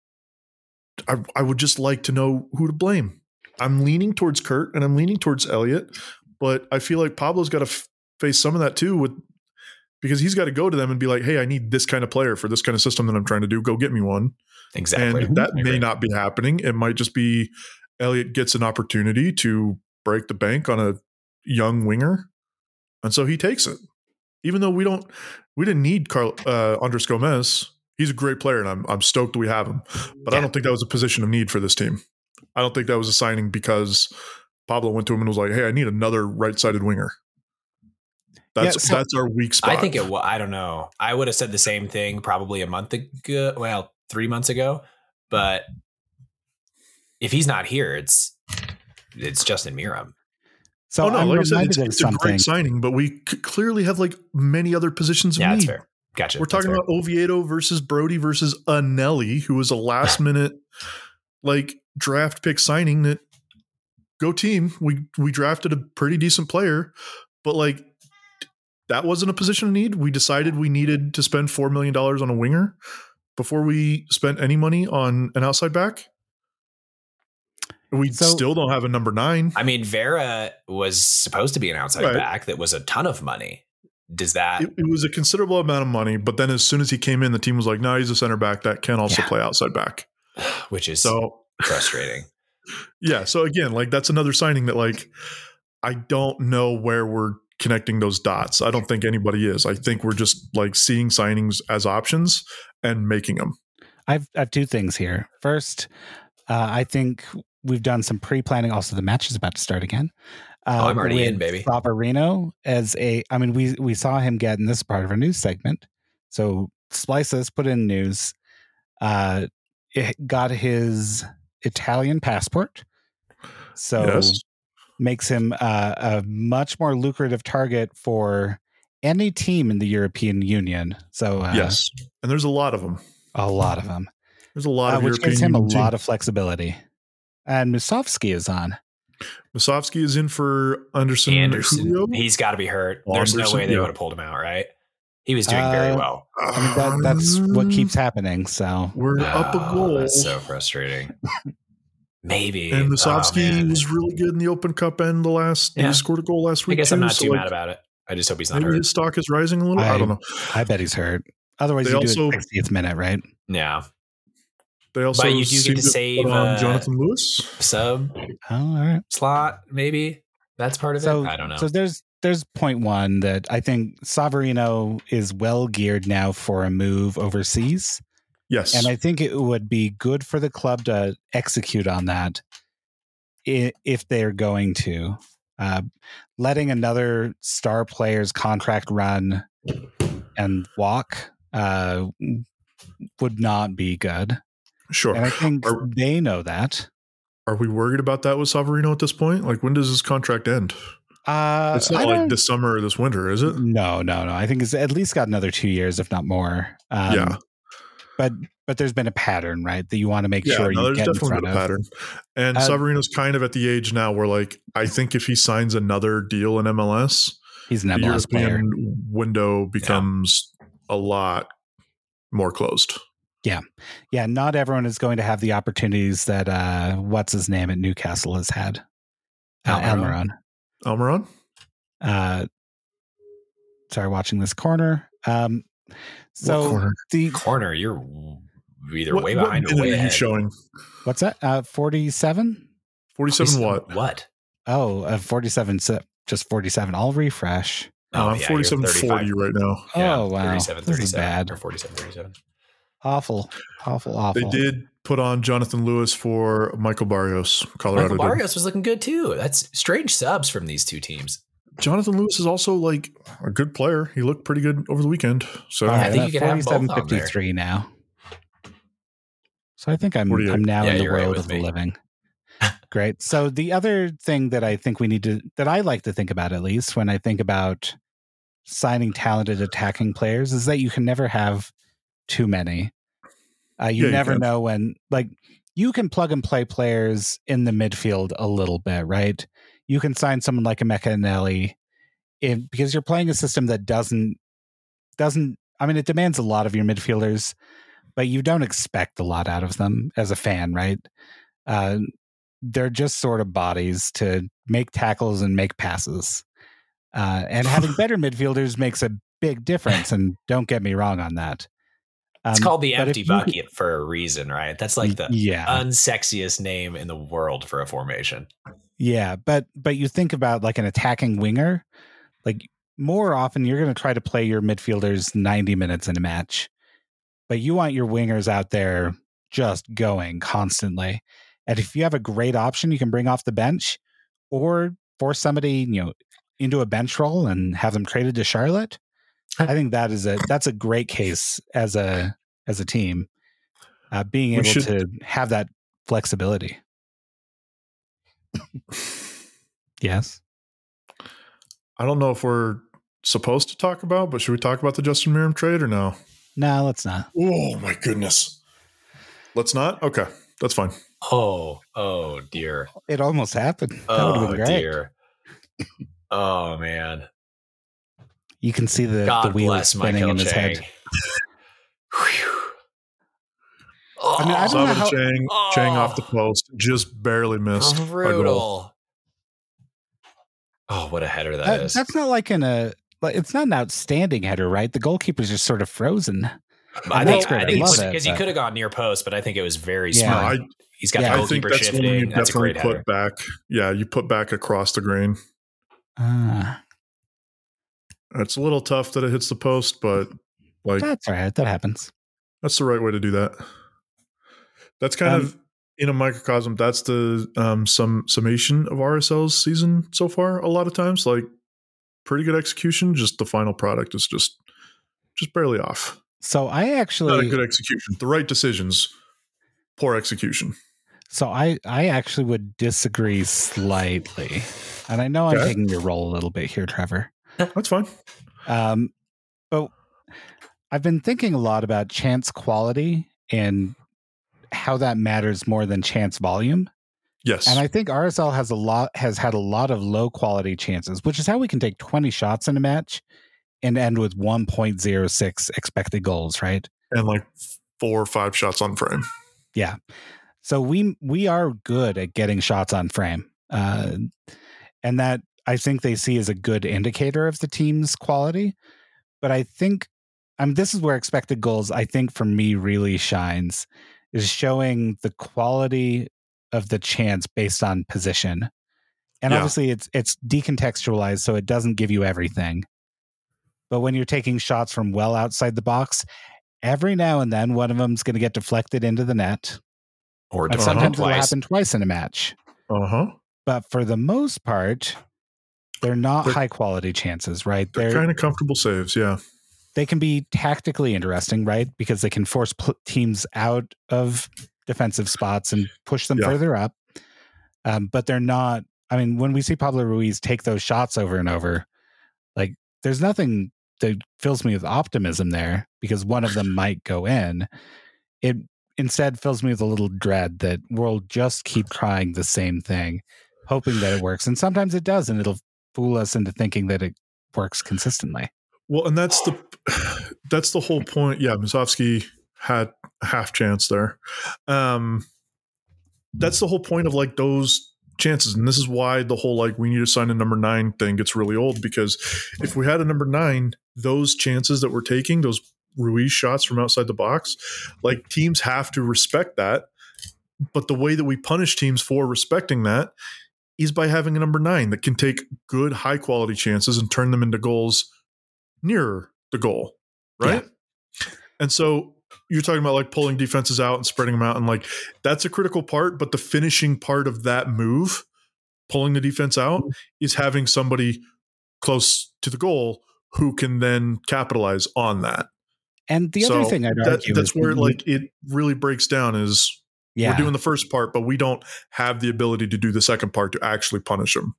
[SPEAKER 1] i, I would just like to know who to blame i'm leaning towards kurt and i'm leaning towards elliot but i feel like pablo's got to f- face some of that too with because he's got to go to them and be like hey i need this kind of player for this kind of system that i'm trying to do go get me one
[SPEAKER 3] Exactly.
[SPEAKER 1] and that
[SPEAKER 3] I
[SPEAKER 1] may
[SPEAKER 3] agree.
[SPEAKER 1] not be happening. It might just be Elliot gets an opportunity to break the bank on a young winger, and so he takes it. Even though we don't, we didn't need Carl uh, Andres Gomez. He's a great player, and I'm I'm stoked we have him. But I
[SPEAKER 3] Yeah.
[SPEAKER 1] don't think that was a position of need for this team. I don't think that was a signing because Pablo went to him and was like, "Hey, I need another right-sided winger." That's
[SPEAKER 2] Yeah, so-
[SPEAKER 1] that's our weak spot.
[SPEAKER 3] I think it. wa- I don't know. I would have said the same thing probably a month ago. Well, three months ago. But if he's not here, it's it's Justin Miram.
[SPEAKER 2] So
[SPEAKER 1] oh no,
[SPEAKER 2] I'm
[SPEAKER 1] like I said,
[SPEAKER 2] reminded
[SPEAKER 1] it's,
[SPEAKER 2] of
[SPEAKER 1] it's a
[SPEAKER 2] something.
[SPEAKER 1] great signing, but we c- clearly have like many other positions. of
[SPEAKER 3] Yeah, that's
[SPEAKER 1] need.
[SPEAKER 3] fair. Gotcha.
[SPEAKER 1] We're talking
[SPEAKER 3] That's
[SPEAKER 1] about Oviedo versus Brody versus Anelli, who was a last minute like draft pick signing that go team. We we drafted a pretty decent player, but like that wasn't a position of need. We decided we needed to spend four million dollars on a winger before we spent any money on an outside back. We
[SPEAKER 2] So-
[SPEAKER 1] still don't have a number nine.
[SPEAKER 3] fair. I mean, Vera was supposed to be an outside
[SPEAKER 1] Right.
[SPEAKER 3] back that was a ton of money. Does that
[SPEAKER 1] it, it was a considerable amount of money, but then as soon as he came in, the team was like, "No, he's a center back that can also
[SPEAKER 3] Yeah.
[SPEAKER 1] play outside back."
[SPEAKER 3] which is
[SPEAKER 1] So *laughs*
[SPEAKER 3] frustrating.
[SPEAKER 1] yeah, so again, like that's another signing that like I don't know where we're connecting those dots. I don't think anybody is. I think we're just like seeing signings as options and making them.
[SPEAKER 2] I've I have two things here. First, uh, I think we've done some pre-planning. Also, the match is about to start again. Uh,
[SPEAKER 3] Oh, I'm already
[SPEAKER 2] with
[SPEAKER 3] in, baby.
[SPEAKER 2] Savarino as a, I mean, we we saw him get, and this is part of our news segment. So splice this, put in news. Uh, it got his Italian passport, so
[SPEAKER 1] yes,
[SPEAKER 2] makes him uh, a much more lucrative target for any team in the European Union. So uh,
[SPEAKER 1] yes, and there's a lot of them.
[SPEAKER 2] a lot of them.
[SPEAKER 1] There's a lot
[SPEAKER 2] Uh,
[SPEAKER 1] of
[SPEAKER 2] which
[SPEAKER 1] European
[SPEAKER 2] gives him a
[SPEAKER 1] Union
[SPEAKER 2] lot
[SPEAKER 1] teams.
[SPEAKER 2] of flexibility. And Musovsky is on.
[SPEAKER 1] Masovsky is in for Anderson.
[SPEAKER 3] Anderson,
[SPEAKER 1] Julio?
[SPEAKER 3] he's got to be hurt. There's
[SPEAKER 1] Anderson,
[SPEAKER 3] no way they
[SPEAKER 1] yeah.
[SPEAKER 3] would have pulled him out, right? He was doing very
[SPEAKER 2] Uh,
[SPEAKER 3] well.
[SPEAKER 2] I mean, that, that's what
[SPEAKER 1] Um,
[SPEAKER 2] keeps Ah, happening. So
[SPEAKER 1] We're up a
[SPEAKER 3] Oh,
[SPEAKER 1] goal.
[SPEAKER 3] That's so frustrating.
[SPEAKER 1] *laughs*
[SPEAKER 3] Maybe.
[SPEAKER 1] And
[SPEAKER 3] Oh,
[SPEAKER 1] Musovsky
[SPEAKER 3] man.
[SPEAKER 1] was really good in the Open Cup and the last.
[SPEAKER 3] Yeah.
[SPEAKER 1] He scored a goal last
[SPEAKER 3] I
[SPEAKER 1] week.
[SPEAKER 3] guess I'm
[SPEAKER 1] too,
[SPEAKER 3] not
[SPEAKER 1] so,
[SPEAKER 3] too
[SPEAKER 1] like,
[SPEAKER 3] mad about it. I just hope he's not
[SPEAKER 1] Maybe
[SPEAKER 3] hurt.
[SPEAKER 1] his stock is rising a little. I,
[SPEAKER 2] I-
[SPEAKER 1] don't know.
[SPEAKER 2] I bet he's hurt. Otherwise,
[SPEAKER 1] They
[SPEAKER 2] you do
[SPEAKER 1] also-
[SPEAKER 2] it 60th minute, right?
[SPEAKER 3] Yeah.
[SPEAKER 1] They also
[SPEAKER 3] you do get
[SPEAKER 1] seem
[SPEAKER 3] to save,
[SPEAKER 1] put on
[SPEAKER 3] uh,
[SPEAKER 1] Jonathan Lewis.
[SPEAKER 3] Sub
[SPEAKER 2] Oh, all right.
[SPEAKER 3] slot, maybe. That's part of
[SPEAKER 2] So-
[SPEAKER 3] it. I don't know.
[SPEAKER 2] So there's there's point one that I think Savarino is well geared now for a move overseas,
[SPEAKER 1] Yes,
[SPEAKER 2] and I think it would be good for the club to execute on that i- if they're going to. Uh, letting another star player's contract run and walk uh, would not be good.
[SPEAKER 1] sure.
[SPEAKER 2] And I think
[SPEAKER 1] Are-
[SPEAKER 2] they know that.
[SPEAKER 1] Are we worried about that with Savarino at this point? Like, when does his contract end?
[SPEAKER 2] Uh,
[SPEAKER 1] It's
[SPEAKER 2] I
[SPEAKER 1] not like
[SPEAKER 2] don't-
[SPEAKER 1] this summer or this winter, is it?
[SPEAKER 2] No, no, no. I think it's at least got another two years, if not more. Um,
[SPEAKER 1] Yeah.
[SPEAKER 2] But but there's been a pattern, right? That you want to make
[SPEAKER 1] yeah,
[SPEAKER 2] sure
[SPEAKER 1] no,
[SPEAKER 2] you
[SPEAKER 1] there's
[SPEAKER 2] get in
[SPEAKER 1] definitely
[SPEAKER 2] front
[SPEAKER 1] been a
[SPEAKER 2] of.
[SPEAKER 1] pattern. And
[SPEAKER 2] Uh,
[SPEAKER 1] Savarino's kind of at the age now where, like, I think if he signs another deal in MLS,
[SPEAKER 2] He's an
[SPEAKER 1] the
[SPEAKER 2] MLS player.
[SPEAKER 1] European window becomes a lot more closed.
[SPEAKER 2] Yeah, not everyone is going to have the opportunities that uh, what's his name at Newcastle has had. Uh,
[SPEAKER 3] Almiron.
[SPEAKER 2] Almiron.
[SPEAKER 1] Almiron?
[SPEAKER 2] Uh, sorry, watching this corner. Um, so
[SPEAKER 1] corner?
[SPEAKER 2] the
[SPEAKER 3] Corner, you're either
[SPEAKER 1] What-
[SPEAKER 3] way
[SPEAKER 1] what
[SPEAKER 3] behind or
[SPEAKER 1] minute
[SPEAKER 3] way
[SPEAKER 1] are you
[SPEAKER 3] ahead.
[SPEAKER 1] showing?
[SPEAKER 2] what's that? Uh, forty-seven.
[SPEAKER 1] 47 what?
[SPEAKER 3] What?
[SPEAKER 2] Oh, uh, 47, so- just 47. I'll refresh.
[SPEAKER 1] Uh,
[SPEAKER 3] Oh, yeah, you're
[SPEAKER 1] 47
[SPEAKER 3] 35.
[SPEAKER 1] 40 right now.
[SPEAKER 3] Yeah,
[SPEAKER 2] Oh, wow.
[SPEAKER 3] 37,
[SPEAKER 2] This is
[SPEAKER 3] 37,
[SPEAKER 2] bad.
[SPEAKER 3] Or 47, 37.
[SPEAKER 2] Awful, awful,
[SPEAKER 1] They
[SPEAKER 2] awful.
[SPEAKER 1] did put on Jonathan Lewis for Michael Barrios, Colorado.
[SPEAKER 3] Michael
[SPEAKER 1] did.
[SPEAKER 3] Barrios was looking good too. That's strange subs from these two teams.
[SPEAKER 1] Jonathan Lewis is also like a good player. He looked pretty good over the weekend. So
[SPEAKER 2] All
[SPEAKER 3] I
[SPEAKER 2] right,
[SPEAKER 3] think
[SPEAKER 2] I'm
[SPEAKER 3] you
[SPEAKER 2] at
[SPEAKER 3] can have both on there.
[SPEAKER 2] 47.53 now. So I think I'm
[SPEAKER 1] 48.
[SPEAKER 2] I'm now
[SPEAKER 3] Yeah,
[SPEAKER 2] in the
[SPEAKER 3] you're right
[SPEAKER 2] world
[SPEAKER 3] with
[SPEAKER 2] of the
[SPEAKER 3] me. *laughs*
[SPEAKER 2] living. Great. So the other thing that I think we need to that I like to think about at least when I think about signing talented attacking players is that you can never have too many. Uh, you
[SPEAKER 1] Yeah, you
[SPEAKER 2] never
[SPEAKER 1] can.
[SPEAKER 2] know when like you can plug and play players in the midfield a little bit, right? You can sign someone like a Meccanelli in because you're playing a system that doesn't doesn't I mean it demands a lot of your midfielders, but you don't expect a lot out of them as a fan, right? Uh, they're just sort of bodies to make tackles and make passes. Uh, and
[SPEAKER 3] *laughs*
[SPEAKER 2] having better midfielders makes a big difference. And don't get me wrong on that.
[SPEAKER 3] It's
[SPEAKER 2] Um,
[SPEAKER 3] called the
[SPEAKER 2] but if
[SPEAKER 3] empty
[SPEAKER 2] you-
[SPEAKER 3] bucket for a reason, right? That's like Uh the
[SPEAKER 2] yeah.
[SPEAKER 3] unsexiest name in the world for a formation.
[SPEAKER 2] Yeah, but but you think about like an attacking winger, like more often you're going to try to play your midfielders 90 minutes in a match. But you want your wingers out there just going constantly. And if you have a great option you can bring off the bench or force somebody, you know, into a bench role and have them traded to Charlotte, I think that is a that's a great case as a as a team. Uh, being
[SPEAKER 1] We
[SPEAKER 2] able
[SPEAKER 1] should-
[SPEAKER 2] to have that
[SPEAKER 1] *coughs*
[SPEAKER 2] flexibility. Yes.
[SPEAKER 1] I don't know if we're supposed to talk about, but should we talk about the Justin Merrim trade or no?
[SPEAKER 2] No, let's not.
[SPEAKER 1] Oh my goodness. Let's not? Okay. That's fine.
[SPEAKER 3] Oh, oh dear.
[SPEAKER 2] It almost happened. *laughs* That would have
[SPEAKER 3] Oh
[SPEAKER 2] been great.
[SPEAKER 3] dear. Oh man.
[SPEAKER 2] You can see the, the
[SPEAKER 3] God
[SPEAKER 2] wheel
[SPEAKER 3] bless
[SPEAKER 2] spinning
[SPEAKER 3] Michael
[SPEAKER 2] in his
[SPEAKER 3] Chang.
[SPEAKER 2] head. *laughs*
[SPEAKER 3] Whew.
[SPEAKER 2] I mean, I
[SPEAKER 3] Oh,
[SPEAKER 2] don't know
[SPEAKER 1] Savage
[SPEAKER 2] how-
[SPEAKER 1] Chang,
[SPEAKER 3] Oh.
[SPEAKER 1] Chang off the post. Just barely missed. a goal.
[SPEAKER 3] brutal. Oh, what a header that
[SPEAKER 2] That-
[SPEAKER 3] is.
[SPEAKER 2] that's not like in a. Like, it's not an outstanding header, right? The goalkeeper's just sort of frozen.
[SPEAKER 3] I
[SPEAKER 2] that's
[SPEAKER 3] think
[SPEAKER 2] great.
[SPEAKER 3] I
[SPEAKER 2] I
[SPEAKER 3] think
[SPEAKER 2] love it,
[SPEAKER 3] because he
[SPEAKER 2] but-
[SPEAKER 3] could have gone near post, but I think it was very
[SPEAKER 2] Yeah.
[SPEAKER 1] No,
[SPEAKER 3] smart.
[SPEAKER 1] I,
[SPEAKER 3] He's got
[SPEAKER 2] Yeah.
[SPEAKER 3] the
[SPEAKER 1] I think
[SPEAKER 3] goalkeeper
[SPEAKER 1] that's when you
[SPEAKER 3] shifting. That's a
[SPEAKER 1] definitely
[SPEAKER 3] great
[SPEAKER 1] put
[SPEAKER 3] header.
[SPEAKER 1] back. Yeah, you put back across the grain.
[SPEAKER 2] Ah,
[SPEAKER 1] It's a little tough that it hits the post, but like
[SPEAKER 2] that's all right. That happens.
[SPEAKER 1] That's the right way to do that. That's kind
[SPEAKER 2] Um,
[SPEAKER 1] of in a microcosm. That's the um, some summation of RSL's season so far. A lot of times, like pretty good execution. Just the final product is just just barely off.
[SPEAKER 2] So I
[SPEAKER 1] Not a
[SPEAKER 2] actually,
[SPEAKER 1] good execution. The right decisions, poor execution.
[SPEAKER 2] so I, I actually would disagree slightly, and I know I'm
[SPEAKER 1] Okay.
[SPEAKER 2] taking your role a little bit here, Trevor.
[SPEAKER 1] That's fine.
[SPEAKER 2] Um, but I've been thinking a lot about chance quality and how that matters more than chance volume.
[SPEAKER 1] Yes.
[SPEAKER 2] And I think RSL has a lot has had a lot of low quality chances, which is how we can take 20 shots in a match and end with 1.06 expected goals, right?
[SPEAKER 1] and like four or five shots on frame.
[SPEAKER 2] So we we are good at getting shots on frame. Uh, and that I think they see as a good indicator of the team's quality. But I think um, this is where expected goals, I think for me really shines is showing the quality of the chance based on position. And
[SPEAKER 1] Yeah.
[SPEAKER 2] obviously it's it's decontextualized so it doesn't give you everything. But when you're taking shots from well outside the box, every now and then one of them's going to get deflected into the net.
[SPEAKER 3] Or
[SPEAKER 2] And
[SPEAKER 1] Uh-huh.
[SPEAKER 2] sometimes it'll
[SPEAKER 3] twice.
[SPEAKER 2] happen twice in a match.
[SPEAKER 1] Uh huh.
[SPEAKER 2] But for the most part, they're not
[SPEAKER 1] They're-
[SPEAKER 2] high quality chances, right?
[SPEAKER 1] They're
[SPEAKER 2] They're,
[SPEAKER 1] kind of comfortable saves. Yeah.
[SPEAKER 2] they can be tactically interesting, right? Because they can force pl- teams out of defensive spots and push them
[SPEAKER 1] Yeah.
[SPEAKER 2] further up. Um, but they're not. I mean, when we see Pablo Ruiz take those shots over and over, like there's nothing that fills me with optimism there because one of them might go in. It instead fills me with a little dread that we'll just keep trying the same thing, hoping that it works. And sometimes it does, and it'll fool us into thinking that it works consistently.
[SPEAKER 1] Well, and that's the *sighs* that's the whole point. Yeah, Misovsky had a half chance there. Um that's the whole point of like those chances. And this is why the whole like we need to sign a number nine thing gets really old because if we had a number nine, those chances that we're taking, those Ruiz shots from outside the box, like teams have to respect that. But the way that we punish teams for respecting that is by having a number nine that can take good, high quality chances and turn them into goals nearer the goal, right? And so you're talking about like pulling defenses out and spreading them out, and like that's a critical part. But the finishing part of that move, pulling the defense out,
[SPEAKER 2] Mm-hmm.
[SPEAKER 1] is having somebody close to the goal who can then capitalize on that.
[SPEAKER 2] And the other
[SPEAKER 1] So
[SPEAKER 2] thing I'd
[SPEAKER 1] that-
[SPEAKER 2] argue
[SPEAKER 1] that's
[SPEAKER 2] is
[SPEAKER 1] where
[SPEAKER 2] we-
[SPEAKER 1] like it really breaks down is
[SPEAKER 2] yeah.
[SPEAKER 1] we're doing the first part, but we don't have the ability to do the second part to actually punish them.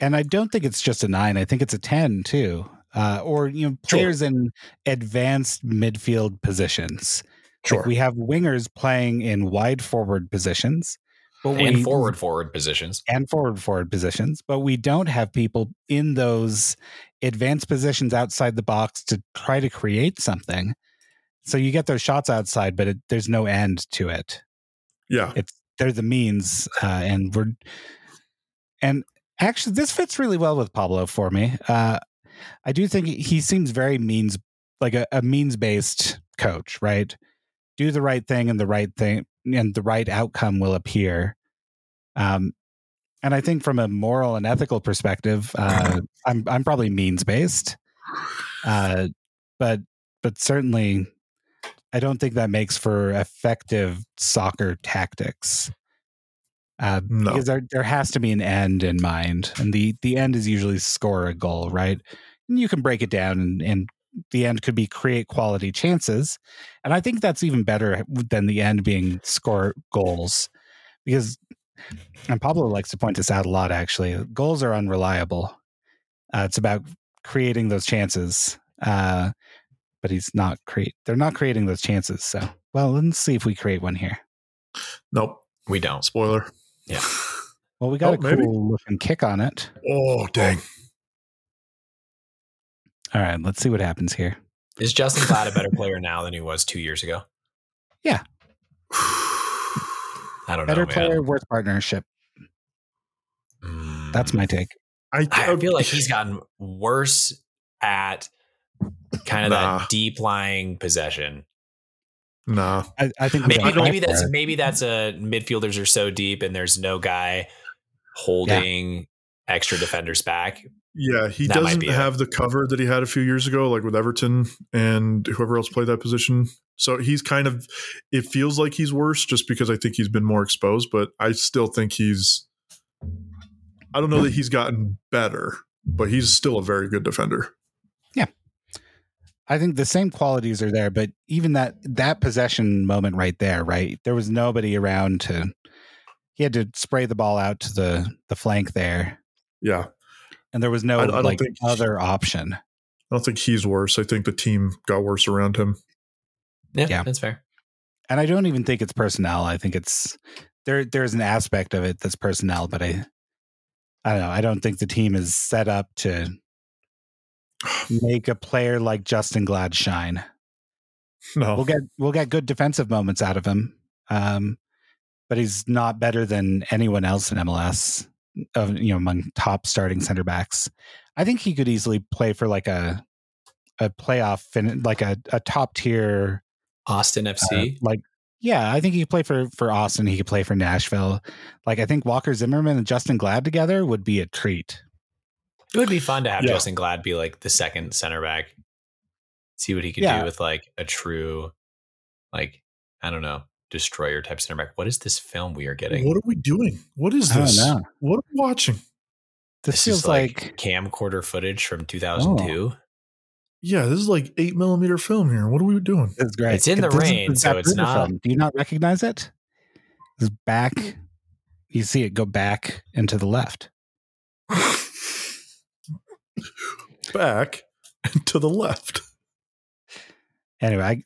[SPEAKER 2] and I don't think it's just a nine. I think it's a ten too, uh, or you know,
[SPEAKER 1] Sure.
[SPEAKER 2] players in advanced midfield positions. Like,
[SPEAKER 1] Sure.
[SPEAKER 2] we have wingers playing in wide forward positions, but
[SPEAKER 3] and
[SPEAKER 2] we-
[SPEAKER 3] forward forward positions.
[SPEAKER 2] and forward forward positions, but we don't have people in those advanced positions outside the box to try to create something. So you get those shots outside, but it, there's no end to it
[SPEAKER 1] Yeah.
[SPEAKER 2] they're the means uh, and we're and actually this fits really well with pablo for me uh, i do think he seems very means like a, a means based coach right do the right thing and the right thing and the right outcome will appear um, and i think from a moral and ethical perspective uh, I'm, I'm probably means based uh, but but certainly I don't think that makes for effective soccer tactics. Uh,
[SPEAKER 1] No.
[SPEAKER 2] Because there, there has to be an end in mind, and the the end is usually score a goal, right? And you can break it down, and, and the end could be create quality chances, and I think that's even better than the end being score goals, because and Pablo likes to point this out a lot. Actually, goals are unreliable. Uh, it's about creating those chances. Uh, but he's not create. They're not creating those chances. So, well, let's see if we create one here.
[SPEAKER 1] Nope.
[SPEAKER 3] We don't.
[SPEAKER 1] Spoiler.
[SPEAKER 3] Yeah.
[SPEAKER 2] Well, we got
[SPEAKER 1] Oh,
[SPEAKER 2] a cool
[SPEAKER 1] maybe.
[SPEAKER 2] looking kick on it.
[SPEAKER 1] *laughs* Oh dang.
[SPEAKER 2] All right, let's see what happens here.
[SPEAKER 3] Is Justin Cloud a better player now than he was two years ago?
[SPEAKER 1] *sighs*
[SPEAKER 3] I don't
[SPEAKER 2] Better
[SPEAKER 3] know. Oh, man.
[SPEAKER 2] player, worse partnership.
[SPEAKER 3] Mm.
[SPEAKER 2] That's my take.
[SPEAKER 1] I,
[SPEAKER 3] I
[SPEAKER 1] *laughs*
[SPEAKER 3] feel like he's gotten worse at kind of
[SPEAKER 1] Nah.
[SPEAKER 3] that deep lying possession.
[SPEAKER 1] nah.
[SPEAKER 2] I, I think
[SPEAKER 3] Maybe,
[SPEAKER 2] better
[SPEAKER 3] maybe that's
[SPEAKER 2] player-
[SPEAKER 3] maybe that's a midfielders are so deep and there's no guy holding extra defenders back.
[SPEAKER 1] Yeah, he
[SPEAKER 3] That might
[SPEAKER 1] doesn't
[SPEAKER 3] be it.
[SPEAKER 1] have the cover that he had a few years ago, like with Everton and whoever else played that position. So he's kind of it feels like he's worse just because I think he's been more exposed, but I still think he's I don't know that he's gotten better, but he's still a very good defender.
[SPEAKER 2] I think the same qualities are there, but even that that possession moment right there, right? There was nobody around to. He had to spray the ball out to the the flank there,
[SPEAKER 1] Yeah.
[SPEAKER 2] and there was no
[SPEAKER 1] I- I don't
[SPEAKER 2] like
[SPEAKER 1] think-
[SPEAKER 2] other option.
[SPEAKER 1] I don't think he's worse. I think the team got worse around him. *laughs*
[SPEAKER 3] Yeah,
[SPEAKER 2] Yeah.
[SPEAKER 3] that's fair.
[SPEAKER 2] And I don't even think it's personnel. I think it's there. There's an aspect of it that's personnel, but I, I don't know. I don't think the team is set up to make a player like Justin Glad shine.
[SPEAKER 1] No.
[SPEAKER 2] We'll get we'll get good defensive moments out of him, um, but he's not better than anyone else in MLS. Of you know, among top starting center backs, I think he could easily play for like a a playoff fin- like a, a top tier
[SPEAKER 3] Austin FC.
[SPEAKER 2] like yeah, I think he could play for for Austin. He could play for Nashville. Like I think Walker Zimmerman and Justin Glad together would be a treat.
[SPEAKER 3] it would be fun to have
[SPEAKER 1] Yeah.
[SPEAKER 3] Justin Glad be like the second center back. See what he could
[SPEAKER 2] Yeah.
[SPEAKER 3] do with like a true, like I don't know, destroyer type center back. What is this film we are getting?
[SPEAKER 1] What are we doing? What is
[SPEAKER 2] I don't
[SPEAKER 1] this?
[SPEAKER 2] know.
[SPEAKER 1] What are we watching?
[SPEAKER 2] This,
[SPEAKER 3] This is
[SPEAKER 2] feels like,
[SPEAKER 3] camcorder footage from 2002.
[SPEAKER 1] Yeah, this is like eight millimeter film here. What are we *laughs* doing?
[SPEAKER 2] this is great.
[SPEAKER 3] It's in the
[SPEAKER 2] This is
[SPEAKER 3] rain,
[SPEAKER 2] Zapp
[SPEAKER 3] so it's
[SPEAKER 2] Bruder
[SPEAKER 3] not- Hmm.
[SPEAKER 2] film. Do you not recognize it? It's back. You see it go back and to the left.
[SPEAKER 1] Back and to the
[SPEAKER 3] *laughs*
[SPEAKER 1] left.
[SPEAKER 2] Anyway, I,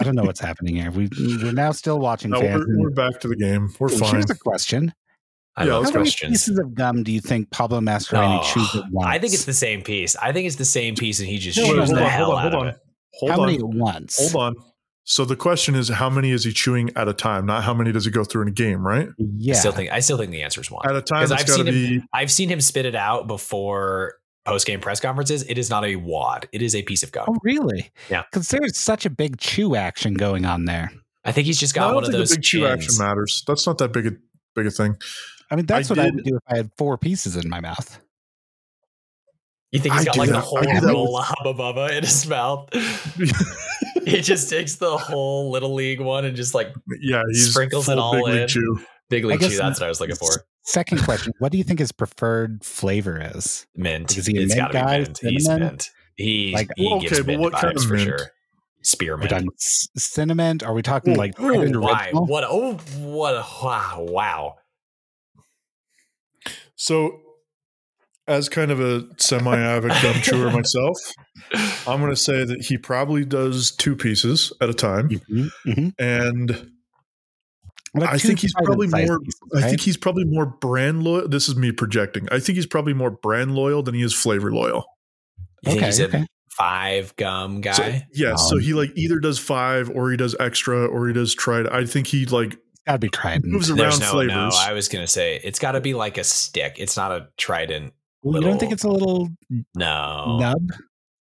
[SPEAKER 2] I don't know what's happening here. We we're now still watching
[SPEAKER 1] No,
[SPEAKER 2] fans.
[SPEAKER 1] we're, we're back to the game. We're fine.
[SPEAKER 2] Here's a question:
[SPEAKER 3] I
[SPEAKER 1] Yeah,
[SPEAKER 3] love
[SPEAKER 1] let's
[SPEAKER 2] How
[SPEAKER 1] go.
[SPEAKER 2] many
[SPEAKER 3] questions.
[SPEAKER 2] pieces of gum do you think Pablo Mascarini
[SPEAKER 3] Oh,
[SPEAKER 2] chews at once?
[SPEAKER 3] I think it's the same piece. I think it's the same piece, and he just
[SPEAKER 2] No,
[SPEAKER 3] chews
[SPEAKER 2] no, hold
[SPEAKER 3] the
[SPEAKER 2] on, hold
[SPEAKER 3] hell out
[SPEAKER 1] hold
[SPEAKER 3] of
[SPEAKER 1] on.
[SPEAKER 3] it.
[SPEAKER 1] Hold
[SPEAKER 2] how
[SPEAKER 1] on.
[SPEAKER 2] many at once?
[SPEAKER 1] Hold on. So the question is how many is he chewing at a time? Not how many does he go through in a game, right?
[SPEAKER 2] Yeah,
[SPEAKER 3] I still think I still think the answer is one.
[SPEAKER 1] At a time,
[SPEAKER 3] Because
[SPEAKER 1] it's
[SPEAKER 3] I've
[SPEAKER 1] got to
[SPEAKER 3] seen him-
[SPEAKER 1] be.
[SPEAKER 3] I've seen him spit it out before post game press conferences. It is not a wad. It is a piece of gum.
[SPEAKER 2] Oh, really?
[SPEAKER 3] Yeah.
[SPEAKER 2] Because there's such a big chew action going on there.
[SPEAKER 3] I think he's just
[SPEAKER 1] No, I
[SPEAKER 3] got
[SPEAKER 1] don't
[SPEAKER 3] one of
[SPEAKER 1] think
[SPEAKER 3] those.
[SPEAKER 1] the big chew action
[SPEAKER 3] chins.
[SPEAKER 1] matters. That's not that big a big a thing.
[SPEAKER 2] I mean, that's
[SPEAKER 1] I
[SPEAKER 2] what I
[SPEAKER 1] did-
[SPEAKER 2] would do if I had four pieces in my mouth.
[SPEAKER 3] You think he's
[SPEAKER 1] I
[SPEAKER 3] got
[SPEAKER 1] do
[SPEAKER 3] like
[SPEAKER 1] that.
[SPEAKER 3] the
[SPEAKER 1] I
[SPEAKER 3] whole
[SPEAKER 1] do that
[SPEAKER 3] little *laughs*
[SPEAKER 1] with-
[SPEAKER 3] lava bubba in his
[SPEAKER 1] *laughs*
[SPEAKER 3] mouth? he just takes the whole little league one and just like
[SPEAKER 1] yeah, he's
[SPEAKER 3] Sprinkles it
[SPEAKER 1] full
[SPEAKER 3] all
[SPEAKER 1] big league
[SPEAKER 3] in.
[SPEAKER 1] chew.
[SPEAKER 3] big
[SPEAKER 2] I
[SPEAKER 3] league
[SPEAKER 2] guess
[SPEAKER 3] chew. That's what I was looking for.
[SPEAKER 2] Second
[SPEAKER 3] *laughs*
[SPEAKER 2] question: What do you think his preferred flavor is?
[SPEAKER 3] Mint.
[SPEAKER 2] Is he a
[SPEAKER 3] it's
[SPEAKER 2] mint
[SPEAKER 3] got to
[SPEAKER 2] guy?
[SPEAKER 3] be mint. He's
[SPEAKER 2] Cinnamon?
[SPEAKER 3] mint. He,
[SPEAKER 2] Like-
[SPEAKER 3] he
[SPEAKER 1] Well,
[SPEAKER 3] gives
[SPEAKER 1] okay, but
[SPEAKER 3] mint
[SPEAKER 1] what
[SPEAKER 3] vibes
[SPEAKER 1] kind of
[SPEAKER 3] for
[SPEAKER 1] mint?
[SPEAKER 3] sure.
[SPEAKER 2] We're
[SPEAKER 3] Spearmint.
[SPEAKER 2] talking c- cinnamon. Are we talking
[SPEAKER 1] Ooh,
[SPEAKER 2] like
[SPEAKER 1] ooh,
[SPEAKER 2] red and
[SPEAKER 3] Why?
[SPEAKER 2] original?
[SPEAKER 3] What? Oh, what? a- Wow! Wow!
[SPEAKER 1] So, as kind of a semi avid gum
[SPEAKER 3] *laughs*
[SPEAKER 1] chewer myself, I'm going to say that he probably does two pieces at a time.
[SPEAKER 2] Mhm,
[SPEAKER 1] mm-hmm.
[SPEAKER 2] mhm.
[SPEAKER 3] Mm-hmm.
[SPEAKER 1] And
[SPEAKER 2] Like
[SPEAKER 1] I
[SPEAKER 2] two
[SPEAKER 1] think he's
[SPEAKER 2] private
[SPEAKER 1] probably
[SPEAKER 2] size
[SPEAKER 1] more-
[SPEAKER 2] pieces,
[SPEAKER 1] I
[SPEAKER 2] right?
[SPEAKER 1] think he's probably more brand loyal. This is me projecting. I think he's probably more brand loyal than he is flavor loyal.
[SPEAKER 3] You
[SPEAKER 2] *laughs*
[SPEAKER 3] think
[SPEAKER 2] Okay,
[SPEAKER 3] he's a
[SPEAKER 2] okay.
[SPEAKER 3] five gum guy?
[SPEAKER 1] So, yeah. so
[SPEAKER 2] Um,
[SPEAKER 1] he like either does five or he does extra or he does tried. I think he like
[SPEAKER 2] gotta be trident.
[SPEAKER 1] moves
[SPEAKER 2] Well,
[SPEAKER 1] around
[SPEAKER 3] There's no, no.
[SPEAKER 1] flavors.
[SPEAKER 3] I was gonna say it's got to be like a stick. It's not a trident.
[SPEAKER 2] You don't
[SPEAKER 3] little- um,
[SPEAKER 2] think it's a little
[SPEAKER 3] No, no,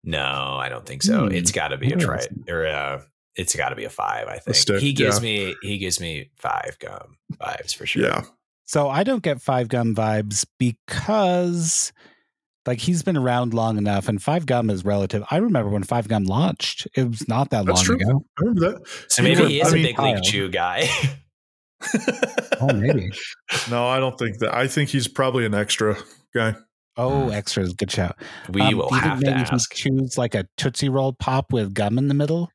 [SPEAKER 2] nub?
[SPEAKER 3] I don't think so.
[SPEAKER 2] Hmm.
[SPEAKER 3] It's got to be a
[SPEAKER 2] Interesting.
[SPEAKER 3] trident or uh It's got to be a five. I think
[SPEAKER 1] stick,
[SPEAKER 3] he gives
[SPEAKER 1] yeah.
[SPEAKER 3] me he gives me five gum vibes for sure.
[SPEAKER 1] yeah.
[SPEAKER 2] So I don't get Five Gum vibes because like he's been around long enough and Five Gum is relative. I remember when Five Gum launched. It was not that
[SPEAKER 1] That's
[SPEAKER 2] long
[SPEAKER 1] true. *laughs*
[SPEAKER 2] ago.
[SPEAKER 1] I remember that.
[SPEAKER 3] So maybe
[SPEAKER 1] Yeah,
[SPEAKER 3] he is
[SPEAKER 1] I
[SPEAKER 3] a
[SPEAKER 1] mean-
[SPEAKER 3] big league
[SPEAKER 2] Kyle.
[SPEAKER 3] chew guy. *laughs*
[SPEAKER 2] Oh, maybe.
[SPEAKER 1] No, I don't think that. I think he's probably an extra guy.
[SPEAKER 2] oh, extras. Good show.
[SPEAKER 3] we
[SPEAKER 2] Um,
[SPEAKER 3] will
[SPEAKER 2] do you think
[SPEAKER 3] have to
[SPEAKER 2] maybe he
[SPEAKER 3] ask.
[SPEAKER 2] choose like a Tootsie Roll Pop with gum in the middle?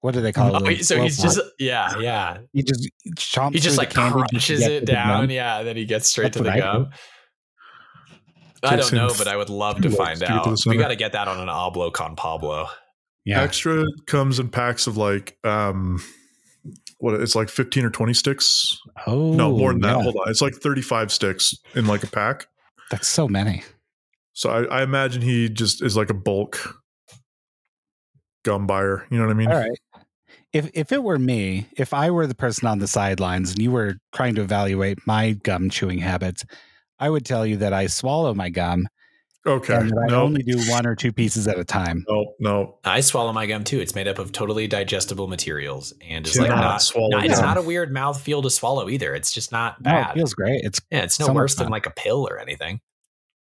[SPEAKER 2] What do they call
[SPEAKER 3] *laughs* Oh,
[SPEAKER 2] it? Those
[SPEAKER 3] so
[SPEAKER 2] roll
[SPEAKER 3] he's
[SPEAKER 2] pop?
[SPEAKER 3] just yeah, yeah.
[SPEAKER 2] he just chomps
[SPEAKER 3] He just
[SPEAKER 2] through
[SPEAKER 3] like
[SPEAKER 2] the candy just to
[SPEAKER 3] crunches
[SPEAKER 2] get
[SPEAKER 3] it
[SPEAKER 2] to the gum.
[SPEAKER 3] down, yeah, and then he gets straight
[SPEAKER 2] That's
[SPEAKER 3] to the
[SPEAKER 2] what I
[SPEAKER 3] gum. I don't
[SPEAKER 1] Takes him
[SPEAKER 3] know, but I would love to
[SPEAKER 1] few
[SPEAKER 3] find
[SPEAKER 1] months to get to
[SPEAKER 3] out.
[SPEAKER 1] the
[SPEAKER 3] we
[SPEAKER 1] center.
[SPEAKER 3] got to get that on an Oblo con Pablo.
[SPEAKER 2] Yeah.
[SPEAKER 1] Extra comes in packs of like um what it's like 15 or 20 sticks.
[SPEAKER 2] Oh
[SPEAKER 1] no, more than that.
[SPEAKER 2] yeah.
[SPEAKER 1] Hold on. It's like 35 sticks in like a pack.
[SPEAKER 2] That's so many.
[SPEAKER 1] So I, I imagine he just is like a bulk gum buyer. You know what I mean?
[SPEAKER 2] All right. If if it were me, if I were the person on the sidelines and you were trying to evaluate my gum chewing habits, I would tell you that I swallow my gum
[SPEAKER 1] Okay.
[SPEAKER 2] and that I
[SPEAKER 1] No,
[SPEAKER 2] only do one or two pieces at a time.
[SPEAKER 1] no, no.
[SPEAKER 3] I swallow my gum too. It's made up of totally digestible materials and it's like
[SPEAKER 1] Cannot
[SPEAKER 3] not,
[SPEAKER 1] swallow
[SPEAKER 3] not- it's
[SPEAKER 2] gum.
[SPEAKER 3] not a weird mouthfeel to swallow either. It's just not
[SPEAKER 2] No, Oh, it
[SPEAKER 3] bad.
[SPEAKER 2] feels great. It's
[SPEAKER 3] yeah, it's no
[SPEAKER 2] so much
[SPEAKER 3] worse than
[SPEAKER 2] fun.
[SPEAKER 3] like a pill or anything.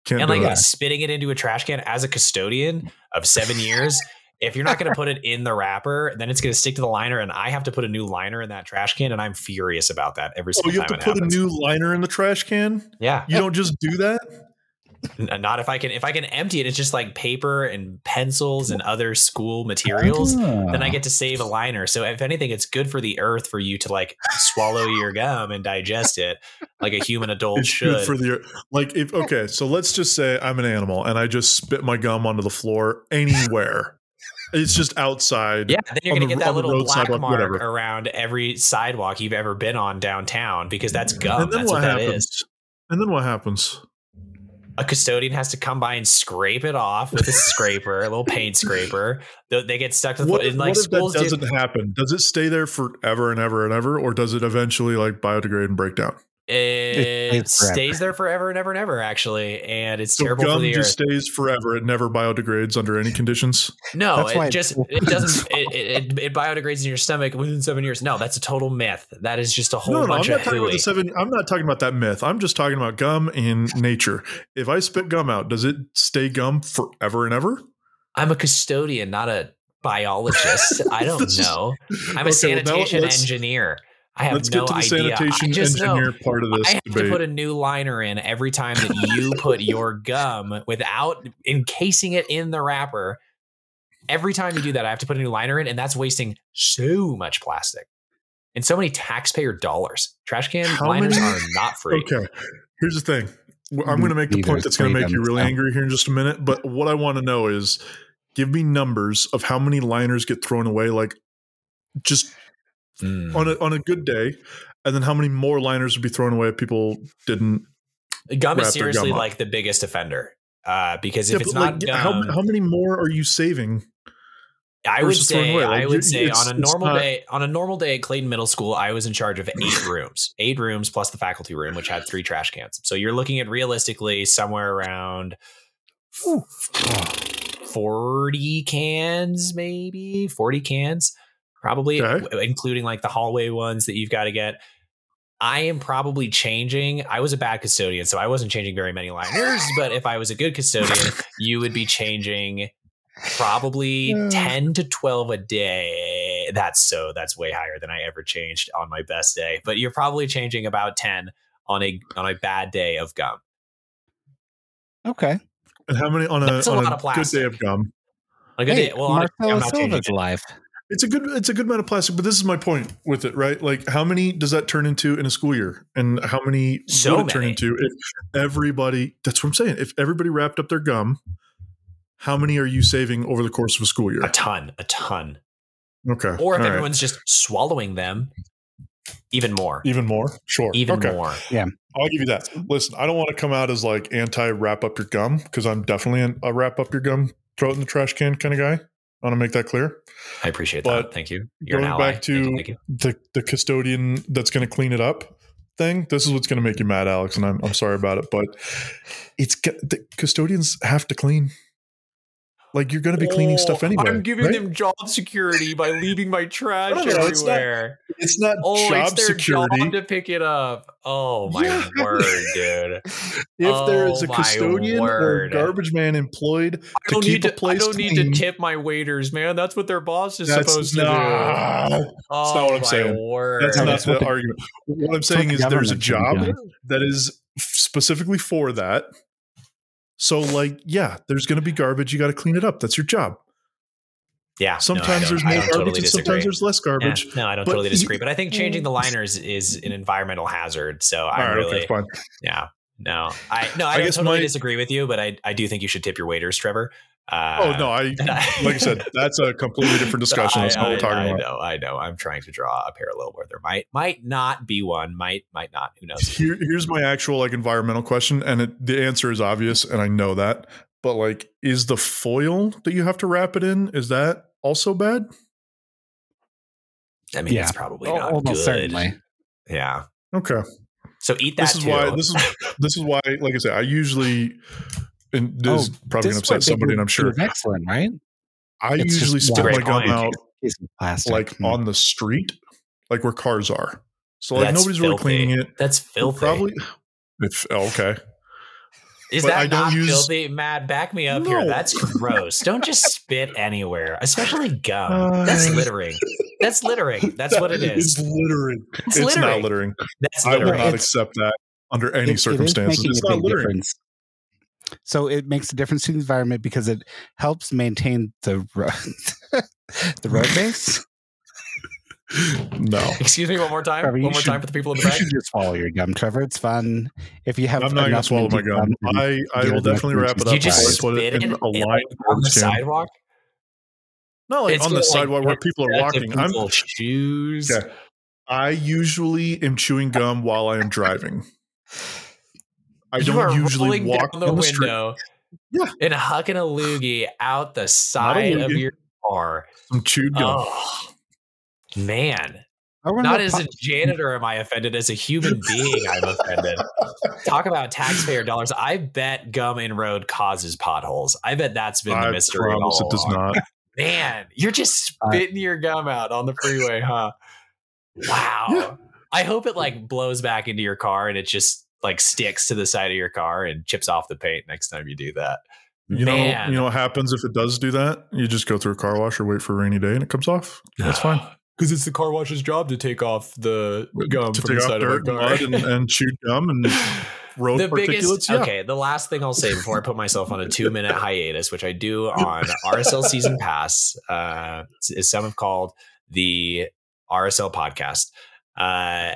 [SPEAKER 1] Can't
[SPEAKER 3] and
[SPEAKER 1] do
[SPEAKER 3] like
[SPEAKER 1] it.
[SPEAKER 3] spitting it into a trash can as a custodian of seven years. If you're not going to put it in the wrapper, then it's going to stick to the liner, and I have to put a new liner in that trash can, and I'm furious about that every
[SPEAKER 1] Oh,
[SPEAKER 3] single
[SPEAKER 1] you have
[SPEAKER 3] time
[SPEAKER 1] to
[SPEAKER 3] it
[SPEAKER 1] put
[SPEAKER 3] happens.
[SPEAKER 1] a new liner in the trash can?
[SPEAKER 3] yeah,
[SPEAKER 1] You don't just do that?
[SPEAKER 3] N- uh, not if I can if I can empty it. It's just like paper and pencils and other school materials.
[SPEAKER 1] Ah.
[SPEAKER 3] Then I get to save a liner. So if anything, it's good for the earth for you to like swallow your gum and digest it like a human adult
[SPEAKER 1] It's good
[SPEAKER 3] should.
[SPEAKER 1] for the like if okay, so let's just say I'm an animal and I just spit my gum onto the floor
[SPEAKER 3] *laughs*
[SPEAKER 1] anywhere. it's just outside.
[SPEAKER 3] Yeah, then you're
[SPEAKER 1] on
[SPEAKER 3] gonna
[SPEAKER 1] the-
[SPEAKER 3] get that
[SPEAKER 1] on the
[SPEAKER 3] little
[SPEAKER 1] road,
[SPEAKER 3] black
[SPEAKER 1] sidewalk,
[SPEAKER 3] mark
[SPEAKER 1] whatever.
[SPEAKER 3] around every sidewalk you've ever been on downtown because that's gum.
[SPEAKER 1] and then
[SPEAKER 3] That's what
[SPEAKER 1] what
[SPEAKER 3] that is.
[SPEAKER 1] happens? And then what happens?
[SPEAKER 3] A custodian has to come by and scrape it off with a scraper, a little paint scraper. They, they get stuck to the
[SPEAKER 1] What,
[SPEAKER 3] floor. And like
[SPEAKER 1] what if that
[SPEAKER 3] schools do.
[SPEAKER 1] doesn't happen? Does it stay there forever and ever and ever, or does it eventually like biodegrade and break down?
[SPEAKER 3] It,
[SPEAKER 2] It stays forever.
[SPEAKER 3] stays there forever and ever and ever, actually. And it's
[SPEAKER 1] So
[SPEAKER 3] terrible for
[SPEAKER 1] gum
[SPEAKER 3] the earth.
[SPEAKER 1] just stays forever; it never biodegrades under any conditions.
[SPEAKER 3] No,
[SPEAKER 2] That's why
[SPEAKER 3] it
[SPEAKER 2] it's
[SPEAKER 3] just
[SPEAKER 2] cool.
[SPEAKER 3] it
[SPEAKER 2] *laughs*
[SPEAKER 3] doesn't it, it, it, it biodegrades in your stomach within seven years. No, that's a total myth. That is just a whole
[SPEAKER 1] No, no, I'm
[SPEAKER 3] bunch
[SPEAKER 1] not
[SPEAKER 3] of
[SPEAKER 1] talking about
[SPEAKER 3] hooey.
[SPEAKER 1] the seven. I'm not talking about that myth. I'm just talking about gum in nature. If I spit gum out, does it stay gum forever and ever?
[SPEAKER 3] I'm a custodian, not a
[SPEAKER 1] *laughs*
[SPEAKER 3] biologist. I don't
[SPEAKER 1] This is-
[SPEAKER 3] know.
[SPEAKER 1] Okay,
[SPEAKER 3] I'm a
[SPEAKER 1] well, now
[SPEAKER 3] sanitation
[SPEAKER 1] let's-
[SPEAKER 3] engineer. I have
[SPEAKER 1] Let's
[SPEAKER 3] no
[SPEAKER 1] get to the
[SPEAKER 3] idea. I
[SPEAKER 1] sanitation
[SPEAKER 3] just know
[SPEAKER 1] engineer part of this
[SPEAKER 3] I have to
[SPEAKER 1] debate.
[SPEAKER 3] put a new liner in every time that you
[SPEAKER 1] *laughs*
[SPEAKER 3] put your gum without encasing it in the wrapper. Every time you do that, I have to put a new liner in, and that's wasting so much plastic and so many taxpayer dollars. Trash can
[SPEAKER 1] How
[SPEAKER 3] liners
[SPEAKER 1] many-
[SPEAKER 3] are not free.
[SPEAKER 1] okay, here's the thing. W- I'm going to make the
[SPEAKER 2] Neither
[SPEAKER 1] point
[SPEAKER 2] is
[SPEAKER 1] that's going to make you
[SPEAKER 2] freedom,
[SPEAKER 1] really
[SPEAKER 2] so.
[SPEAKER 1] angry here in just a minute. But what I want to know is, give me numbers of how many liners get thrown away, like just
[SPEAKER 3] Mm.
[SPEAKER 1] on a on a good day, and then how many more liners would be thrown away if people didn't.
[SPEAKER 3] Gum
[SPEAKER 1] wrap
[SPEAKER 3] is
[SPEAKER 1] their gum
[SPEAKER 3] seriously
[SPEAKER 1] up.
[SPEAKER 3] like the biggest offender uh, because if
[SPEAKER 1] Yeah,
[SPEAKER 3] it's
[SPEAKER 1] but,
[SPEAKER 3] not
[SPEAKER 1] like,
[SPEAKER 3] gum,
[SPEAKER 1] how, how many more are you saving?
[SPEAKER 3] I would
[SPEAKER 1] versus throwing
[SPEAKER 3] say
[SPEAKER 1] away. Like,
[SPEAKER 3] I
[SPEAKER 1] you-
[SPEAKER 3] would say
[SPEAKER 1] it's-
[SPEAKER 3] on a
[SPEAKER 1] it's
[SPEAKER 3] normal
[SPEAKER 1] not-
[SPEAKER 3] day on a normal day at Clayton Middle School, I was in charge of eight rooms, eight rooms plus the faculty room, which had three trash cans. So you're looking at realistically somewhere around forty cans, maybe forty cans, probably
[SPEAKER 1] Okay.
[SPEAKER 3] w- including like the hallway ones that you've got to get. I am probably changing. I was a bad custodian, so I wasn't changing very many liners. but if I was a good custodian, you would be changing probably
[SPEAKER 1] Yeah.
[SPEAKER 3] 10 to 12 a day. That's so that's way higher than I ever changed on my best day. But you're probably changing about 10 on a on a bad day of gum.
[SPEAKER 2] Ah, Okay.
[SPEAKER 1] And how many on a,
[SPEAKER 3] That's a
[SPEAKER 1] on
[SPEAKER 3] lot of
[SPEAKER 1] a good
[SPEAKER 3] plastic.
[SPEAKER 1] day of gum?
[SPEAKER 3] On a good
[SPEAKER 2] Hey,
[SPEAKER 3] day. Well, on a- I'm
[SPEAKER 2] Marcelo
[SPEAKER 3] not changing
[SPEAKER 2] Silva's
[SPEAKER 3] it.
[SPEAKER 2] life.
[SPEAKER 1] It's a good it's a good amount of plastic, but this is my point with it, right? Like how many does that turn into in a school year? And how many
[SPEAKER 3] So
[SPEAKER 1] would it turn
[SPEAKER 3] many.
[SPEAKER 1] into if everybody that's what I'm saying. If everybody wrapped up their gum, how many are you saving over the course of a school year?
[SPEAKER 3] a ton, a ton.
[SPEAKER 1] Okay.
[SPEAKER 3] Or if
[SPEAKER 1] All right.
[SPEAKER 3] everyone's just swallowing them, even more.
[SPEAKER 1] even more? Sure.
[SPEAKER 3] Even
[SPEAKER 1] okay.
[SPEAKER 3] more.
[SPEAKER 1] I'll give you that. Listen, I don't want to come out as like anti wrap up your gum because I'm definitely an, a wrap up your gum, throw it in the trash can kind of guy. I want to make that clear.
[SPEAKER 3] I appreciate
[SPEAKER 1] But
[SPEAKER 3] that. Thank you. You're an
[SPEAKER 1] going
[SPEAKER 3] ally.
[SPEAKER 1] back
[SPEAKER 3] Thank you,
[SPEAKER 1] to-
[SPEAKER 3] thank you.
[SPEAKER 1] the the custodian that's going to clean it up thing. This is what's going to make you mad, Alex, and I'm I'm sorry about it, but it's g- the custodians have to clean. Like you're going to be cleaning stuff
[SPEAKER 3] Oh,
[SPEAKER 1] anyway.
[SPEAKER 3] I'm giving
[SPEAKER 1] right?
[SPEAKER 3] them job security by leaving my trash
[SPEAKER 1] No, no, no, it's not-
[SPEAKER 3] everywhere.
[SPEAKER 1] it's not
[SPEAKER 3] oh,
[SPEAKER 1] job
[SPEAKER 3] it's their
[SPEAKER 1] security.
[SPEAKER 3] job to pick it up. Oh my
[SPEAKER 1] Yeah.
[SPEAKER 3] word,
[SPEAKER 1] *laughs*
[SPEAKER 3] dude!
[SPEAKER 1] if there is a
[SPEAKER 3] Oh, my
[SPEAKER 1] custodian or
[SPEAKER 3] word.
[SPEAKER 1] garbage man employed
[SPEAKER 3] I
[SPEAKER 1] to
[SPEAKER 3] don't
[SPEAKER 1] keep
[SPEAKER 3] need
[SPEAKER 1] a
[SPEAKER 3] to. I
[SPEAKER 1] place
[SPEAKER 3] don't need
[SPEAKER 1] clean,
[SPEAKER 3] to tip my waiters, man. That's what their boss is
[SPEAKER 1] that's
[SPEAKER 3] supposed to do.
[SPEAKER 1] not,
[SPEAKER 3] Oh,
[SPEAKER 1] not what I'm
[SPEAKER 3] my
[SPEAKER 1] saying.
[SPEAKER 3] Word.
[SPEAKER 1] that's
[SPEAKER 2] No,
[SPEAKER 1] not
[SPEAKER 2] that's
[SPEAKER 1] the
[SPEAKER 2] what the-
[SPEAKER 1] argument. What I'm
[SPEAKER 2] what
[SPEAKER 1] saying
[SPEAKER 2] the
[SPEAKER 1] is there's a
[SPEAKER 2] government should be
[SPEAKER 1] job
[SPEAKER 2] doing.
[SPEAKER 1] that is specifically for that. So, like, yeah, there's going to be garbage. You got to clean it up. That's your job.
[SPEAKER 3] yeah.
[SPEAKER 1] Sometimes
[SPEAKER 3] no, I
[SPEAKER 1] there's
[SPEAKER 3] don't-
[SPEAKER 1] no
[SPEAKER 3] I don't
[SPEAKER 1] garbage,
[SPEAKER 3] totally
[SPEAKER 1] and
[SPEAKER 3] disagree.
[SPEAKER 1] sometimes there's less
[SPEAKER 3] Yeah,
[SPEAKER 1] garbage.
[SPEAKER 3] no, I don't
[SPEAKER 1] but
[SPEAKER 3] totally
[SPEAKER 1] you-
[SPEAKER 3] disagree. But I think changing the liners is an environmental hazard. So I'm
[SPEAKER 1] All right,
[SPEAKER 3] really,
[SPEAKER 1] okay, fine.
[SPEAKER 3] yeah. No, I no, I,
[SPEAKER 1] I
[SPEAKER 3] don't
[SPEAKER 1] guess
[SPEAKER 3] totally
[SPEAKER 1] my-
[SPEAKER 3] disagree with you, but I, I do think you should tip your waiters, Trevor. Uh,
[SPEAKER 1] oh no, I like I said,
[SPEAKER 3] *laughs*
[SPEAKER 1] that's a completely different discussion. That's not what we're talking
[SPEAKER 3] I,
[SPEAKER 1] about.
[SPEAKER 3] know, I know. I'm trying to draw a parallel where there might might not be one, might might not. Who knows?
[SPEAKER 1] Here, here's my actual like environmental question, and it, the answer is obvious, and I know that. But like, is the foil that you have to wrap it in is that also bad?
[SPEAKER 3] I mean,
[SPEAKER 2] Yeah.
[SPEAKER 3] it's probably
[SPEAKER 2] Al-
[SPEAKER 3] not
[SPEAKER 2] almost
[SPEAKER 3] good.
[SPEAKER 2] certainly.
[SPEAKER 3] Yeah.
[SPEAKER 1] Okay,
[SPEAKER 3] So eat that.
[SPEAKER 1] this is
[SPEAKER 3] too.
[SPEAKER 1] why this is this is why like I said, I usually and this
[SPEAKER 2] Oh,
[SPEAKER 1] is probably
[SPEAKER 2] This
[SPEAKER 1] gonna
[SPEAKER 2] is what
[SPEAKER 1] upset somebody,
[SPEAKER 2] Big
[SPEAKER 1] and I'm sure
[SPEAKER 2] Blue is excellent, right?
[SPEAKER 1] I
[SPEAKER 2] It's just
[SPEAKER 1] usually spit
[SPEAKER 2] one
[SPEAKER 1] my
[SPEAKER 3] Great
[SPEAKER 1] gum
[SPEAKER 3] point.
[SPEAKER 1] out
[SPEAKER 2] Piece of plastic.
[SPEAKER 1] like
[SPEAKER 2] Hmm.
[SPEAKER 1] on the street, like where cars are. So like
[SPEAKER 3] That's
[SPEAKER 1] nobody's really
[SPEAKER 3] filthy.
[SPEAKER 1] cleaning it.
[SPEAKER 3] That's filthy.
[SPEAKER 1] Probably. If oh, okay,
[SPEAKER 3] Is
[SPEAKER 1] But
[SPEAKER 3] that
[SPEAKER 1] I don't
[SPEAKER 3] not
[SPEAKER 1] use-
[SPEAKER 3] filthy? Matt, back me up here.
[SPEAKER 1] No.
[SPEAKER 3] That's gross.
[SPEAKER 1] *laughs*
[SPEAKER 3] don't just spit anywhere, especially gum.
[SPEAKER 1] Uh,
[SPEAKER 3] That's littering. That's littering.
[SPEAKER 1] *laughs*
[SPEAKER 3] That's what it
[SPEAKER 1] It's
[SPEAKER 3] is.
[SPEAKER 1] littering.
[SPEAKER 3] It's
[SPEAKER 1] It's, not
[SPEAKER 3] littering.
[SPEAKER 1] littering.
[SPEAKER 3] That's
[SPEAKER 1] I will
[SPEAKER 3] littering.
[SPEAKER 1] not
[SPEAKER 2] It's-
[SPEAKER 1] accept that under
[SPEAKER 2] It-
[SPEAKER 1] any
[SPEAKER 2] it is
[SPEAKER 1] circumstances.
[SPEAKER 2] making
[SPEAKER 1] It's
[SPEAKER 2] a
[SPEAKER 1] not
[SPEAKER 2] big
[SPEAKER 1] littering.
[SPEAKER 2] difference. So it makes a difference to the environment because it helps maintain the road, *laughs*
[SPEAKER 1] *laughs*
[SPEAKER 2] the road base.
[SPEAKER 1] No.
[SPEAKER 3] Excuse me one more time.
[SPEAKER 2] Trevor, you
[SPEAKER 3] one more
[SPEAKER 2] should-
[SPEAKER 3] time for the people in the
[SPEAKER 2] You
[SPEAKER 3] back.
[SPEAKER 2] should just swallow your gum, Trevor. It's fun. If you have,
[SPEAKER 1] I'm not going to
[SPEAKER 2] enough
[SPEAKER 1] swallow my
[SPEAKER 2] minty
[SPEAKER 1] gum.
[SPEAKER 2] then
[SPEAKER 1] I, I
[SPEAKER 2] Yeah,
[SPEAKER 1] will
[SPEAKER 2] that's
[SPEAKER 1] definitely wrap it
[SPEAKER 2] interesting.
[SPEAKER 1] up.
[SPEAKER 3] you
[SPEAKER 1] before
[SPEAKER 3] just
[SPEAKER 1] I put
[SPEAKER 3] spit
[SPEAKER 1] it in
[SPEAKER 3] it
[SPEAKER 1] a line
[SPEAKER 3] on the
[SPEAKER 1] garbage can.
[SPEAKER 3] sidewalk.
[SPEAKER 1] Not like
[SPEAKER 3] It's
[SPEAKER 1] on the
[SPEAKER 3] gonna, like,
[SPEAKER 1] sidewalk where
[SPEAKER 3] get
[SPEAKER 1] people are
[SPEAKER 3] That's
[SPEAKER 1] walking.
[SPEAKER 3] if
[SPEAKER 1] I'm,
[SPEAKER 3] people shoes.
[SPEAKER 1] Okay. I usually am chewing gum while I am driving. I
[SPEAKER 3] You
[SPEAKER 1] don't
[SPEAKER 3] are
[SPEAKER 1] usually
[SPEAKER 3] rolling
[SPEAKER 1] walk
[SPEAKER 3] down
[SPEAKER 1] on the street.
[SPEAKER 3] window
[SPEAKER 1] Yeah.
[SPEAKER 3] and hucking a loogie out the side of
[SPEAKER 1] loogie.
[SPEAKER 3] your car.
[SPEAKER 1] I'm chewed gum.
[SPEAKER 3] Oh, man.
[SPEAKER 2] I wanna
[SPEAKER 3] Not
[SPEAKER 2] know
[SPEAKER 3] as
[SPEAKER 2] po-
[SPEAKER 3] a janitor am I offended, as
[SPEAKER 1] *laughs*
[SPEAKER 3] a human being, I'm offended. Talk about taxpayer dollars. I bet gum in road causes potholes. I bet that's been the
[SPEAKER 1] I
[SPEAKER 3] mystery.
[SPEAKER 1] promise
[SPEAKER 3] all
[SPEAKER 1] it does
[SPEAKER 3] along. *laughs*
[SPEAKER 1] not.
[SPEAKER 3] Man, you're just spitting your gum out on the freeway, huh? Wow.
[SPEAKER 1] Yeah.
[SPEAKER 3] I hope it like blows back into your car and it just like sticks to the side of your car and chips off the paint next time you do that.
[SPEAKER 1] You
[SPEAKER 3] Man.
[SPEAKER 1] know, you know what happens if it does do that? You just go through a car wash or wait for a rainy day and it comes
[SPEAKER 3] *sighs*
[SPEAKER 1] off. That's fine.
[SPEAKER 3] Because it's the car wash's job to take off the gum
[SPEAKER 1] to
[SPEAKER 3] from
[SPEAKER 1] take
[SPEAKER 3] the
[SPEAKER 1] off
[SPEAKER 3] side of our
[SPEAKER 1] dirt, and
[SPEAKER 3] car.
[SPEAKER 1] mud, and, and chewed gum
[SPEAKER 3] *laughs*
[SPEAKER 1] and road
[SPEAKER 3] the
[SPEAKER 1] particulates.
[SPEAKER 3] biggest
[SPEAKER 1] yeah.
[SPEAKER 3] okay the last thing i'll say before i put myself on a two minute hiatus which i do on rsl season pass uh is some have called the rsl podcast uh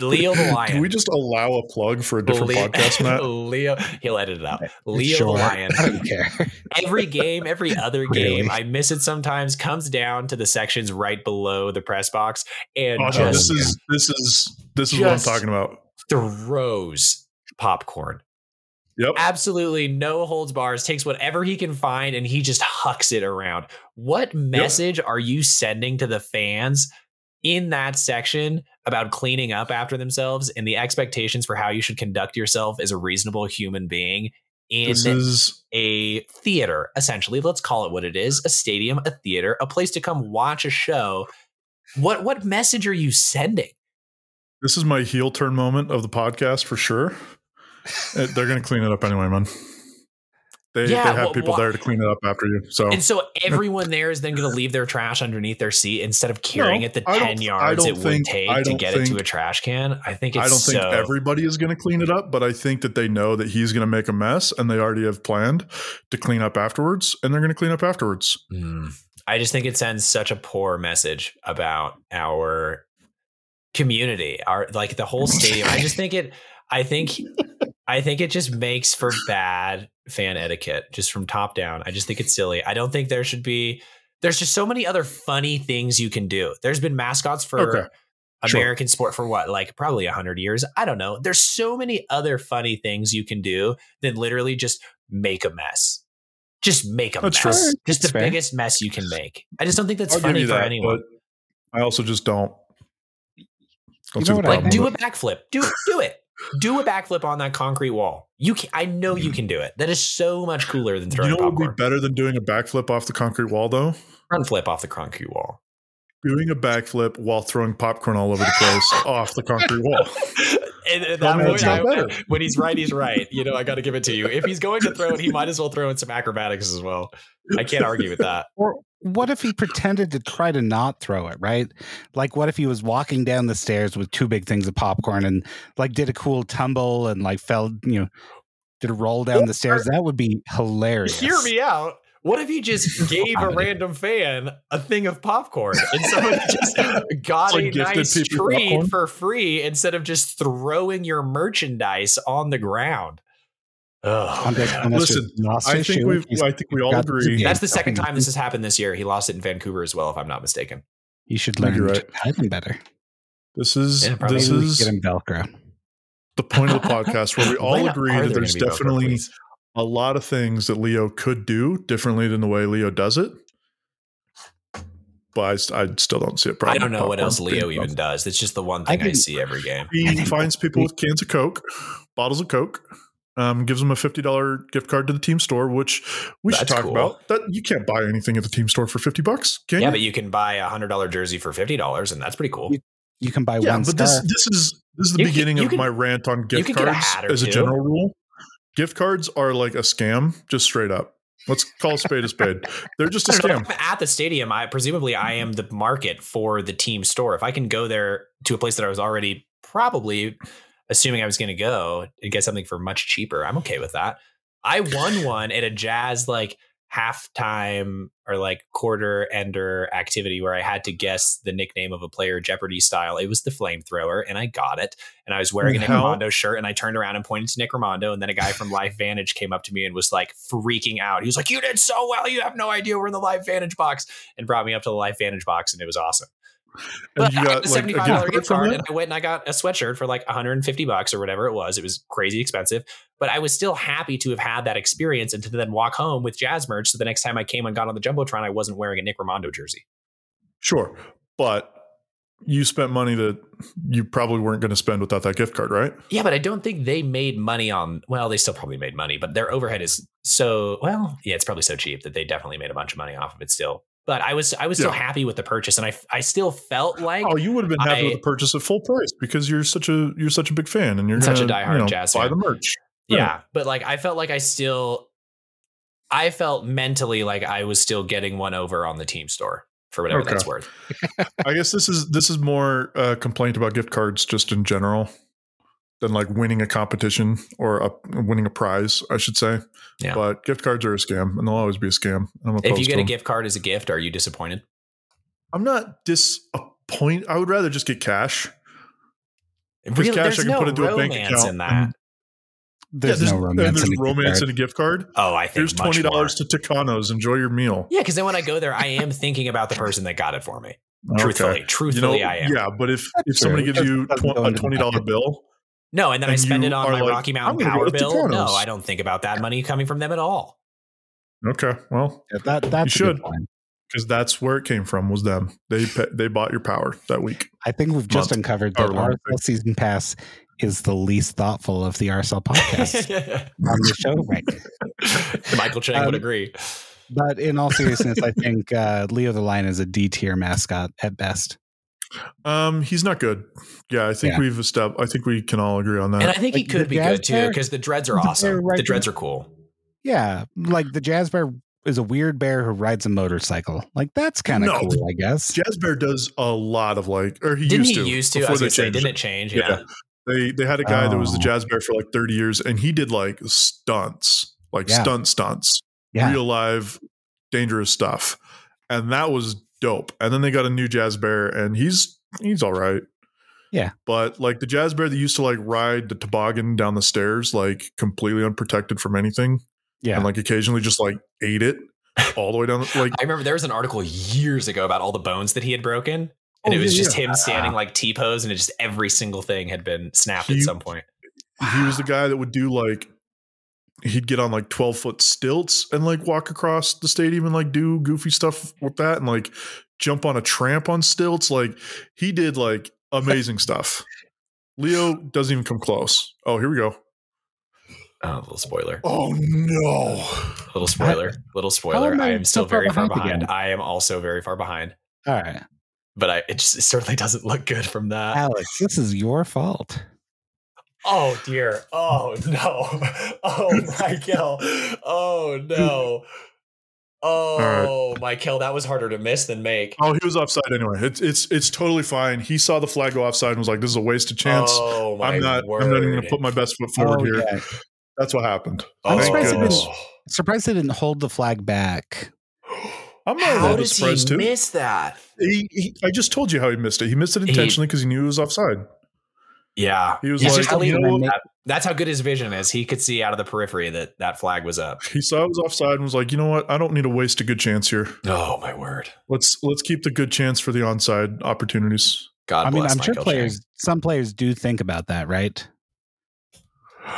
[SPEAKER 3] leo the
[SPEAKER 1] *laughs*
[SPEAKER 3] lion
[SPEAKER 1] Can we just allow a plug for a different
[SPEAKER 3] Le-
[SPEAKER 1] podcast, Matt?
[SPEAKER 3] leo he'll edit it out leo
[SPEAKER 2] Sure.
[SPEAKER 3] the lion
[SPEAKER 2] I don't care. *laughs*
[SPEAKER 3] every game, every other
[SPEAKER 2] Really?
[SPEAKER 3] game, I miss it sometimes, comes down to the sections right below the press box and
[SPEAKER 1] Oh,
[SPEAKER 2] yeah.
[SPEAKER 1] no, this
[SPEAKER 3] just
[SPEAKER 1] is this is this is what I'm
[SPEAKER 3] Just-
[SPEAKER 1] talking about.
[SPEAKER 3] throws popcorn.
[SPEAKER 1] Yep.
[SPEAKER 3] Absolutely no holds bars, takes whatever he can find and he just hucks it around. What message are you sending to the fans in that section about cleaning up after themselves and the expectations for how you should conduct yourself as a reasonable human being in
[SPEAKER 1] This is
[SPEAKER 3] a theater, essentially. Let's call it what it is: a stadium, a theater, a place to come watch a show. What what message are you sending?
[SPEAKER 1] this is my heel turn moment of the podcast for sure. Uh, They're going to clean it up anyway, man. They,
[SPEAKER 3] Yeah,
[SPEAKER 1] they have
[SPEAKER 3] wh-
[SPEAKER 1] people
[SPEAKER 3] wh-
[SPEAKER 1] there to clean it up after you. So
[SPEAKER 3] And
[SPEAKER 1] *laughs*
[SPEAKER 3] so everyone there is then going to leave their trash underneath their seat instead of carrying
[SPEAKER 1] No,
[SPEAKER 3] it the
[SPEAKER 1] I don't-
[SPEAKER 3] ten
[SPEAKER 1] I
[SPEAKER 3] yards
[SPEAKER 1] don't
[SPEAKER 3] it would
[SPEAKER 1] think- I
[SPEAKER 3] take to
[SPEAKER 1] don't
[SPEAKER 3] get it to
[SPEAKER 1] think-
[SPEAKER 3] a trash can. I think it's
[SPEAKER 1] I don't think
[SPEAKER 3] so-
[SPEAKER 1] everybody is going to clean it up, but I think that they know that he's going to make a mess and they already have planned to clean up afterwards and they're going to clean up afterwards.
[SPEAKER 3] Mm. I just think it sends such a poor message about our community, our like the whole stadium. I just think it I think I think it just makes for bad fan etiquette just from top down. I just think it's silly. I don't think there should be there's just so many other funny things you can do. There's been mascots for
[SPEAKER 1] Okay. Sure.
[SPEAKER 3] American sport for what, like probably 100 years? I don't know. There's so many other funny things you can do than literally just make a mess. Just make a
[SPEAKER 1] That's
[SPEAKER 3] mess.
[SPEAKER 2] fair.
[SPEAKER 3] Just the
[SPEAKER 2] That's fair.
[SPEAKER 3] biggest mess you can make. I just don't think that's
[SPEAKER 1] I'll give
[SPEAKER 3] funny
[SPEAKER 1] you
[SPEAKER 3] for
[SPEAKER 1] that,
[SPEAKER 3] anyone.
[SPEAKER 1] but I also just don't.
[SPEAKER 2] You
[SPEAKER 1] Don't
[SPEAKER 2] know
[SPEAKER 1] see the
[SPEAKER 2] what I-
[SPEAKER 1] problem.
[SPEAKER 3] Like,
[SPEAKER 2] but-
[SPEAKER 3] do
[SPEAKER 1] with
[SPEAKER 3] a backflip. Do do it. Do a backflip on that concrete wall. You can, I know you can do it. That is so much cooler than
[SPEAKER 1] it. You
[SPEAKER 3] throwing
[SPEAKER 1] know what would
[SPEAKER 3] popcorn.
[SPEAKER 1] be better than doing a backflip off the concrete wall, though?
[SPEAKER 3] Front flip off the concrete wall.
[SPEAKER 1] Doing a backflip while throwing popcorn all over the
[SPEAKER 3] *laughs*
[SPEAKER 1] place off the concrete wall.
[SPEAKER 3] and at
[SPEAKER 1] Tell
[SPEAKER 3] that
[SPEAKER 1] me
[SPEAKER 3] point,
[SPEAKER 1] it's not
[SPEAKER 3] I-
[SPEAKER 1] better.
[SPEAKER 3] when he's right, he's right. You know, I got to give it to you. If he's going to throw it, he might as well throw in some acrobatics as well. I can't argue with that.
[SPEAKER 2] Or what if he pretended to try to not throw it, right? Like, what if he was walking down the stairs with two big things of popcorn and like did a cool tumble and like fell, you know, did a roll down the stairs? That would be hilarious.
[SPEAKER 3] Hear me out. What if you
[SPEAKER 1] *laughs*
[SPEAKER 3] just gave a
[SPEAKER 2] Comedy.
[SPEAKER 3] random fan a thing of popcorn and somebody *laughs* just
[SPEAKER 1] It's like
[SPEAKER 3] got a
[SPEAKER 1] gifted
[SPEAKER 3] nice
[SPEAKER 1] people
[SPEAKER 3] treat
[SPEAKER 1] popcorn.
[SPEAKER 3] for free instead of just throwing your merchandise on the ground? Oh,
[SPEAKER 2] Context on this
[SPEAKER 1] Listen,
[SPEAKER 2] is lost
[SPEAKER 1] I
[SPEAKER 2] issue.
[SPEAKER 1] think we've.
[SPEAKER 2] He's-
[SPEAKER 1] I think we all
[SPEAKER 2] got this
[SPEAKER 1] agree.
[SPEAKER 2] again.
[SPEAKER 3] that's the second time this has happened this year. He lost it in Vancouver as well, if I'm not mistaken.
[SPEAKER 2] you should
[SPEAKER 1] You're
[SPEAKER 2] learn to
[SPEAKER 1] right.
[SPEAKER 2] hide him better.
[SPEAKER 1] This is
[SPEAKER 3] Yeah, probably.
[SPEAKER 1] this
[SPEAKER 2] Maybe we
[SPEAKER 1] is
[SPEAKER 2] get him Velcro.
[SPEAKER 1] the point of the podcast
[SPEAKER 3] *laughs*
[SPEAKER 1] where we all
[SPEAKER 3] When
[SPEAKER 1] agree
[SPEAKER 3] are
[SPEAKER 1] that
[SPEAKER 3] there
[SPEAKER 1] there's
[SPEAKER 3] gonna be Velcro
[SPEAKER 1] definitely
[SPEAKER 3] police?
[SPEAKER 1] a lot of things that Leo could do differently than the way Leo does it. But I s- I, still don't see a problem.
[SPEAKER 3] I don't know what
[SPEAKER 1] Popcorn
[SPEAKER 3] else Leo
[SPEAKER 1] being
[SPEAKER 3] even
[SPEAKER 1] popcorn.
[SPEAKER 3] does. It's just the one
[SPEAKER 2] I
[SPEAKER 3] thing I,
[SPEAKER 2] can-
[SPEAKER 3] see every game. *laughs*
[SPEAKER 1] He finds people with cans of Coke, bottles of Coke, um, gives them a fifty dollar gift card to the team store, which we should
[SPEAKER 3] That's
[SPEAKER 1] talk
[SPEAKER 3] cool.
[SPEAKER 1] about. That you can't buy anything at the team store for fifty bucks, can
[SPEAKER 3] Yeah,
[SPEAKER 1] you?
[SPEAKER 3] but you can buy a hundred dollar jersey for fifty dollars, and that's pretty cool.
[SPEAKER 2] You can buy
[SPEAKER 1] yeah,
[SPEAKER 2] one
[SPEAKER 1] but
[SPEAKER 2] star.
[SPEAKER 1] this this is this is the
[SPEAKER 3] You can-
[SPEAKER 1] beginning
[SPEAKER 3] you
[SPEAKER 1] of
[SPEAKER 3] can-
[SPEAKER 1] my rant on gift
[SPEAKER 3] can get a
[SPEAKER 1] cards
[SPEAKER 3] hat or
[SPEAKER 1] as a
[SPEAKER 3] two.
[SPEAKER 1] general rule. Gift cards are like a scam, just straight up. Let's call a spade a spade. They're just a
[SPEAKER 3] *laughs* I don't know, if
[SPEAKER 1] scam.
[SPEAKER 3] I'm at the stadium. I presumably I am the market for the team store. If I can go there to a place that I was already probably assuming I was going to go and get something for much cheaper, I'm okay with that. I won one at a jazz like halftime or like quarter ender activity where I had to guess the nickname of a player Jeopardy style. It was the flamethrower, and I got it. And I was wearing a Nick
[SPEAKER 1] How-
[SPEAKER 3] Romano shirt, and I turned around and pointed to Nick Romano, and then a guy from Life Vantage came up to me and was like freaking out. He was like, "You did so well! You have no idea we're in the Life Vantage box," and brought me up to the Life Vantage box, and it was awesome.
[SPEAKER 1] And
[SPEAKER 3] But
[SPEAKER 1] you
[SPEAKER 3] I
[SPEAKER 1] got
[SPEAKER 3] got
[SPEAKER 1] like a
[SPEAKER 3] a
[SPEAKER 1] gift
[SPEAKER 3] seventy-five dollar
[SPEAKER 1] card
[SPEAKER 3] gift
[SPEAKER 1] from
[SPEAKER 3] card,
[SPEAKER 1] that?
[SPEAKER 3] and I went and I got a sweatshirt for like 150 bucks or whatever it was. It was crazy expensive, but I was still happy to have had that experience and to then walk home with jazz merch. So the next time I came and got on the jumbotron, I wasn't wearing a Nick Romano jersey.
[SPEAKER 1] Sure, but you spent money that you probably weren't going to spend without that gift card, right?
[SPEAKER 3] Yeah, but I don't think they made money on. Well, they still probably made money, but their overhead is so well. Yeah, it's probably so cheap that they definitely made a bunch of money off of it still. But I was I was still
[SPEAKER 1] Yeah.
[SPEAKER 3] happy with the purchase, and I I still felt like
[SPEAKER 1] Oh, you would have been happy
[SPEAKER 3] I-
[SPEAKER 1] with the purchase at full price because you're such a you're such a big fan and you're
[SPEAKER 3] Such a
[SPEAKER 1] gonna,
[SPEAKER 3] diehard
[SPEAKER 1] you know,
[SPEAKER 3] Jazz
[SPEAKER 1] buy
[SPEAKER 3] fan.
[SPEAKER 1] the merch.
[SPEAKER 3] yeah.
[SPEAKER 1] Yeah.
[SPEAKER 3] but like i felt like i still i felt mentally like i was still getting one over on the team store for whatever
[SPEAKER 1] Okay.
[SPEAKER 3] that's worth
[SPEAKER 1] I guess this is this is more uh, complaint about gift cards just in general than like winning a competition or a, winning a prize, I should say.
[SPEAKER 3] Yeah.
[SPEAKER 1] But gift cards are a scam, and they'll always be a scam. and I'm
[SPEAKER 3] if you
[SPEAKER 1] opposed to
[SPEAKER 3] get a
[SPEAKER 1] them.
[SPEAKER 3] gift card as a gift are you disappointed
[SPEAKER 1] I'm not disappointed. I would rather just get cash. If
[SPEAKER 3] Really,
[SPEAKER 1] it's cash,
[SPEAKER 3] there's
[SPEAKER 1] I can
[SPEAKER 3] no
[SPEAKER 1] put it into a bank
[SPEAKER 3] romance
[SPEAKER 1] account. and-
[SPEAKER 3] in that
[SPEAKER 2] there's,
[SPEAKER 1] yeah,
[SPEAKER 2] no romance.
[SPEAKER 1] There's
[SPEAKER 2] in a gift
[SPEAKER 1] romance
[SPEAKER 2] card.
[SPEAKER 1] in a gift card.
[SPEAKER 3] oh i think
[SPEAKER 1] Here's
[SPEAKER 3] much
[SPEAKER 1] twenty dollars
[SPEAKER 3] more.
[SPEAKER 1] to Tucano's. Enjoy your meal.
[SPEAKER 3] yeah because then when i go there i am thinking about the person that got it for me *laughs* truthfully
[SPEAKER 1] you know,
[SPEAKER 3] truthfully i am
[SPEAKER 1] yeah. But if if
[SPEAKER 2] That's
[SPEAKER 1] somebody
[SPEAKER 2] true.
[SPEAKER 1] gives you
[SPEAKER 2] Doesn't
[SPEAKER 1] tw-
[SPEAKER 2] go
[SPEAKER 1] a
[SPEAKER 2] into the
[SPEAKER 1] twenty dollar bill,
[SPEAKER 3] no and then i
[SPEAKER 1] And
[SPEAKER 3] spend
[SPEAKER 1] you
[SPEAKER 3] it on
[SPEAKER 1] are
[SPEAKER 3] my
[SPEAKER 1] like,
[SPEAKER 3] rocky
[SPEAKER 1] "I'm
[SPEAKER 3] mountain
[SPEAKER 1] gonna go
[SPEAKER 3] power
[SPEAKER 1] to
[SPEAKER 3] bill no
[SPEAKER 1] Tucano's."
[SPEAKER 3] i don't think about that money coming from them at all
[SPEAKER 1] okay, well,
[SPEAKER 2] Yeah, that, that's a
[SPEAKER 1] You
[SPEAKER 2] good
[SPEAKER 1] should.
[SPEAKER 2] point.
[SPEAKER 1] because that's where it came from was them. They pe- they bought your power that week.
[SPEAKER 2] I think we've just
[SPEAKER 1] Month.
[SPEAKER 2] uncovered
[SPEAKER 1] Or
[SPEAKER 2] that
[SPEAKER 1] long.
[SPEAKER 2] RSL season pass is the least thoughtful of the
[SPEAKER 3] *laughs*
[SPEAKER 2] RSL podcasts on the show right
[SPEAKER 3] michael chang
[SPEAKER 2] Um,
[SPEAKER 3] would agree
[SPEAKER 2] But in all seriousness, I think uh, Leo the Lion is a D tier mascot at best.
[SPEAKER 1] Um, he's not good. Yeah, I think
[SPEAKER 2] Yeah.
[SPEAKER 1] we've established. I think we can all agree on that.
[SPEAKER 3] and i think he
[SPEAKER 2] like,
[SPEAKER 3] could
[SPEAKER 2] the
[SPEAKER 3] be
[SPEAKER 2] jazz
[SPEAKER 3] good too
[SPEAKER 2] player-
[SPEAKER 3] because the dreads are
[SPEAKER 2] the player
[SPEAKER 3] awesome
[SPEAKER 2] right
[SPEAKER 3] the dreads are cool
[SPEAKER 2] Yeah, like the jazz bear is a weird bear who rides a motorcycle. Like that's kind of
[SPEAKER 1] No.
[SPEAKER 2] cool, I guess.
[SPEAKER 1] Jazz Bear does a lot of like, or he
[SPEAKER 3] didn't
[SPEAKER 1] used
[SPEAKER 3] he
[SPEAKER 1] to.
[SPEAKER 3] used to? I
[SPEAKER 1] before
[SPEAKER 3] was
[SPEAKER 1] they
[SPEAKER 3] gonna say,
[SPEAKER 1] changed
[SPEAKER 3] didn't it change?
[SPEAKER 1] Yeah.
[SPEAKER 3] Yeah.
[SPEAKER 1] They they had a guy that was the
[SPEAKER 2] Oh.
[SPEAKER 1] Jazz Bear for like thirty years, and he did like stunts, like
[SPEAKER 2] Yeah.
[SPEAKER 1] stunt stunts,
[SPEAKER 2] Yeah,
[SPEAKER 1] real live, dangerous stuff, and that was dope. And then they got a new Jazz Bear, and he's he's all right.
[SPEAKER 2] Yeah.
[SPEAKER 1] but like the Jazz Bear that used to like ride the toboggan down the stairs, like completely unprotected from anything,
[SPEAKER 2] yeah.
[SPEAKER 1] and like occasionally just like ate it all the way down.
[SPEAKER 3] *laughs*
[SPEAKER 1] the- Like
[SPEAKER 3] I remember there was an article years ago about all the bones that he had broken. And
[SPEAKER 1] Oh,
[SPEAKER 3] it was
[SPEAKER 1] yeah,
[SPEAKER 3] just him standing like T pose and it just every single thing had been snapped
[SPEAKER 1] He-
[SPEAKER 3] at some point.
[SPEAKER 1] he was the guy that would do like he'd get on like 12 foot stilts and like walk across the stadium and like do goofy stuff with that and like jump on a tramp on stilts like he did like amazing stuff leo doesn't even come close oh here we go
[SPEAKER 3] Oh, little spoiler.
[SPEAKER 1] oh no
[SPEAKER 3] Little spoiler. little spoiler.
[SPEAKER 2] am I
[SPEAKER 3] I am still
[SPEAKER 2] so far
[SPEAKER 3] very far
[SPEAKER 2] behind
[SPEAKER 3] behind.
[SPEAKER 2] again?
[SPEAKER 3] I am also very far behind.
[SPEAKER 2] all right,
[SPEAKER 3] But I it just it certainly doesn't look good from
[SPEAKER 1] Ah.
[SPEAKER 3] that.
[SPEAKER 2] Alex, this is your fault.
[SPEAKER 3] Oh dear. Oh no. *laughs* Oh Michael. Oh no. Oh Michael, that was harder to miss than make.
[SPEAKER 1] oh he was offside anyway it's it's it's totally fine he saw the flag go offside and was like this is a wasted chance
[SPEAKER 3] Oh my
[SPEAKER 2] Oh,
[SPEAKER 1] i'm not i'm not even gonna put my best foot forward here that's what happened
[SPEAKER 2] I'm
[SPEAKER 1] Thank
[SPEAKER 2] surprised it
[SPEAKER 1] goodness.
[SPEAKER 2] didn't- surprised they didn't hold the flag back.
[SPEAKER 1] *gasps* I'm not a
[SPEAKER 4] How
[SPEAKER 1] little
[SPEAKER 4] did he
[SPEAKER 1] surprised too.
[SPEAKER 4] miss that?
[SPEAKER 1] He- he- I just told you how he missed it. He missed it
[SPEAKER 3] He-
[SPEAKER 1] intentionally because he knew it was offside.
[SPEAKER 3] Yeah.
[SPEAKER 1] He was
[SPEAKER 3] He's
[SPEAKER 1] like,
[SPEAKER 3] just a
[SPEAKER 1] you
[SPEAKER 3] leader
[SPEAKER 1] know
[SPEAKER 2] and
[SPEAKER 1] what?
[SPEAKER 3] That's how good his vision is. He could see out of the periphery that that flag was up.
[SPEAKER 1] he saw it was offside and was like, you know what? I don't need to waste a good chance here.
[SPEAKER 3] Oh my word.
[SPEAKER 1] Let's let's keep the good chance for the onside opportunities.
[SPEAKER 4] God
[SPEAKER 2] I mean,
[SPEAKER 4] bless
[SPEAKER 2] I'm
[SPEAKER 4] Michael
[SPEAKER 2] sure players, some players do think about that, right?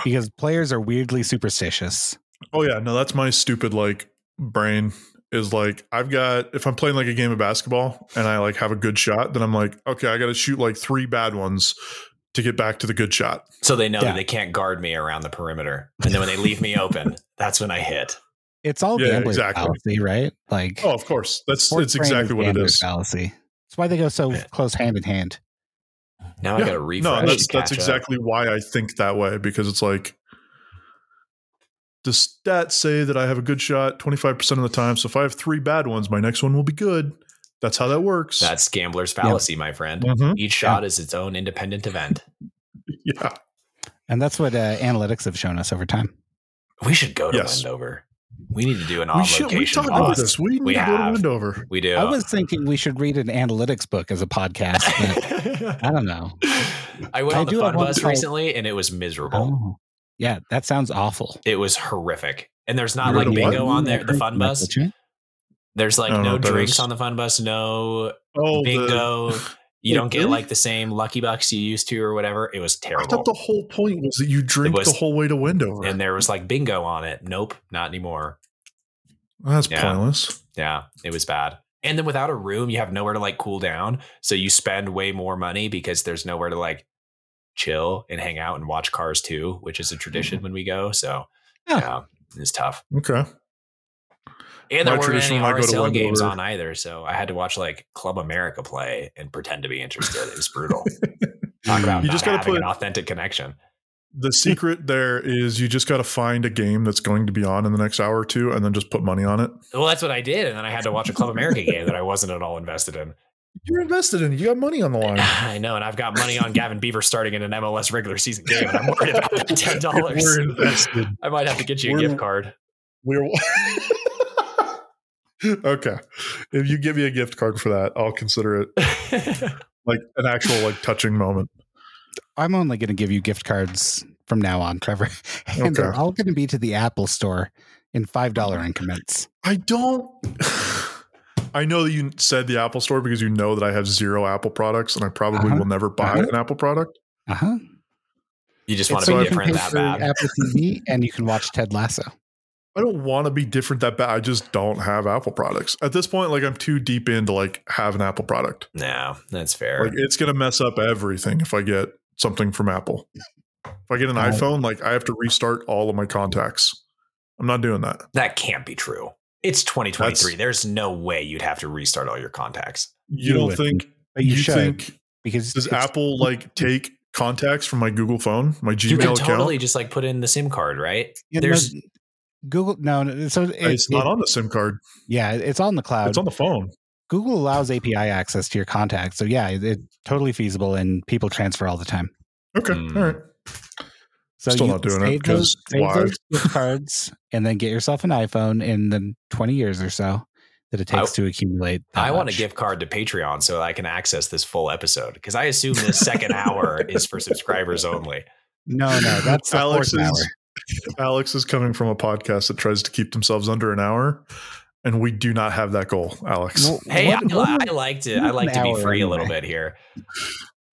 [SPEAKER 2] Because players are weirdly superstitious.
[SPEAKER 1] Oh yeah, no, that's my stupid like brain is like I've got if I'm playing like a game of basketball and I like have a good shot, then I'm like, okay, I got to shoot like three bad ones to get back to the good shot.
[SPEAKER 3] So they know
[SPEAKER 2] Yeah.
[SPEAKER 3] that they can't guard me around the perimeter. And then when they leave me open, *laughs* that's when I hit.
[SPEAKER 2] It's all
[SPEAKER 1] Yeah,
[SPEAKER 2] gambler's
[SPEAKER 1] exactly.
[SPEAKER 2] fallacy, right? Like
[SPEAKER 1] Oh, of course, that's
[SPEAKER 2] sports
[SPEAKER 1] it's
[SPEAKER 2] brain
[SPEAKER 1] exactly what it
[SPEAKER 2] gambler's
[SPEAKER 1] is.
[SPEAKER 2] Fallacy. That's why they go so
[SPEAKER 3] Yeah.
[SPEAKER 2] close hand in hand.
[SPEAKER 3] Now I
[SPEAKER 1] Yeah.
[SPEAKER 3] got to refresh.
[SPEAKER 1] No,
[SPEAKER 3] to
[SPEAKER 1] that's that's
[SPEAKER 3] catch up.
[SPEAKER 1] exactly why I think that way because it's like the stats say that I have a good shot 25% of the time. So if I have three bad ones, my next one will be good. That's how that works.
[SPEAKER 3] That's gambler's fallacy, my friend.
[SPEAKER 1] Mhm.
[SPEAKER 3] Each shot is its own independent event.
[SPEAKER 1] *laughs* Yeah.
[SPEAKER 2] And that's what uh, analytics have shown us over time.
[SPEAKER 3] We should go to
[SPEAKER 1] Yes.
[SPEAKER 3] Wendover. We need to do an
[SPEAKER 1] We
[SPEAKER 3] on
[SPEAKER 1] should we
[SPEAKER 3] location
[SPEAKER 1] talked about
[SPEAKER 3] boss.
[SPEAKER 1] this. We need
[SPEAKER 3] We
[SPEAKER 1] to go to
[SPEAKER 3] have.
[SPEAKER 1] Wendover.
[SPEAKER 3] We do.
[SPEAKER 2] I was thinking we should read an analytics book as a podcast,
[SPEAKER 1] *laughs*
[SPEAKER 2] but
[SPEAKER 3] *laughs*
[SPEAKER 2] I don't know.
[SPEAKER 3] I went
[SPEAKER 2] I
[SPEAKER 3] on the
[SPEAKER 2] do have
[SPEAKER 3] fun
[SPEAKER 2] one
[SPEAKER 3] bus
[SPEAKER 2] called-
[SPEAKER 3] recently and it was miserable.
[SPEAKER 2] Oh, yeah, that sounds awful.
[SPEAKER 3] It was horrific. And there's not
[SPEAKER 1] You
[SPEAKER 3] like
[SPEAKER 1] heard of what?
[SPEAKER 3] bingo on there, the fun bus. There's like
[SPEAKER 1] I don't know
[SPEAKER 3] no
[SPEAKER 1] what that
[SPEAKER 3] drinks
[SPEAKER 1] is.
[SPEAKER 3] on the fun bus, no
[SPEAKER 1] Oh, the,
[SPEAKER 3] bingo. you don't get
[SPEAKER 1] really?
[SPEAKER 3] like the same lucky bucks you used to or whatever. It was
[SPEAKER 1] I thought
[SPEAKER 3] terrible.
[SPEAKER 1] the whole point was that you drink
[SPEAKER 3] was-
[SPEAKER 1] the whole way to Wendover.
[SPEAKER 3] and there was like bingo on it. Nope, not anymore.
[SPEAKER 1] that's
[SPEAKER 3] Yeah.
[SPEAKER 1] pointless.
[SPEAKER 3] Yeah, it was bad. And then without a room, you have nowhere to like cool down. So you spend way more money because there's nowhere to like chill and hang out and watch Cars 2, which is a tradition when we go. So
[SPEAKER 2] Mm. Yeah.
[SPEAKER 3] yeah, it's tough.
[SPEAKER 1] Okay.
[SPEAKER 3] And there
[SPEAKER 1] My
[SPEAKER 3] weren't
[SPEAKER 1] tradition
[SPEAKER 3] any
[SPEAKER 1] when I go to
[SPEAKER 3] RSL games
[SPEAKER 1] Wendover-
[SPEAKER 3] on either. So I had to watch like Club America play and pretend to be interested. It was
[SPEAKER 1] *laughs*
[SPEAKER 3] brutal. Talk about
[SPEAKER 1] You
[SPEAKER 3] not
[SPEAKER 1] just gotta
[SPEAKER 3] having
[SPEAKER 1] put-
[SPEAKER 3] an authentic connection. *laughs*
[SPEAKER 1] The secret there is you just got to find a game that's going to be on in the next hour or two and then just put money on it.
[SPEAKER 3] Well, that's what I did. And then I had to watch a
[SPEAKER 1] *laughs*
[SPEAKER 3] Club America game that I wasn't at all invested in.
[SPEAKER 1] You're invested in it. You got money on the
[SPEAKER 3] *laughs*
[SPEAKER 1] line.
[SPEAKER 3] *sighs* I know, and I've got money on Gavin Beaver starting in an MLS regular season game, and I'm worried
[SPEAKER 1] *laughs*
[SPEAKER 3] about that *laughs* ten dollars.
[SPEAKER 1] We're invested.
[SPEAKER 3] I might have to get you a
[SPEAKER 1] We're-
[SPEAKER 3] gift card. *laughs*
[SPEAKER 1] We're *laughs* okay. If you give me a gift card for that, I'll consider it like an actual like touching moment.
[SPEAKER 2] I'm only going to give you gift cards from now on, Trevor. *laughs* And they're
[SPEAKER 1] Okay. Mm-hmm.
[SPEAKER 2] all going to be to the Apple store in $5 increments.
[SPEAKER 1] I don't. *sighs* I know that you said the Apple Store because you know that I have zero Apple products, and I probably
[SPEAKER 2] Uh-huh.
[SPEAKER 1] will never buy
[SPEAKER 2] Uh-huh.
[SPEAKER 1] an Apple product.
[SPEAKER 2] Uh huh.
[SPEAKER 3] you just want
[SPEAKER 1] It's
[SPEAKER 3] to
[SPEAKER 1] so
[SPEAKER 3] be
[SPEAKER 1] you can
[SPEAKER 3] different that bad.
[SPEAKER 2] Apple
[SPEAKER 1] *laughs*
[SPEAKER 2] TV, and you can watch Ted Lasso.
[SPEAKER 1] I don't want to be different that bad. I just don't have Apple products at this point. Like I'm too deep in to like have an Apple product.
[SPEAKER 3] No, that's fair.
[SPEAKER 1] Like it's gonna mess up everything if I get something from Apple. If I get an
[SPEAKER 2] Right.
[SPEAKER 1] iPhone, like I have to restart all of my contacts. I'm not doing that.
[SPEAKER 3] that can't be true. It's 2023. There's no way you'd have to restart all your contacts.
[SPEAKER 1] You
[SPEAKER 2] Do
[SPEAKER 1] don't
[SPEAKER 2] it.
[SPEAKER 1] think
[SPEAKER 2] But you,
[SPEAKER 1] you
[SPEAKER 2] should
[SPEAKER 1] think
[SPEAKER 2] because
[SPEAKER 1] does
[SPEAKER 2] it's-
[SPEAKER 1] Apple like take contacts from my Google phone, my Gmail
[SPEAKER 3] you can
[SPEAKER 1] account?
[SPEAKER 3] totally just like put in the SIM card, right?
[SPEAKER 2] you know,
[SPEAKER 3] there's-
[SPEAKER 2] Google. No, no so it-
[SPEAKER 1] it's not
[SPEAKER 2] it-
[SPEAKER 1] on the SIM card.
[SPEAKER 2] Yeah, it's on the cloud.
[SPEAKER 1] It's on the phone.
[SPEAKER 2] Google allows API access to your contacts, so yeah, it- it's totally feasible, and people transfer all the time.
[SPEAKER 1] Okay.
[SPEAKER 3] Mm.
[SPEAKER 1] All right.
[SPEAKER 2] So
[SPEAKER 1] Still
[SPEAKER 2] you
[SPEAKER 1] not doing it,
[SPEAKER 2] save those,
[SPEAKER 1] 'cause
[SPEAKER 2] save
[SPEAKER 1] why?
[SPEAKER 2] those
[SPEAKER 1] *laughs*
[SPEAKER 2] gift cards and then get yourself an iPhone in the 20 years or so that it takes
[SPEAKER 3] I-
[SPEAKER 2] to accumulate. that
[SPEAKER 3] I want a
[SPEAKER 2] much.
[SPEAKER 3] gift card to Patreon so I can access this full episode because I assume
[SPEAKER 2] *laughs*
[SPEAKER 3] this second hour is for subscribers only.
[SPEAKER 2] No, Oh, no, that's the
[SPEAKER 1] Alex
[SPEAKER 2] fourth hour.
[SPEAKER 1] is, *laughs* Alex is coming from a podcast that tries to keep themselves under an hour, and we do not have that goal, Alex.
[SPEAKER 2] Well,
[SPEAKER 3] Hey,
[SPEAKER 2] what-
[SPEAKER 3] I, li-
[SPEAKER 2] what do
[SPEAKER 3] I like to
[SPEAKER 2] what
[SPEAKER 3] I
[SPEAKER 2] an
[SPEAKER 3] like to be
[SPEAKER 2] hour
[SPEAKER 3] free a little
[SPEAKER 2] anyway.
[SPEAKER 3] bit here.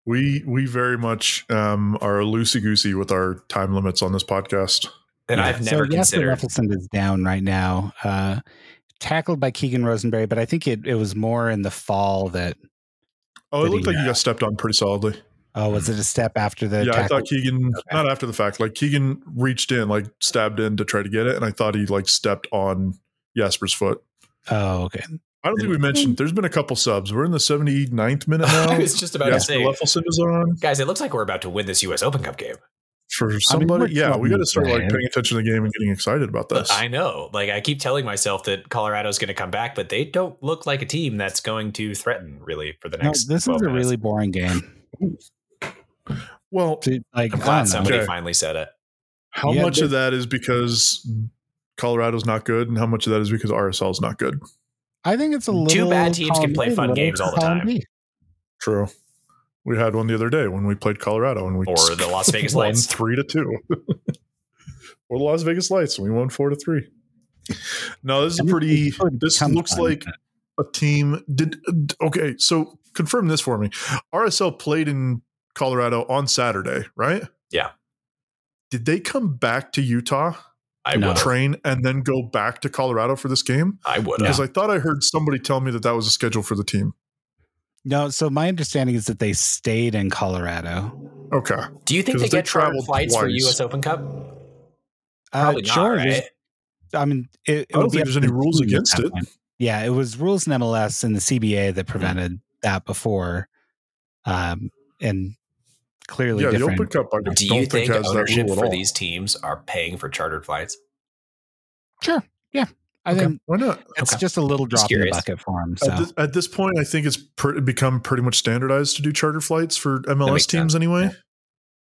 [SPEAKER 1] we we very much um, are loosey goosey with our time limits on this podcast.
[SPEAKER 3] And
[SPEAKER 2] Yeah.
[SPEAKER 3] I've never
[SPEAKER 2] so
[SPEAKER 3] considered.
[SPEAKER 2] Yes,
[SPEAKER 3] *laughs*
[SPEAKER 2] the Ruffleson is down right now, uh, tackled by Keegan Rosenberry, but I think it, it was more in the fall that.
[SPEAKER 1] Oh, it
[SPEAKER 2] Did he-
[SPEAKER 1] looked like you got stepped on pretty solidly.
[SPEAKER 2] Oh, was it a step after the?
[SPEAKER 1] Mm. yeah, I
[SPEAKER 2] tackle?
[SPEAKER 1] thought Keegan
[SPEAKER 3] Okay.
[SPEAKER 1] not after the fact. Like Keegan reached in, like stabbed in to try to get it, and I thought he like stepped on Jasper's foot.
[SPEAKER 2] oh, okay.
[SPEAKER 1] I don't think we mentioned there's been a couple subs. We're in the 79th *laughs* minute
[SPEAKER 3] I
[SPEAKER 1] now.
[SPEAKER 3] was just about to
[SPEAKER 1] Jasper
[SPEAKER 3] say,
[SPEAKER 1] Leffelson is on.
[SPEAKER 3] guys, it looks like we're about to win this U.S. Open Cup game.
[SPEAKER 1] For somebody,
[SPEAKER 2] we're
[SPEAKER 1] yeah, we got to start like
[SPEAKER 2] playing.
[SPEAKER 1] paying attention to the game and getting excited about this.
[SPEAKER 3] I know. Like I keep telling myself that Colorado's going to come back, but they don't look like a team that's going to threaten really for the
[SPEAKER 2] No,
[SPEAKER 3] next.
[SPEAKER 2] this is
[SPEAKER 3] 12
[SPEAKER 2] a
[SPEAKER 3] minutes.
[SPEAKER 2] really boring game.
[SPEAKER 1] Well,
[SPEAKER 2] To, like, I don't
[SPEAKER 3] I'm
[SPEAKER 2] know.
[SPEAKER 3] glad somebody
[SPEAKER 1] Okay.
[SPEAKER 3] finally said it.
[SPEAKER 1] how
[SPEAKER 2] Yeah,
[SPEAKER 1] much
[SPEAKER 2] they-
[SPEAKER 1] of that is because Colorado's not good and how much of that is because RSL is not good.
[SPEAKER 2] I think it's a little.
[SPEAKER 3] bad teams can
[SPEAKER 2] column
[SPEAKER 3] play
[SPEAKER 2] A,
[SPEAKER 3] fun
[SPEAKER 2] little
[SPEAKER 3] games all the
[SPEAKER 2] column
[SPEAKER 3] time.
[SPEAKER 2] B.
[SPEAKER 1] True. We had one the other day when we played Colorado and we
[SPEAKER 3] Or
[SPEAKER 1] *laughs*
[SPEAKER 3] the
[SPEAKER 2] *laughs*
[SPEAKER 3] Las Vegas
[SPEAKER 1] won
[SPEAKER 3] Lights.
[SPEAKER 1] three to two. *laughs* or the Las Vegas Lights, and we won four to three. No, this is
[SPEAKER 2] I mean,
[SPEAKER 1] pretty.
[SPEAKER 2] it could
[SPEAKER 1] This
[SPEAKER 2] become
[SPEAKER 1] looks
[SPEAKER 2] fun.
[SPEAKER 1] like a team. Did uh, okay? So confirm this for me. RSL played in Colorado on Saturday, right?
[SPEAKER 3] Yeah.
[SPEAKER 1] Did they come back to Utah,
[SPEAKER 2] *laughs*
[SPEAKER 3] I
[SPEAKER 2] No.
[SPEAKER 3] would.
[SPEAKER 1] train, and then go back to Colorado for this game?
[SPEAKER 3] I would.
[SPEAKER 1] Because I thought I heard somebody tell me that that was a schedule for the team.
[SPEAKER 2] No, so my understanding is that they stayed in Colorado.
[SPEAKER 1] Okay.
[SPEAKER 3] Do you think
[SPEAKER 1] 'Cause
[SPEAKER 3] they
[SPEAKER 1] if they
[SPEAKER 3] get travel
[SPEAKER 1] traveled
[SPEAKER 3] flights for
[SPEAKER 1] twice-
[SPEAKER 3] U.S. Open Cup?
[SPEAKER 2] Uh,
[SPEAKER 3] Probably not.
[SPEAKER 2] sure,
[SPEAKER 3] right?
[SPEAKER 2] there's- I mean, it, it
[SPEAKER 1] I don't
[SPEAKER 2] would be
[SPEAKER 1] think
[SPEAKER 2] up
[SPEAKER 1] there's
[SPEAKER 2] to
[SPEAKER 1] any
[SPEAKER 2] the
[SPEAKER 1] rules
[SPEAKER 2] team at
[SPEAKER 1] against
[SPEAKER 2] that
[SPEAKER 1] it.
[SPEAKER 2] point. Yeah, it was rules in MLS and the CBA that prevented that before, um, and clearly
[SPEAKER 1] yeah,
[SPEAKER 2] different.
[SPEAKER 1] the Open Cup. I don't
[SPEAKER 3] Do you
[SPEAKER 1] think,
[SPEAKER 3] think
[SPEAKER 1] has that
[SPEAKER 3] ownership
[SPEAKER 1] rule at
[SPEAKER 3] for
[SPEAKER 1] all.
[SPEAKER 3] these teams are paying for chartered flights?
[SPEAKER 2] Sure, yeah, I
[SPEAKER 1] Okay,
[SPEAKER 2] think
[SPEAKER 1] why not?
[SPEAKER 2] it's
[SPEAKER 3] Okay.
[SPEAKER 2] just a little drop in the
[SPEAKER 3] curious.
[SPEAKER 2] bucket for him.
[SPEAKER 1] At,
[SPEAKER 2] So
[SPEAKER 1] this, at this point, I think it's pr- become pretty much standardized to do charter flights for MLS
[SPEAKER 3] makes
[SPEAKER 1] teams
[SPEAKER 3] sense,
[SPEAKER 1] anyway.
[SPEAKER 3] yeah.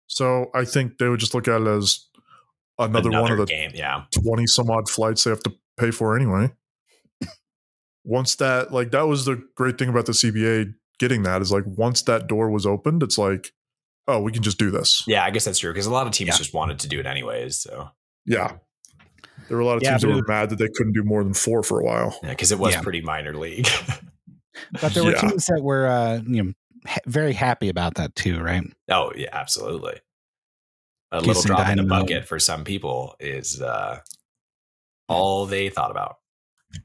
[SPEAKER 1] So I think they would just look at it as another, one of the
[SPEAKER 3] game. Yeah.
[SPEAKER 1] 20 some odd flights they have to pay for anyway. once that, like, that was the great thing about the CBA getting that is like once that door was opened, it's like, oh, we can just do this.
[SPEAKER 3] Yeah, I guess that's true because a lot of teams
[SPEAKER 2] Yeah.
[SPEAKER 3] just wanted to do it anyways. So
[SPEAKER 1] Yeah. There were a lot of
[SPEAKER 2] Yeah,
[SPEAKER 1] teams that
[SPEAKER 2] but it
[SPEAKER 1] were mad that they couldn't do more than four for a while.
[SPEAKER 3] because it was
[SPEAKER 2] Yeah.
[SPEAKER 3] pretty minor league. *laughs*
[SPEAKER 2] but there were
[SPEAKER 1] Yeah.
[SPEAKER 2] teams that were uh, you know ha- very happy about that too, right?
[SPEAKER 3] oh yeah, absolutely. A
[SPEAKER 2] Houston
[SPEAKER 3] little drop in the
[SPEAKER 2] Dynamo.
[SPEAKER 3] bucket for some people is uh, all they thought about.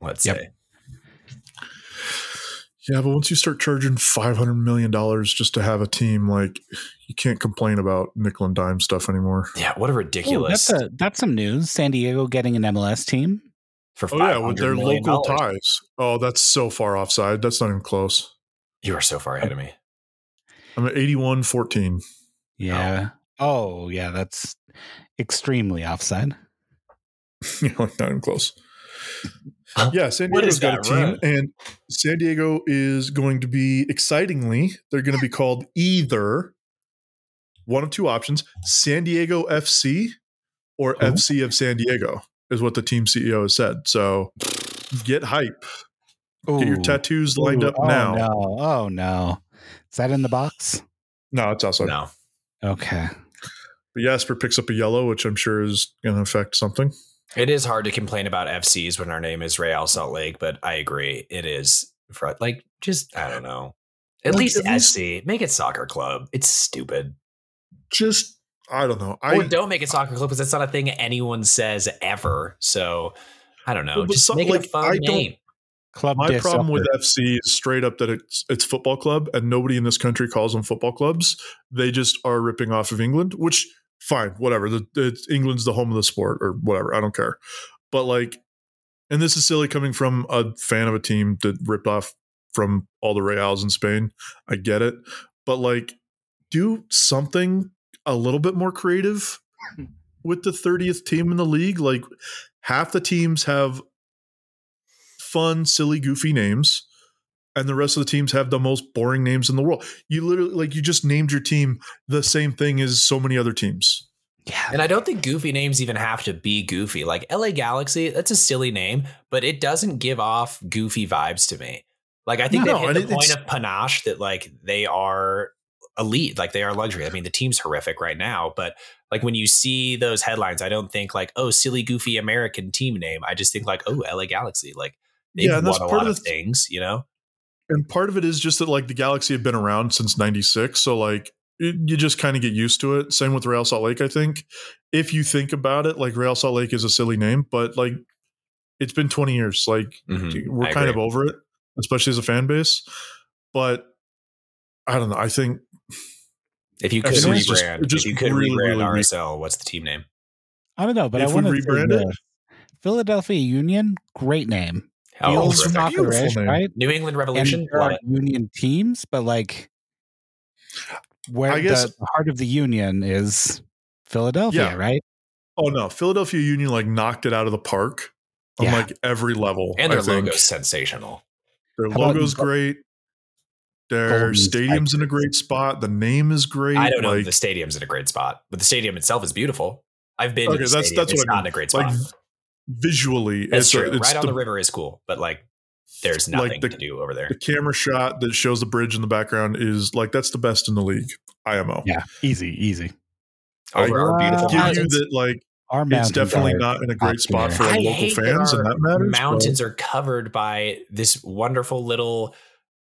[SPEAKER 3] Let's
[SPEAKER 2] Yep.
[SPEAKER 3] say
[SPEAKER 1] Yeah, but once you start charging five hundred million dollars just to have a team, like you can't complain about nickel and dime stuff anymore.
[SPEAKER 3] yeah, what a
[SPEAKER 2] Ooh,
[SPEAKER 3] ridiculous
[SPEAKER 2] that's a, that's some news. San Diego getting an MLS team.
[SPEAKER 3] for
[SPEAKER 1] Oh
[SPEAKER 3] five
[SPEAKER 1] yeah,
[SPEAKER 3] hundred
[SPEAKER 1] with their
[SPEAKER 3] million
[SPEAKER 1] local
[SPEAKER 3] dollars.
[SPEAKER 1] ties. Oh, that's so far offside. That's not even close.
[SPEAKER 3] You are so far ahead of me.
[SPEAKER 1] I'm at 81-14.
[SPEAKER 2] Yeah. Oh, yeah, that's extremely offside.
[SPEAKER 1] *laughs* You know, like, not even close.
[SPEAKER 3] Huh?
[SPEAKER 1] Yeah, San
[SPEAKER 3] What
[SPEAKER 1] Diego's
[SPEAKER 3] is
[SPEAKER 1] got a
[SPEAKER 3] that
[SPEAKER 1] team,
[SPEAKER 3] run?
[SPEAKER 1] and San Diego is going to be excitingly. They're going to be called either one of two options: San Diego FC or
[SPEAKER 2] Cool.
[SPEAKER 1] FC of San Diego is what the team CEO has said. So get hype. Get your
[SPEAKER 2] Ooh.
[SPEAKER 1] tattoos lined
[SPEAKER 2] Ooh,
[SPEAKER 1] up
[SPEAKER 2] oh,
[SPEAKER 1] now. No.
[SPEAKER 2] No. Oh no. Is that in the box?
[SPEAKER 1] it's outside.
[SPEAKER 3] No,
[SPEAKER 2] Okay.
[SPEAKER 1] But Jasper picks up a yellow, which I'm sure is going to affect something.
[SPEAKER 3] it is hard to complain about FCs when our name is Real Salt Lake, but I agree it is fr- like just I don't know. At
[SPEAKER 1] Like,
[SPEAKER 3] least
[SPEAKER 1] at least-
[SPEAKER 3] FC, make it soccer club. It's stupid.
[SPEAKER 1] Just I don't know. I
[SPEAKER 3] or don't make it soccer club because that's not a thing anyone says ever. So I don't know.
[SPEAKER 1] But- but
[SPEAKER 3] Just
[SPEAKER 1] some-
[SPEAKER 3] make it
[SPEAKER 1] like,
[SPEAKER 3] a fun
[SPEAKER 1] I don't-
[SPEAKER 3] name.
[SPEAKER 2] Club
[SPEAKER 1] my
[SPEAKER 2] disc
[SPEAKER 1] problem with
[SPEAKER 2] upper.
[SPEAKER 1] FC is straight up that it's it's football club, and nobody in this country calls them football clubs. They just are ripping off of England, which fine, whatever. The, it's, England's the home of the sport, or whatever. I don't care. But like, and this is silly coming from a fan of a team that ripped off from all the Reals in Spain. I get it, but like, do something a little bit more creative with the 30th team in the league. Like, half the teams have fun, silly, goofy names, and the rest of the teams have the most boring names in the world. You literally, like, you just named your team the same thing as so many other teams.
[SPEAKER 2] Yeah.
[SPEAKER 3] And I don't think goofy names even have to be goofy. Like LA Galaxy, that's a silly name, but it doesn't give off goofy vibes to me. Like I think
[SPEAKER 1] No,
[SPEAKER 3] they've hit
[SPEAKER 1] and
[SPEAKER 3] the
[SPEAKER 1] it-
[SPEAKER 3] point
[SPEAKER 1] it's-
[SPEAKER 3] of panache that like they are elite, like they are luxury. I mean, the team's horrific right now, but like when you see those headlines, I don't think like, oh, silly goofy American team name. I just think like, oh, LA Galaxy. Like they've
[SPEAKER 1] Yeah, and
[SPEAKER 3] won
[SPEAKER 1] that's
[SPEAKER 3] a
[SPEAKER 1] part
[SPEAKER 3] lot
[SPEAKER 1] of
[SPEAKER 3] of
[SPEAKER 1] the-
[SPEAKER 3] things, you know?
[SPEAKER 1] And part of it is just that, like, the Galaxy have been around since 96. So, like, it, you just kind of get used to it. Same with Real Salt Lake, I think. If you think about it, like, Real Salt Lake is a silly name, but like, it's been 20 years. Like,
[SPEAKER 3] Mhm.
[SPEAKER 1] we're
[SPEAKER 3] I
[SPEAKER 1] kind
[SPEAKER 3] agree.
[SPEAKER 1] of over it, especially as a fan base. But I don't know. I think
[SPEAKER 3] If you could
[SPEAKER 1] Actually,
[SPEAKER 3] rebrand,
[SPEAKER 1] it's just- it just
[SPEAKER 3] if you could
[SPEAKER 1] really,
[SPEAKER 3] rebrand
[SPEAKER 1] really weak.
[SPEAKER 3] RSL, what's the team name?
[SPEAKER 2] I don't know, but
[SPEAKER 1] If we
[SPEAKER 2] I want to
[SPEAKER 1] rebrand it?
[SPEAKER 2] Philadelphia Union, great name.
[SPEAKER 3] How
[SPEAKER 2] Feels
[SPEAKER 1] it's a
[SPEAKER 3] horrific.
[SPEAKER 1] beautiful
[SPEAKER 2] soccerish,
[SPEAKER 1] name.
[SPEAKER 2] right?
[SPEAKER 3] New England
[SPEAKER 2] And
[SPEAKER 3] Revolution.
[SPEAKER 2] there
[SPEAKER 3] Love
[SPEAKER 2] are
[SPEAKER 3] it.
[SPEAKER 2] union teams, but like where
[SPEAKER 1] I guess-
[SPEAKER 2] the, the heart of the union is Philadelphia,
[SPEAKER 1] Yeah.
[SPEAKER 2] right?
[SPEAKER 1] Oh no, Philadelphia Union like knocked it out of the park on
[SPEAKER 2] Yeah.
[SPEAKER 1] like every level.
[SPEAKER 3] And
[SPEAKER 1] I
[SPEAKER 3] their
[SPEAKER 1] think.
[SPEAKER 3] logo's sensational.
[SPEAKER 1] Their
[SPEAKER 2] How about-
[SPEAKER 1] logo's great. Their
[SPEAKER 2] Golden
[SPEAKER 1] stadium's in a great spot. The name is great.
[SPEAKER 3] I don't know
[SPEAKER 1] Like,
[SPEAKER 3] if the stadium's in a great spot, but the stadium itself is beautiful. I've been.
[SPEAKER 1] Okay,
[SPEAKER 3] to the
[SPEAKER 1] that's-
[SPEAKER 3] stadium.
[SPEAKER 1] that's what
[SPEAKER 3] it's
[SPEAKER 1] I
[SPEAKER 3] not
[SPEAKER 1] mean.
[SPEAKER 3] in a great
[SPEAKER 1] like
[SPEAKER 3] spot.
[SPEAKER 1] visually
[SPEAKER 3] That's
[SPEAKER 1] it's,
[SPEAKER 3] true.
[SPEAKER 1] it's
[SPEAKER 3] right on the, river is cool, but like there's
[SPEAKER 1] Like
[SPEAKER 3] nothing
[SPEAKER 1] the-
[SPEAKER 3] to do over there.
[SPEAKER 1] the camera shot that shows the bridge in the background is like that's the best in the league. IMO.
[SPEAKER 2] Yeah, easy, easy.
[SPEAKER 1] I
[SPEAKER 3] Over our beautiful
[SPEAKER 2] give
[SPEAKER 1] Give you
[SPEAKER 3] mountains.
[SPEAKER 1] that like
[SPEAKER 2] Our
[SPEAKER 1] it's
[SPEAKER 2] mountains
[SPEAKER 1] definitely
[SPEAKER 2] are-
[SPEAKER 1] not in a great spot for
[SPEAKER 3] I
[SPEAKER 1] local
[SPEAKER 3] hate that
[SPEAKER 1] fans, and
[SPEAKER 3] our
[SPEAKER 1] that matters. but-
[SPEAKER 3] mountains are covered by this wonderful little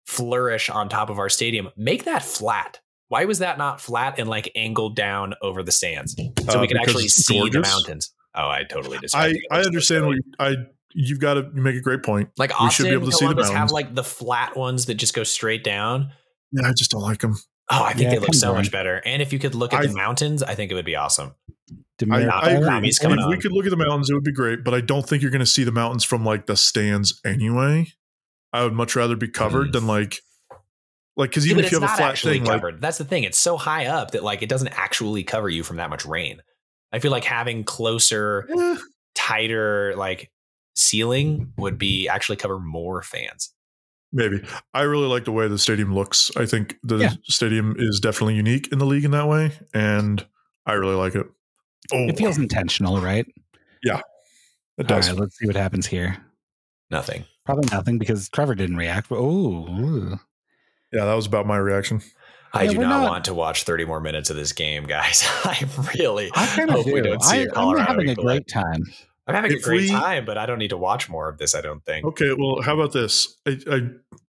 [SPEAKER 3] flourish on top of our stadium. Make that flat. Why was that not flat and like angled down over the stands so
[SPEAKER 1] Uh,
[SPEAKER 3] we could
[SPEAKER 1] because
[SPEAKER 3] actually
[SPEAKER 1] it's
[SPEAKER 3] see the
[SPEAKER 1] gorgeous.
[SPEAKER 3] mountains? Oh, I totally disagree.
[SPEAKER 1] I I understand what you, I you've got to you make a great point.
[SPEAKER 3] like Austin,
[SPEAKER 1] we should be able to see the
[SPEAKER 3] Columbus have
[SPEAKER 1] mountains.
[SPEAKER 3] like the flat ones that just go straight down.
[SPEAKER 1] Yeah, I just don't like them.
[SPEAKER 3] Oh, I think
[SPEAKER 2] Yeah,
[SPEAKER 3] they look
[SPEAKER 2] come
[SPEAKER 3] so
[SPEAKER 2] on.
[SPEAKER 3] much better. And if you could look at the
[SPEAKER 1] I-
[SPEAKER 3] mountains, I think it would be awesome.
[SPEAKER 1] I,
[SPEAKER 2] Demerit-
[SPEAKER 1] I agree.
[SPEAKER 3] Tommy's
[SPEAKER 1] If
[SPEAKER 3] coming
[SPEAKER 1] we
[SPEAKER 3] on.
[SPEAKER 1] could look at the mountains, it would be great. But I don't think you're going to see the mountains from like the stands anyway. I would much rather be covered
[SPEAKER 3] Mm.
[SPEAKER 1] than like, like because
[SPEAKER 3] Yeah,
[SPEAKER 1] even
[SPEAKER 3] but
[SPEAKER 1] if
[SPEAKER 3] it's
[SPEAKER 1] you have a
[SPEAKER 3] not
[SPEAKER 1] flat
[SPEAKER 3] actually
[SPEAKER 1] thing, like
[SPEAKER 3] covered. That's the thing. It's so high up that like it doesn't actually cover you from that much rain. I feel like having closer,
[SPEAKER 1] eh,
[SPEAKER 3] tighter like ceiling would be actually cover more fans.
[SPEAKER 1] maybe. I really like the way the stadium looks. I think the
[SPEAKER 2] Yeah.
[SPEAKER 1] stadium is definitely unique in the league in that way, and I really like it. Oh,
[SPEAKER 2] It feels intentional, right?
[SPEAKER 1] it
[SPEAKER 2] All
[SPEAKER 1] does.
[SPEAKER 2] right, let's see what happens here.
[SPEAKER 3] Nothing.
[SPEAKER 2] Probably nothing because Trevor didn't react. Oh,
[SPEAKER 1] Yeah, that was about my reaction.
[SPEAKER 3] I
[SPEAKER 2] Yeah,
[SPEAKER 3] do
[SPEAKER 2] we're
[SPEAKER 3] not,
[SPEAKER 2] not-
[SPEAKER 3] want to watch 30 more minutes of this game, guys. *laughs* I really
[SPEAKER 2] I kind of
[SPEAKER 3] hope
[SPEAKER 2] do.
[SPEAKER 3] we don't see
[SPEAKER 2] I,
[SPEAKER 3] a
[SPEAKER 2] I'm
[SPEAKER 3] Colorado.
[SPEAKER 2] having a
[SPEAKER 3] eagle.
[SPEAKER 2] great time.
[SPEAKER 3] I'm having a
[SPEAKER 1] If
[SPEAKER 3] great
[SPEAKER 1] we-
[SPEAKER 3] time, but I don't need to watch more of this, I don't think.
[SPEAKER 1] Okay, well, how about this? I, I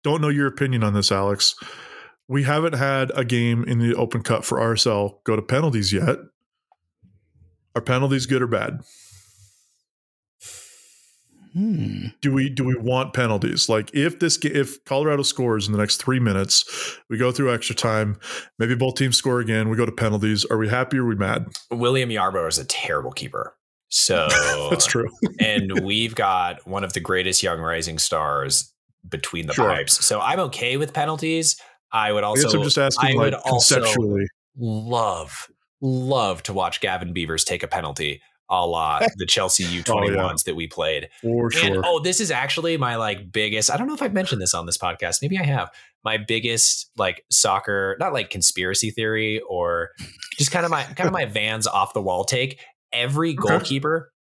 [SPEAKER 1] don't know your opinion on this, Alex. We haven't had a game in the Open Cup for RSL go to penalties yet. Are penalties good or bad?
[SPEAKER 2] Hmm.
[SPEAKER 1] Do we do we want penalties? Like if this ga- if Colorado scores in the next three minutes, we go through extra time. Maybe both teams score again. We go to penalties. Are we happy or are we mad?
[SPEAKER 3] William Yarborough is a terrible keeper. So
[SPEAKER 1] *laughs* That's true.
[SPEAKER 3] and we've got one of the greatest young rising stars between the
[SPEAKER 1] Sure.
[SPEAKER 3] pipes. So I'm okay with penalties. I would
[SPEAKER 1] I guess
[SPEAKER 3] also
[SPEAKER 1] I'm just asking
[SPEAKER 3] I
[SPEAKER 1] like
[SPEAKER 3] would also-
[SPEAKER 1] conceptually.
[SPEAKER 3] love, love to watch Gavin Beavers take a penalty
[SPEAKER 1] *laughs*
[SPEAKER 3] a la the Chelsea
[SPEAKER 1] Oh,
[SPEAKER 3] U21s that we played.
[SPEAKER 1] for
[SPEAKER 3] And
[SPEAKER 1] sure.
[SPEAKER 3] oh, this is actually my like biggest. I don't know if I've mentioned this on this podcast. Maybe I have. My biggest like soccer, not like conspiracy theory or just kind of my kind
[SPEAKER 1] *laughs*
[SPEAKER 3] of my Vans off the wall take. Every goalkeeper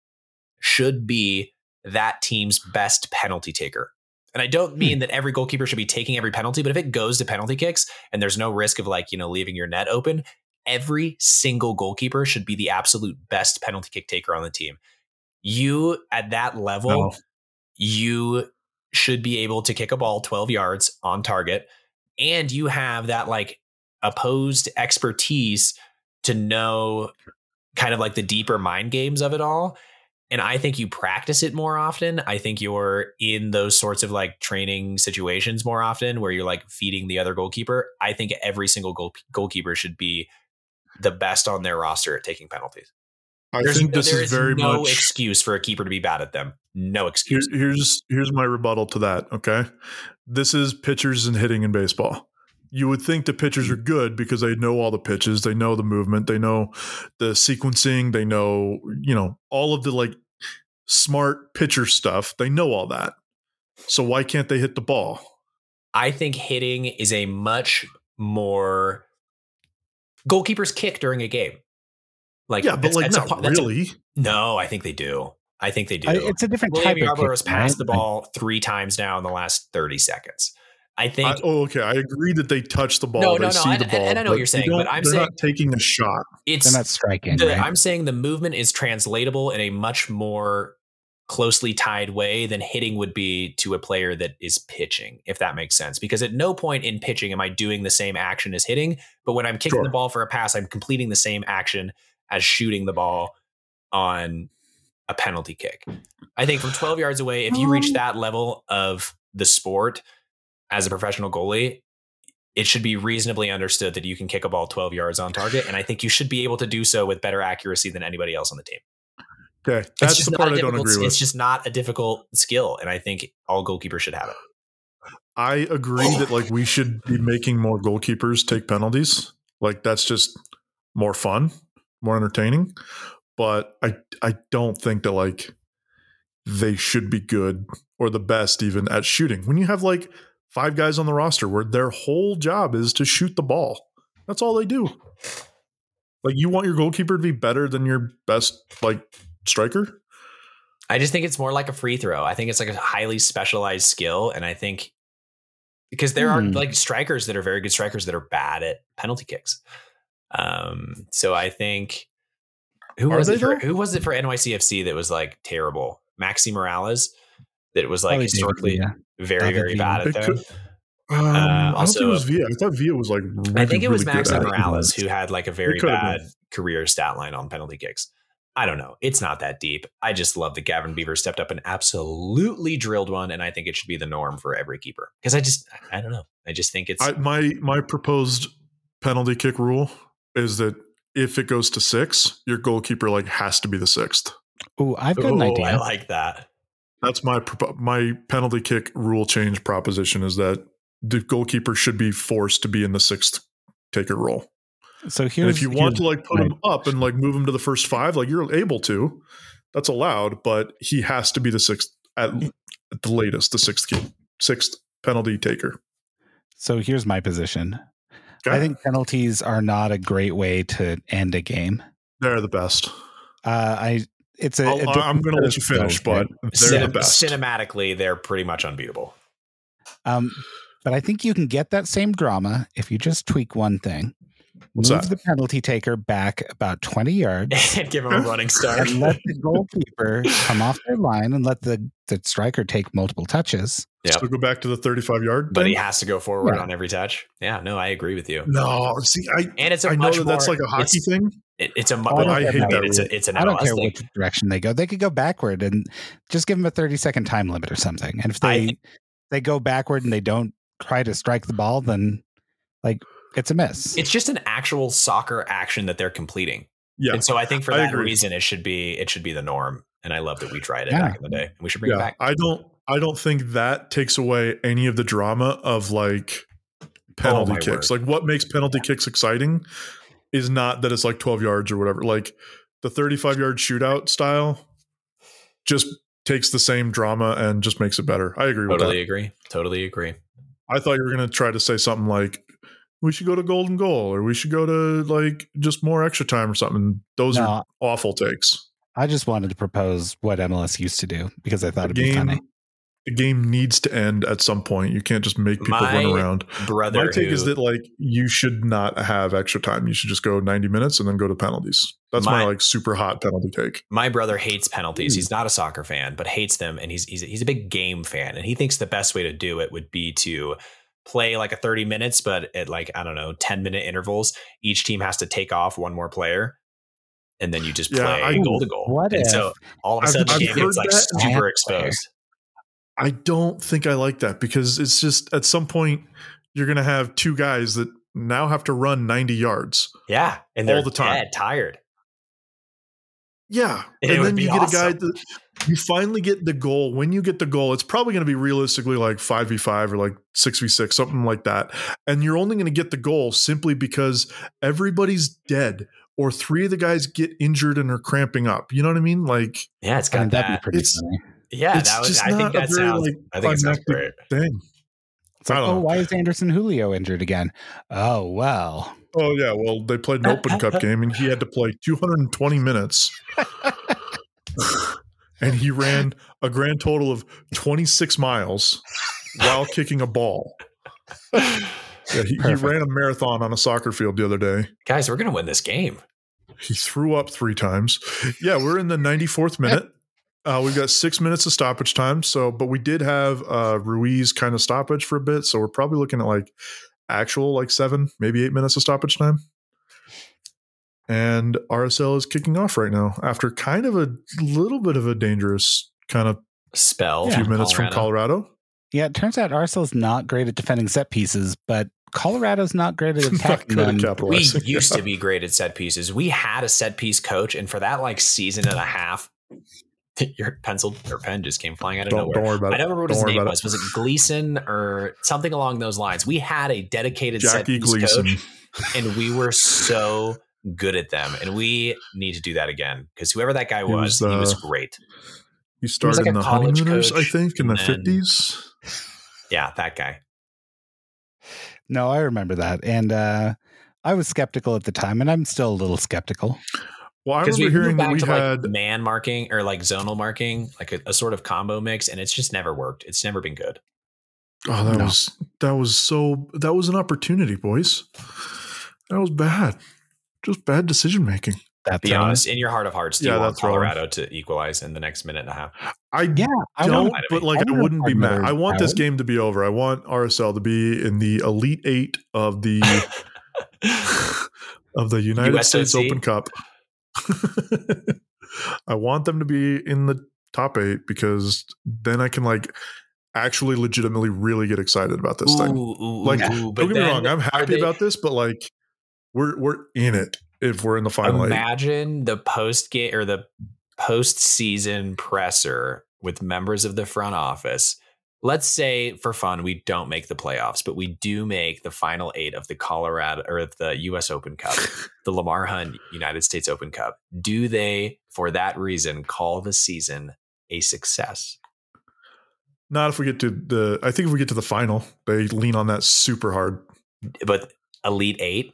[SPEAKER 3] should be that team's best penalty taker. And I don't mean that every goalkeeper should be taking every penalty, but if it goes to penalty kicks and there's no risk of like, you know, leaving your net open, every single goalkeeper should be the absolute best penalty kick taker on the team. You at that level
[SPEAKER 1] No.
[SPEAKER 3] you should be able to kick a ball 12 yards on target and you have that like opposed expertise to know kind of like the deeper mind games of it all and i think you practice it more often i think you're in those sorts of like training situations more often where you're like feeding the other goalkeeper i think every single goal- goalkeeper should be the best on their roster at taking penalties
[SPEAKER 1] I
[SPEAKER 3] There's
[SPEAKER 1] think
[SPEAKER 3] no-
[SPEAKER 1] this
[SPEAKER 3] there
[SPEAKER 1] is very
[SPEAKER 3] no
[SPEAKER 1] much
[SPEAKER 3] excuse for a keeper to be bad at them no
[SPEAKER 1] Here-
[SPEAKER 3] excuse
[SPEAKER 1] here's here's my rebuttal to that. Okay, this is pitchers and hitting in baseball. You would think the pitchers are good because they know all the pitches, they know the movement, they know the sequencing, they know you know all of the like smart pitcher stuff. They know all that. So why can't they hit the ball?
[SPEAKER 3] I think hitting is a much more goalkeepers kick during a game. Like
[SPEAKER 1] yeah, but
[SPEAKER 3] that's-
[SPEAKER 1] like
[SPEAKER 3] that's a
[SPEAKER 1] not
[SPEAKER 3] par- that's a-
[SPEAKER 1] really.
[SPEAKER 3] no, I think they do. I think they do.
[SPEAKER 2] I- it's a different
[SPEAKER 3] William
[SPEAKER 2] type of
[SPEAKER 3] Yarborough's
[SPEAKER 2] kick,
[SPEAKER 3] passed
[SPEAKER 2] right?
[SPEAKER 3] the ball three times now in the last thirty seconds.
[SPEAKER 2] Uh,
[SPEAKER 3] I think
[SPEAKER 1] I, oh, okay. I agree that they touch the ball.
[SPEAKER 3] No,
[SPEAKER 1] they
[SPEAKER 3] no, no,
[SPEAKER 1] see
[SPEAKER 3] I-
[SPEAKER 1] the
[SPEAKER 3] I-
[SPEAKER 1] ball,
[SPEAKER 3] and I know what
[SPEAKER 1] but they
[SPEAKER 3] you're saying, but
[SPEAKER 1] don't-
[SPEAKER 3] I'm
[SPEAKER 1] they're not taking a shot.
[SPEAKER 2] They're
[SPEAKER 3] it's
[SPEAKER 2] not striking.
[SPEAKER 3] the-
[SPEAKER 2] right?
[SPEAKER 3] I'm saying the movement is translatable in a much more closely tied way than hitting would be to a player that is pitching, if that makes sense. Because at no point in pitching am I doing the same action as hitting, but when I'm kicking
[SPEAKER 1] Sure.
[SPEAKER 3] the ball for a pass, I'm completing the same action as shooting the ball on a penalty kick. I think from 12 yards away, if you reach that level of the sport as a professional goalie, it should be reasonably understood that you can kick a ball 12 yards on target. And I think you should be able to do so with better accuracy than anybody else on the team.
[SPEAKER 1] Okay,
[SPEAKER 3] It's
[SPEAKER 1] that's
[SPEAKER 3] just
[SPEAKER 1] the
[SPEAKER 3] not
[SPEAKER 1] part
[SPEAKER 3] a
[SPEAKER 1] I don't
[SPEAKER 3] difficult-
[SPEAKER 1] agree with.
[SPEAKER 3] It's just not a difficult skill. And I think all goalkeepers should have it.
[SPEAKER 1] I agree that like we should be making more goalkeepers take penalties. Like that's just more fun, more entertaining. But I I don't think that like they should be good or the best even at shooting. When you have like five guys on the roster where their whole job is to shoot the ball. That's all they do. Like you want your goalkeeper to be better than your best like striker?
[SPEAKER 3] I just think it's more like a free throw. I think it's like a highly specialized skill, and I think because there are
[SPEAKER 2] Hmm.
[SPEAKER 3] like strikers that are very good strikers that are bad at penalty kicks. Um, so I think who
[SPEAKER 1] Are
[SPEAKER 3] was
[SPEAKER 1] they,
[SPEAKER 3] it for,
[SPEAKER 1] though?
[SPEAKER 3] who was it for NYCFC that was like terrible? Maxi Morales that was like
[SPEAKER 2] Probably David
[SPEAKER 3] historically
[SPEAKER 2] Villa.
[SPEAKER 3] very
[SPEAKER 2] David
[SPEAKER 3] very
[SPEAKER 2] Villa.
[SPEAKER 3] bad at
[SPEAKER 1] They
[SPEAKER 3] them.
[SPEAKER 1] could- Um, I don't think
[SPEAKER 3] Uh, also-
[SPEAKER 1] it was Via. I thought Via was like. Really,
[SPEAKER 3] I think it was
[SPEAKER 1] really good
[SPEAKER 3] Maxi
[SPEAKER 1] at
[SPEAKER 3] Morales who had like a very
[SPEAKER 1] could've
[SPEAKER 3] bad
[SPEAKER 1] been.
[SPEAKER 3] career stat line on penalty kicks. I don't know. It's not that deep. I just love that Gavin Beaver stepped up and absolutely drilled one, and I think it should be the norm for every keeper. Because I just, I don't know. I just think it's
[SPEAKER 1] I, my my proposed penalty kick rule is that if it goes to six, your goalkeeper like has to be the sixth.
[SPEAKER 2] Ooh, I've got an
[SPEAKER 3] Ooh,
[SPEAKER 2] idea.
[SPEAKER 3] I like that.
[SPEAKER 1] That's my propo- my penalty kick rule change proposition is that the goalkeeper should be forced to be in the sixth taker role.
[SPEAKER 2] so
[SPEAKER 1] And
[SPEAKER 2] here's
[SPEAKER 1] if you want to
[SPEAKER 2] here's
[SPEAKER 1] like put
[SPEAKER 2] my-
[SPEAKER 1] him up and like move him to the first five, like you're able to, that's allowed, but he has to be the sixth at, at the latest, the sixth key, sixth penalty taker.
[SPEAKER 2] so here's my position. I
[SPEAKER 1] Okay?
[SPEAKER 2] think penalties are not a great way to end a game.
[SPEAKER 1] they're the best.
[SPEAKER 2] Uh, I it's a
[SPEAKER 1] I'll- uh,
[SPEAKER 2] a
[SPEAKER 1] I'm going to let you
[SPEAKER 2] different
[SPEAKER 1] finish,
[SPEAKER 2] skill, right?
[SPEAKER 1] but they're
[SPEAKER 3] Cinem-
[SPEAKER 1] the best.
[SPEAKER 3] Cinematically, they're pretty much unbeatable. *laughs*
[SPEAKER 2] Um, but I think you can get that same drama if you just tweak one thing.
[SPEAKER 1] What's
[SPEAKER 2] Move
[SPEAKER 1] that?
[SPEAKER 2] the penalty taker back about 20 yards
[SPEAKER 3] and give him a running start.
[SPEAKER 1] *laughs*
[SPEAKER 2] and let the goalkeeper come off their line and let the, the striker take multiple touches.
[SPEAKER 3] Yep.
[SPEAKER 1] So go back to the 35 yard.
[SPEAKER 3] but he
[SPEAKER 1] thing?
[SPEAKER 3] has to go forward
[SPEAKER 2] Yeah.
[SPEAKER 3] on every touch. Yeah, no, I agree with you.
[SPEAKER 1] no, see, I,
[SPEAKER 3] And it's a
[SPEAKER 1] I know
[SPEAKER 3] much
[SPEAKER 1] that that's
[SPEAKER 3] more-
[SPEAKER 1] like a hockey
[SPEAKER 3] it's-
[SPEAKER 1] thing.
[SPEAKER 3] It, it's a mu-
[SPEAKER 2] Oh, I don't
[SPEAKER 3] well, I
[SPEAKER 2] care
[SPEAKER 3] hate
[SPEAKER 2] about
[SPEAKER 3] that.
[SPEAKER 1] that
[SPEAKER 3] It's,
[SPEAKER 1] rule.
[SPEAKER 3] a, it's an
[SPEAKER 2] I don't
[SPEAKER 3] MLS
[SPEAKER 2] care
[SPEAKER 3] thing.
[SPEAKER 2] which direction they go. They could go backward and just give them a 30 second time limit or something. And if
[SPEAKER 3] I
[SPEAKER 2] they they go backward and they don't try to strike the ball, then like it's a miss.
[SPEAKER 3] It's just an actual soccer action that they're completing.
[SPEAKER 1] Yeah.
[SPEAKER 3] And so I think for
[SPEAKER 1] I
[SPEAKER 3] that
[SPEAKER 1] agree.
[SPEAKER 3] reason, it should be it should be the norm. And I love that we tried it
[SPEAKER 2] Yeah.
[SPEAKER 3] back in the day, and we should bring it back.
[SPEAKER 1] I don't I don't think that takes away any of the drama of like penalty
[SPEAKER 3] my
[SPEAKER 1] kicks.
[SPEAKER 3] word.
[SPEAKER 1] Like what makes penalty kicks exciting is not that it's like 12 yards or whatever. Like the 35 yard shootout style just takes the same drama and just makes it better. I agree with
[SPEAKER 3] Totally
[SPEAKER 1] that.
[SPEAKER 3] agree. Totally agree.
[SPEAKER 1] I thought you were going to try to say something like we should go to golden goal or we should go to like just more extra time or something. Those
[SPEAKER 2] no,
[SPEAKER 1] are awful takes.
[SPEAKER 2] I just wanted to propose what MLS used to do because I thought
[SPEAKER 1] The
[SPEAKER 2] it'd be funny.
[SPEAKER 1] game the game needs to end at some point. You can't just make people
[SPEAKER 3] My-
[SPEAKER 1] run around.
[SPEAKER 3] Brother,
[SPEAKER 1] My take
[SPEAKER 3] who-
[SPEAKER 1] is that like you should not have extra time. You should just go 90 minutes and then go to penalties. That's my,
[SPEAKER 3] My-
[SPEAKER 1] like super hot penalty take.
[SPEAKER 3] my brother hates penalties.
[SPEAKER 1] Hmm.
[SPEAKER 3] He's not a soccer fan, but hates them, and he's he's he's a big game fan, and he thinks the best way to do it would be to play like a 30 minutes but at like i don't know 10 minute intervals each team has to take off one more player and then you just
[SPEAKER 1] Yeah,
[SPEAKER 3] play
[SPEAKER 1] I-
[SPEAKER 3] goal to goal
[SPEAKER 2] What
[SPEAKER 3] and
[SPEAKER 2] if-
[SPEAKER 3] so all of a
[SPEAKER 1] I've-
[SPEAKER 3] sudden
[SPEAKER 1] I've
[SPEAKER 3] the game
[SPEAKER 1] heard
[SPEAKER 3] gets like
[SPEAKER 1] that.
[SPEAKER 3] super
[SPEAKER 2] Yeah.
[SPEAKER 3] exposed
[SPEAKER 1] I don't think I like that because it's just at some point you're going to have two guys that now have to run 90 yards.
[SPEAKER 3] Yeah, and
[SPEAKER 1] All
[SPEAKER 3] they're
[SPEAKER 1] the time.
[SPEAKER 3] dead tired.
[SPEAKER 1] Yeah.
[SPEAKER 3] It
[SPEAKER 1] and
[SPEAKER 3] would
[SPEAKER 1] then
[SPEAKER 3] be
[SPEAKER 1] you get a guy
[SPEAKER 3] awesome.
[SPEAKER 1] that you finally get the goal. When you get the goal, it's probably going to be realistically like 5v5 or like 6v6, something like that. And you're only going to get the goal simply because everybody's dead or three of the guys get injured and are cramping up. You know what I mean? Like,
[SPEAKER 3] Yeah, it's
[SPEAKER 2] I
[SPEAKER 3] got
[SPEAKER 2] mean, that'd
[SPEAKER 3] that.
[SPEAKER 2] be pretty
[SPEAKER 1] it's-
[SPEAKER 2] funny.
[SPEAKER 3] yeah,
[SPEAKER 1] it's
[SPEAKER 3] that was.
[SPEAKER 1] just
[SPEAKER 3] I think
[SPEAKER 1] not a
[SPEAKER 3] that
[SPEAKER 1] very,
[SPEAKER 3] sounds.
[SPEAKER 1] like,
[SPEAKER 3] I think it sounds great.
[SPEAKER 1] climactic- dang.
[SPEAKER 2] It's like,
[SPEAKER 1] I don't
[SPEAKER 2] oh,
[SPEAKER 1] know.
[SPEAKER 2] why is Anderson Julio injured again? Oh, well.
[SPEAKER 1] Oh, yeah. Well, they played an open cup game and he had to play 220 minutes. and he ran a grand total of 26 miles while kicking a ball. *laughs* Yeah, he, he
[SPEAKER 2] Perfect.
[SPEAKER 1] ran a marathon on a soccer field the other day.
[SPEAKER 3] Guys, we're gonna win this game.
[SPEAKER 1] He threw up three times. Yeah, we're in the 94th minute. Uh, we've got six minutes of stoppage time. So, but we did have uh, Ruiz kind of stoppage for a bit. So we're probably looking at like actual like seven, maybe eight minutes of stoppage time. And RSL is kicking off right now after kind of a little bit of a dangerous kind of
[SPEAKER 3] Spell.
[SPEAKER 2] Yeah.
[SPEAKER 1] few minutes from Colorado.
[SPEAKER 2] Yeah, it turns out Arsenal's not great at defending set pieces, but Colorado's not great at
[SPEAKER 1] Not
[SPEAKER 2] attacking
[SPEAKER 1] good
[SPEAKER 2] them.
[SPEAKER 1] at *laughs*
[SPEAKER 3] We
[SPEAKER 1] capitalizing.
[SPEAKER 3] used to be great at set pieces. We had a set piece coach, and for that like season and a half, *laughs* your pencil or pen just came flying out of
[SPEAKER 1] Don't,
[SPEAKER 3] nowhere.
[SPEAKER 1] don't worry about
[SPEAKER 3] I
[SPEAKER 1] it.
[SPEAKER 3] don't remember what
[SPEAKER 1] Don't
[SPEAKER 3] his
[SPEAKER 1] worry
[SPEAKER 3] name
[SPEAKER 1] about
[SPEAKER 3] was. Was it Gleason or something along those lines? We had a dedicated set
[SPEAKER 1] Jackie
[SPEAKER 3] piece
[SPEAKER 1] Gleason.
[SPEAKER 3] coach, and we were so good at them. And we need to do that again because whoever that guy
[SPEAKER 1] He
[SPEAKER 3] was,
[SPEAKER 1] was,
[SPEAKER 3] he was
[SPEAKER 1] uh,
[SPEAKER 3] great.
[SPEAKER 1] He started
[SPEAKER 3] like
[SPEAKER 1] in
[SPEAKER 3] a
[SPEAKER 1] the
[SPEAKER 3] college
[SPEAKER 1] Honeymooners, I
[SPEAKER 3] coach,
[SPEAKER 1] think, in the
[SPEAKER 3] and then-
[SPEAKER 1] 50s.
[SPEAKER 3] Yeah, that guy.
[SPEAKER 2] No, I remember that. And uh, I was skeptical at the time, and I'm still a little skeptical.
[SPEAKER 1] Well, I
[SPEAKER 3] Because
[SPEAKER 1] remember
[SPEAKER 3] we
[SPEAKER 1] hearing
[SPEAKER 3] hearing
[SPEAKER 1] that we
[SPEAKER 3] back to
[SPEAKER 1] had
[SPEAKER 3] like man marking or like zonal marking, like a, a sort of combo mix, and it's just never worked. It's never been good.
[SPEAKER 1] Oh, that
[SPEAKER 2] No.
[SPEAKER 1] was that was so that was an opportunity, boys. That was bad. Just bad decision making.
[SPEAKER 2] That
[SPEAKER 3] Be honest, in your heart of hearts, do
[SPEAKER 1] Yeah,
[SPEAKER 3] you want
[SPEAKER 1] that's wrong.
[SPEAKER 3] Colorado to equalize in the next minute and a half?
[SPEAKER 1] I
[SPEAKER 2] Yeah, I
[SPEAKER 1] don't,
[SPEAKER 2] want
[SPEAKER 3] I
[SPEAKER 1] but
[SPEAKER 3] mean,
[SPEAKER 1] like
[SPEAKER 2] I
[SPEAKER 1] I,
[SPEAKER 2] wouldn't
[SPEAKER 1] wouldn't be
[SPEAKER 2] have
[SPEAKER 1] mad.
[SPEAKER 2] mattered
[SPEAKER 1] I want this
[SPEAKER 2] out.
[SPEAKER 1] game to be over. I want RSL to be in the elite eight of
[SPEAKER 2] *laughs*
[SPEAKER 1] the of the United
[SPEAKER 2] E?
[SPEAKER 1] States
[SPEAKER 3] USOC.
[SPEAKER 1] Open Cup. *laughs* I want them to be in the top eight because then I can like actually legitimately really get excited about this thing.
[SPEAKER 3] Ooh, ooh,
[SPEAKER 1] Like,
[SPEAKER 3] ooh, but
[SPEAKER 1] Don't get me
[SPEAKER 3] then
[SPEAKER 1] wrong, I'm happy
[SPEAKER 3] they-
[SPEAKER 1] about this, but like we're we're in it if we're in the final eight. *laughs*
[SPEAKER 3] Imagine the post game or the postseason presser with members of the front office. Let's say for fun we don't make the playoffs, but we do make the final eight of the Colorado or of the U.S. Open Cup, the Lamar Hunt United States Open Cup. Do they, for that reason, call the season a success?
[SPEAKER 1] Not if we get to the. I think if we get to the final, they lean on that super hard.
[SPEAKER 3] But Elite Eight,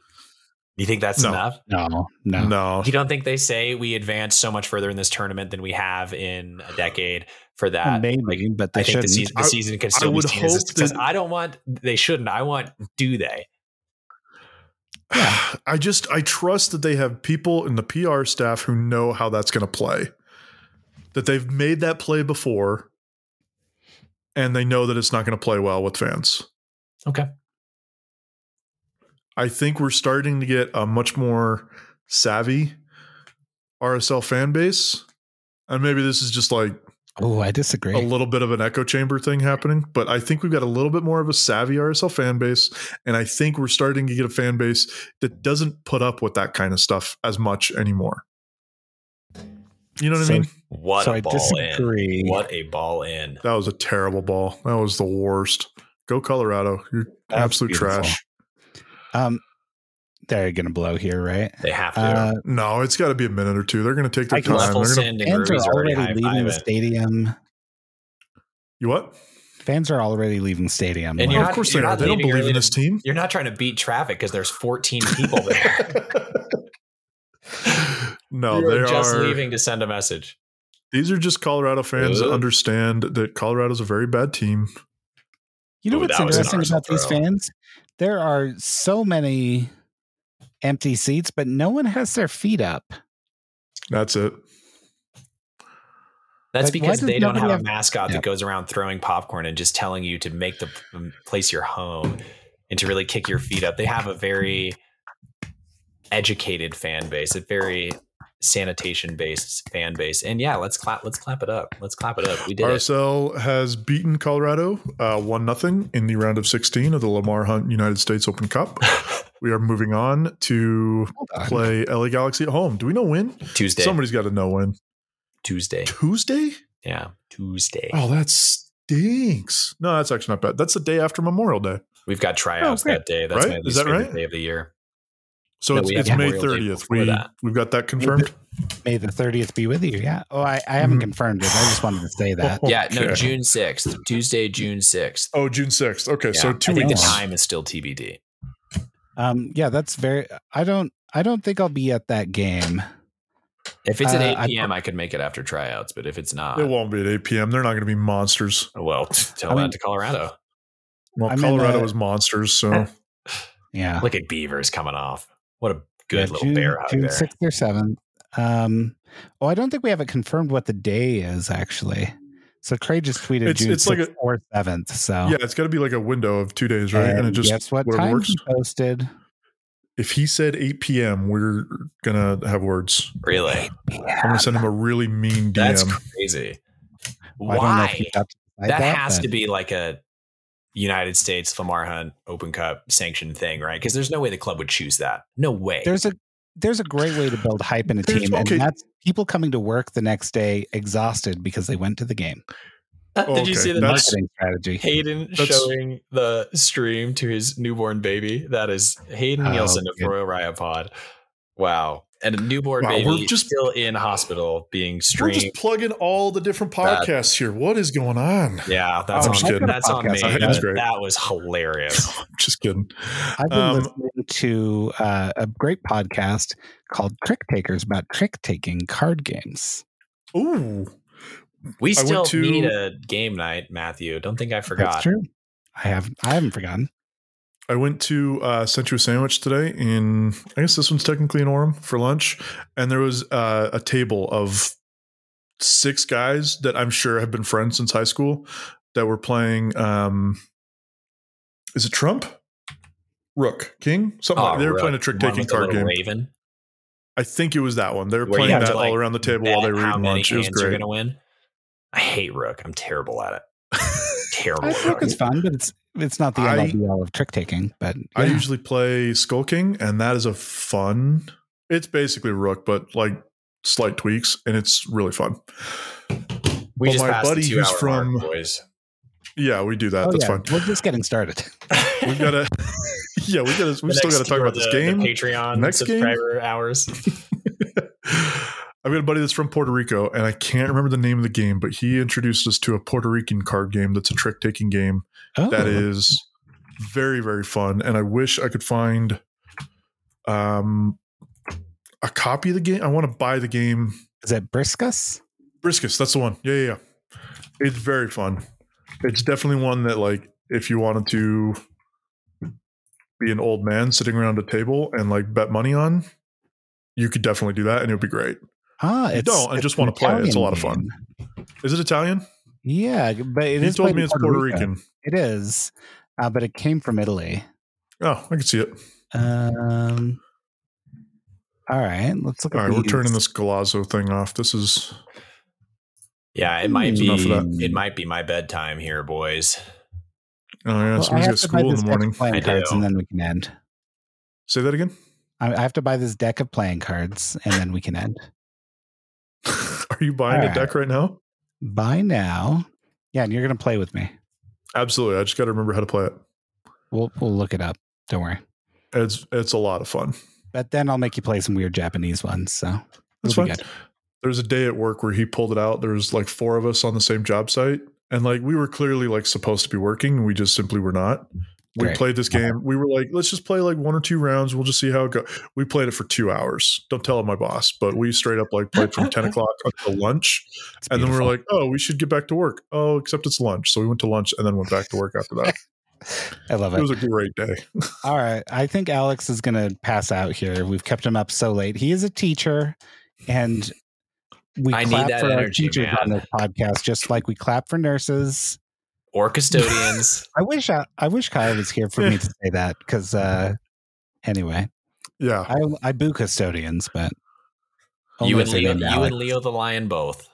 [SPEAKER 3] you think that's
[SPEAKER 1] No.
[SPEAKER 3] enough?
[SPEAKER 2] No, no.
[SPEAKER 1] No,
[SPEAKER 3] You don't think they say we advanced so much further in this tournament than we have in a decade for that?
[SPEAKER 2] Well, maybe,
[SPEAKER 3] Like,
[SPEAKER 2] but they
[SPEAKER 3] I think
[SPEAKER 2] shouldn't.
[SPEAKER 3] the season, the
[SPEAKER 1] I-
[SPEAKER 3] season can still be
[SPEAKER 1] would
[SPEAKER 3] seen as a
[SPEAKER 1] hope
[SPEAKER 3] success.
[SPEAKER 1] that-
[SPEAKER 3] I don't want they shouldn't. I want do they?
[SPEAKER 1] *sighs* I just I trust that they have people in the PR staff who know how that's going to play. That they've made that play before, and they know that it's not going to play well with fans.
[SPEAKER 3] Okay.
[SPEAKER 1] I think we're starting to get a much more savvy RSL fan base, and maybe this is just like
[SPEAKER 2] oh, I disagree.
[SPEAKER 1] a little bit of an echo chamber thing happening, but I think we've got a little bit more of a savvy RSL fan base, and I think we're starting to get a fan base that doesn't put up with that kind of stuff as much anymore. You know what
[SPEAKER 2] So-
[SPEAKER 1] I mean?
[SPEAKER 3] What
[SPEAKER 2] so
[SPEAKER 3] a
[SPEAKER 2] I
[SPEAKER 3] ball
[SPEAKER 2] disagree.
[SPEAKER 3] in. What a ball in.
[SPEAKER 1] That was a terrible ball. That was the worst. Go Colorado! You're
[SPEAKER 2] That was
[SPEAKER 1] absolute
[SPEAKER 2] beautiful.
[SPEAKER 1] trash.
[SPEAKER 2] Um, they're gonna blow here, right?
[SPEAKER 3] They have to.
[SPEAKER 2] Uh,
[SPEAKER 1] No, it's got to be a minute or two. They're going to take their
[SPEAKER 2] I can
[SPEAKER 1] time. They're
[SPEAKER 3] Leffel,
[SPEAKER 1] going to
[SPEAKER 3] Send, and
[SPEAKER 2] fans are
[SPEAKER 3] Ruiz
[SPEAKER 2] already
[SPEAKER 3] already high
[SPEAKER 2] leaving the
[SPEAKER 3] five it.
[SPEAKER 2] stadium.
[SPEAKER 1] you what?
[SPEAKER 2] Fans are already leaving stadium.
[SPEAKER 3] And
[SPEAKER 2] Like,
[SPEAKER 3] you're
[SPEAKER 1] Oh,
[SPEAKER 3] not-
[SPEAKER 1] of course they
[SPEAKER 3] you're
[SPEAKER 1] are.
[SPEAKER 3] not
[SPEAKER 1] They don't
[SPEAKER 3] leaving
[SPEAKER 1] believe
[SPEAKER 3] early
[SPEAKER 1] in
[SPEAKER 3] to-
[SPEAKER 1] this team.
[SPEAKER 3] You're not trying to beat traffic because there's 14 people there.
[SPEAKER 2] *laughs*
[SPEAKER 1] *laughs* no,
[SPEAKER 3] You're
[SPEAKER 1] they
[SPEAKER 3] just
[SPEAKER 1] are.
[SPEAKER 3] leaving to send a message.
[SPEAKER 1] These are just Colorado fans that
[SPEAKER 3] Ugh.
[SPEAKER 1] understand that Colorado's a very bad team.
[SPEAKER 2] you know
[SPEAKER 3] Ooh,
[SPEAKER 2] what's
[SPEAKER 3] that was an
[SPEAKER 2] interesting about
[SPEAKER 3] Arsenal
[SPEAKER 2] these
[SPEAKER 3] throw.
[SPEAKER 2] fans? There are so many empty seats, but no one has their feet up.
[SPEAKER 1] That's it.
[SPEAKER 2] Like,
[SPEAKER 3] That's
[SPEAKER 2] why
[SPEAKER 3] because
[SPEAKER 2] does
[SPEAKER 3] they don't
[SPEAKER 2] nobody
[SPEAKER 3] have a
[SPEAKER 2] have-
[SPEAKER 3] mascot
[SPEAKER 2] Yeah.
[SPEAKER 3] that goes around throwing popcorn and just telling you to make the p- place your home and to really kick your feet up. They have a very educated fan base, a very sanitation based fan base. And yeah, let's clap let's clap it up. Let's clap it up. We did it.
[SPEAKER 1] RSL has beaten Colorado uh, one nothing in the round of sixteen of the Lamar Hunt United States Open Cup. we are moving on to
[SPEAKER 2] Hold on.
[SPEAKER 1] play LA Galaxy at home. Do we know when?
[SPEAKER 3] *laughs* Tuesday.
[SPEAKER 1] Somebody's got to know when.
[SPEAKER 3] Tuesday.
[SPEAKER 1] Tuesday?
[SPEAKER 3] Yeah. Tuesday.
[SPEAKER 1] Oh, that stinks. No, that's actually not bad. That's the day after Memorial Day.
[SPEAKER 3] We've got tryouts
[SPEAKER 2] Oh, great.
[SPEAKER 3] that day. That's
[SPEAKER 1] Right?
[SPEAKER 3] my
[SPEAKER 1] Is
[SPEAKER 3] least
[SPEAKER 1] that
[SPEAKER 3] favorite
[SPEAKER 1] right?
[SPEAKER 3] day of the year.
[SPEAKER 1] So
[SPEAKER 3] No,
[SPEAKER 1] it's,
[SPEAKER 3] we have
[SPEAKER 1] it's May
[SPEAKER 3] Memorial Day
[SPEAKER 1] thirtieth.
[SPEAKER 3] before
[SPEAKER 1] We
[SPEAKER 3] that.
[SPEAKER 1] we've got that confirmed.
[SPEAKER 2] May the thirtieth be with you. Yeah. Oh, I, I haven't
[SPEAKER 1] Mhm.
[SPEAKER 2] confirmed it. I just wanted to say that.
[SPEAKER 3] Yeah, no,
[SPEAKER 1] Okay.
[SPEAKER 3] June sixth. Tuesday, June sixth.
[SPEAKER 1] Oh, June sixth. Okay, so two
[SPEAKER 3] I think
[SPEAKER 1] weeks.
[SPEAKER 3] the time is still TBD.
[SPEAKER 2] Um, yeah, that's very. I don't. I don't think I'll be at that game.
[SPEAKER 3] If it's at
[SPEAKER 2] Uh, I-
[SPEAKER 3] 8 p.m., I, could make it after tryouts, but if it's not,
[SPEAKER 1] It won't be at 8 p.m. They're not going to be monsters. *laughs*
[SPEAKER 3] well, *laughs* tell
[SPEAKER 2] I
[SPEAKER 3] that
[SPEAKER 2] mean-
[SPEAKER 3] to Colorado.
[SPEAKER 1] Well,
[SPEAKER 2] I'm in
[SPEAKER 1] Colorado
[SPEAKER 2] a-
[SPEAKER 1] is monsters, so
[SPEAKER 2] Yeah.
[SPEAKER 3] Look at Beavers coming off. What a good
[SPEAKER 2] Ah. Yeah,
[SPEAKER 3] little
[SPEAKER 2] June,
[SPEAKER 3] bear hug
[SPEAKER 2] June
[SPEAKER 3] there.
[SPEAKER 2] 6th or 7th. Um, oh, I don't think we have it confirmed what the day is actually. So Craig just tweeted
[SPEAKER 1] It's-
[SPEAKER 2] June
[SPEAKER 1] it's
[SPEAKER 2] 6th
[SPEAKER 1] like a-
[SPEAKER 2] or 7th.
[SPEAKER 3] Oh.
[SPEAKER 2] So
[SPEAKER 1] yeah, it's got to be like a window of two days, right? And it
[SPEAKER 2] And
[SPEAKER 1] just
[SPEAKER 2] Uh, guess what
[SPEAKER 1] whatever
[SPEAKER 2] time
[SPEAKER 1] works.
[SPEAKER 2] he posted?
[SPEAKER 1] if he said 8 p.m., we're gonna have words.
[SPEAKER 3] Really?
[SPEAKER 1] I'm gonna send him a really mean DM.
[SPEAKER 3] That's crazy.
[SPEAKER 2] Well, I don't know if
[SPEAKER 3] Why?
[SPEAKER 2] he got to decide
[SPEAKER 3] That, has
[SPEAKER 2] but
[SPEAKER 3] to be like a United States Lamar Hunt Open Cup sanctioned thing, right? Because there's no way the club would choose that. No way.
[SPEAKER 2] There's a there's a great way to build hype in a
[SPEAKER 1] There's-
[SPEAKER 2] team,
[SPEAKER 1] okay.
[SPEAKER 2] and that's people coming to work the next day exhausted because they went to the game.
[SPEAKER 3] Did
[SPEAKER 1] Oh, okay,
[SPEAKER 3] you see the
[SPEAKER 1] that's-
[SPEAKER 2] Marketing strategy.
[SPEAKER 3] Hayden
[SPEAKER 1] That's-
[SPEAKER 3] showing the stream to his newborn baby. That is Hayden
[SPEAKER 2] Oh,
[SPEAKER 3] Nielsen of
[SPEAKER 2] good.
[SPEAKER 3] Royal Riot Pod. Wow. And a newborn
[SPEAKER 1] Wow,
[SPEAKER 3] baby
[SPEAKER 1] we're just-
[SPEAKER 3] still in hospital being
[SPEAKER 1] We're
[SPEAKER 3] streamed.
[SPEAKER 1] just plugging all the different
[SPEAKER 3] That-
[SPEAKER 1] podcasts here. What is going on?
[SPEAKER 3] yeah, that's
[SPEAKER 1] I'm just
[SPEAKER 3] on,
[SPEAKER 1] kidding.
[SPEAKER 3] that's on me.
[SPEAKER 2] Podcast.
[SPEAKER 1] Oh, That was
[SPEAKER 3] That,
[SPEAKER 1] great.
[SPEAKER 3] that was hilarious.
[SPEAKER 1] *laughs* Just kidding.
[SPEAKER 2] I've been
[SPEAKER 1] Um,
[SPEAKER 2] listening to uh, a great podcast called Trick Takers about trick taking card games.
[SPEAKER 1] Ooh,
[SPEAKER 3] We
[SPEAKER 1] I went
[SPEAKER 3] still
[SPEAKER 1] to-
[SPEAKER 3] need a game night, Matthew. Don't think I
[SPEAKER 2] That's
[SPEAKER 3] forgot.
[SPEAKER 2] true. I have I haven't forgotten.
[SPEAKER 1] I went to uh, Sent You a Sandwich today in, I guess this one's technically in Orem for lunch. And there was uh, a table of six guys that I'm sure have been friends since high school that were playing, um, is it Trump? Rook, King? Something like
[SPEAKER 3] Oh,
[SPEAKER 1] They were
[SPEAKER 3] really?
[SPEAKER 1] playing a trick
[SPEAKER 3] One
[SPEAKER 1] taking
[SPEAKER 3] with the
[SPEAKER 1] card
[SPEAKER 3] little
[SPEAKER 1] game.
[SPEAKER 3] Raven.
[SPEAKER 1] I think it was that one. They were
[SPEAKER 3] Where you
[SPEAKER 1] playing
[SPEAKER 3] have
[SPEAKER 1] that
[SPEAKER 3] to, like,
[SPEAKER 1] all around the table while they were
[SPEAKER 3] Bet how
[SPEAKER 1] eating
[SPEAKER 3] many
[SPEAKER 1] lunch. It was
[SPEAKER 3] hands you're
[SPEAKER 1] great.
[SPEAKER 3] gonna win. I hate Rook. I'm terrible
[SPEAKER 1] *laughs*
[SPEAKER 3] at it. terrible.
[SPEAKER 2] I
[SPEAKER 3] at
[SPEAKER 2] think
[SPEAKER 3] Rook.
[SPEAKER 2] it's fun, but it's it's not the end all
[SPEAKER 1] I-
[SPEAKER 2] be all of trick taking. But
[SPEAKER 1] I
[SPEAKER 2] yeah.
[SPEAKER 1] usually play Skull King, and that is a fun. It's basically Rook, but like slight tweaks, and it's really fun.
[SPEAKER 3] We
[SPEAKER 1] But
[SPEAKER 3] just
[SPEAKER 1] my
[SPEAKER 3] passed
[SPEAKER 1] buddy
[SPEAKER 3] the two
[SPEAKER 1] who's
[SPEAKER 3] hour
[SPEAKER 1] from-
[SPEAKER 3] mark, boys.
[SPEAKER 1] Yeah, we do that.
[SPEAKER 2] Oh,
[SPEAKER 1] That's
[SPEAKER 2] yeah,
[SPEAKER 1] fine.
[SPEAKER 2] We're just getting started. *laughs*
[SPEAKER 1] *laughs* We've got
[SPEAKER 3] *laughs*
[SPEAKER 1] to. yeah, we got to. We
[SPEAKER 3] The
[SPEAKER 1] still got to
[SPEAKER 3] next
[SPEAKER 1] talk
[SPEAKER 3] two
[SPEAKER 1] about
[SPEAKER 3] are
[SPEAKER 1] this
[SPEAKER 3] the-
[SPEAKER 1] game.
[SPEAKER 3] The Patreon
[SPEAKER 1] Next game?
[SPEAKER 3] subscriber hours.
[SPEAKER 1] *laughs* I've got a buddy that's from Puerto Rico, and I can't remember the name of the game, but he introduced us to a Puerto Rican card game that's a trick taking game
[SPEAKER 2] Oh,
[SPEAKER 1] that is very very fun and i wish i could find um a copy of the game i want to buy the game
[SPEAKER 2] is it Briscus?
[SPEAKER 1] briskus that's the one yeah yeah, yeah. it's very fun it's definitely one that like if you wanted to be an old man sitting around a table and like bet money on you could definitely do that and it would be great
[SPEAKER 2] Ah, it's,
[SPEAKER 1] don't, I
[SPEAKER 2] it's
[SPEAKER 1] just
[SPEAKER 2] an
[SPEAKER 1] wanna play it. It's a lot of
[SPEAKER 2] Italian game.
[SPEAKER 1] is it italian
[SPEAKER 2] Yeah, but it is.
[SPEAKER 1] you told
[SPEAKER 2] played
[SPEAKER 1] me
[SPEAKER 2] in
[SPEAKER 1] it's puerto,
[SPEAKER 2] Rico.
[SPEAKER 1] rican
[SPEAKER 2] It is, uh, but it came from Italy.
[SPEAKER 1] oh i can see it
[SPEAKER 2] Um. All right, let's look.
[SPEAKER 1] all
[SPEAKER 2] at
[SPEAKER 1] right we're
[SPEAKER 2] these.
[SPEAKER 1] turning this galazzo thing off this is
[SPEAKER 3] *laughs* Yeah, it might
[SPEAKER 2] That's
[SPEAKER 3] be
[SPEAKER 1] Hmm, enough of that.
[SPEAKER 3] it might be my bedtime here, boys.
[SPEAKER 1] oh yeah
[SPEAKER 2] Well, I
[SPEAKER 1] somebody's
[SPEAKER 2] have
[SPEAKER 1] got
[SPEAKER 2] to
[SPEAKER 1] school in
[SPEAKER 2] buy this
[SPEAKER 1] the
[SPEAKER 2] deck of
[SPEAKER 1] morning
[SPEAKER 2] Playing
[SPEAKER 3] I
[SPEAKER 2] cards, and
[SPEAKER 3] do.
[SPEAKER 2] then we can end.
[SPEAKER 1] say that again *laughs*
[SPEAKER 2] I I have to buy this deck of playing cards, and then we can end.
[SPEAKER 1] Are you buying
[SPEAKER 2] All
[SPEAKER 1] a deck right now?
[SPEAKER 2] Buy now. Yeah, and you're gonna play with me.
[SPEAKER 1] Absolutely. I just got to remember how to play it.
[SPEAKER 2] We'll we'll look it up. Don't worry.
[SPEAKER 1] It's it's a lot of fun.
[SPEAKER 2] But then I'll make you play some weird Japanese ones. So
[SPEAKER 1] That's fun.
[SPEAKER 2] It'll be
[SPEAKER 1] There There's a day at work where he pulled it out. There was like four of us on the same job site, and like we were clearly like supposed to be working, and we just simply were not. We
[SPEAKER 2] Great.
[SPEAKER 1] played this game. We were like, let's just play like one or two rounds. We'll just see how it goes. We played it for two hours. Don't tell my boss, but we straight up like played from ten
[SPEAKER 2] *laughs*
[SPEAKER 1] o'clock until lunch,
[SPEAKER 2] It's
[SPEAKER 1] and then we were
[SPEAKER 2] beautiful.
[SPEAKER 1] like, oh, we should get back to work. Oh, except it's lunch, so we went to lunch and then went back to work after
[SPEAKER 2] *laughs*
[SPEAKER 1] that.
[SPEAKER 2] I love
[SPEAKER 1] it
[SPEAKER 2] it.
[SPEAKER 1] was a great day.
[SPEAKER 2] All right. I think Alex is gonna pass out here. We've kept him up so late. He is a teacher and we
[SPEAKER 3] I need
[SPEAKER 2] clap
[SPEAKER 3] that
[SPEAKER 2] for our
[SPEAKER 3] energy,
[SPEAKER 2] teachers
[SPEAKER 3] man.
[SPEAKER 2] on this podcast, just like we clap for nurses.
[SPEAKER 3] Or
[SPEAKER 1] *laughs*
[SPEAKER 3] custodians.
[SPEAKER 2] I wish I, I wish Kyle was here for me to say that because uh, anyway,
[SPEAKER 1] Yeah.
[SPEAKER 2] I I boo custodians, but only
[SPEAKER 3] you and
[SPEAKER 2] if they're
[SPEAKER 3] Leo
[SPEAKER 2] named
[SPEAKER 3] you
[SPEAKER 2] Alex.
[SPEAKER 3] and Leo the
[SPEAKER 1] *laughs*
[SPEAKER 3] Lion both.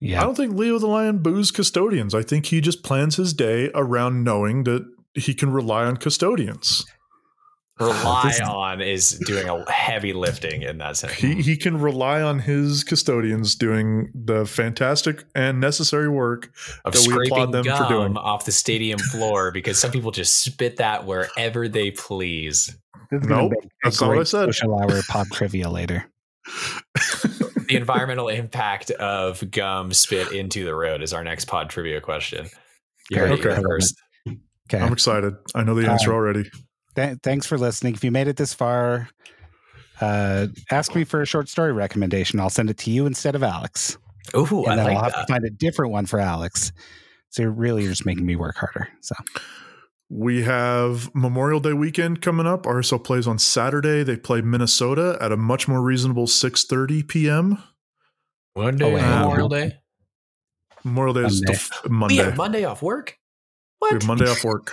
[SPEAKER 2] yeah,
[SPEAKER 1] I don't think Leo the Lion boos custodians. I think he just plans his day around knowing that he can rely on custodians.
[SPEAKER 3] Rely
[SPEAKER 2] This-
[SPEAKER 3] on is doing a heavy lifting in that sense.
[SPEAKER 1] He he can rely on his custodians doing the fantastic and necessary work.
[SPEAKER 3] of
[SPEAKER 1] that we applaud
[SPEAKER 3] scraping
[SPEAKER 1] them
[SPEAKER 3] gum
[SPEAKER 1] for doing.
[SPEAKER 3] off the stadium floor because some people just spit that wherever they please.
[SPEAKER 2] This is gonna
[SPEAKER 1] Nope,
[SPEAKER 2] be a
[SPEAKER 1] that's not what I
[SPEAKER 2] great
[SPEAKER 1] said.
[SPEAKER 2] Social hour pod trivia later.
[SPEAKER 1] *laughs*
[SPEAKER 3] The environmental impact of gum spit into the road is our next pod trivia question. You heard it
[SPEAKER 1] Okay.
[SPEAKER 3] here first.
[SPEAKER 2] Okay.
[SPEAKER 1] I'm excited. I know the answer already.
[SPEAKER 2] Th- thanks for listening. If you made it this far, uh, ask me for a short story recommendation. I'll send it to you instead of Alex,
[SPEAKER 3] Ooh, I
[SPEAKER 2] and then I'll
[SPEAKER 3] like
[SPEAKER 2] have
[SPEAKER 3] that.
[SPEAKER 2] to find a different one for Alex. So you're really you're just making me work harder. So
[SPEAKER 1] We have Memorial Day weekend coming up. RSL plays on Saturday. They play Minnesota at a much more reasonable 6:30 p.m.
[SPEAKER 3] One day,
[SPEAKER 2] Oh,
[SPEAKER 1] wow.
[SPEAKER 3] Memorial Day.
[SPEAKER 1] Memorial Day is the f-
[SPEAKER 2] Monday.
[SPEAKER 3] We
[SPEAKER 1] Monday.
[SPEAKER 3] have *laughs* Monday off work.
[SPEAKER 1] We
[SPEAKER 3] What?
[SPEAKER 1] have Monday off work.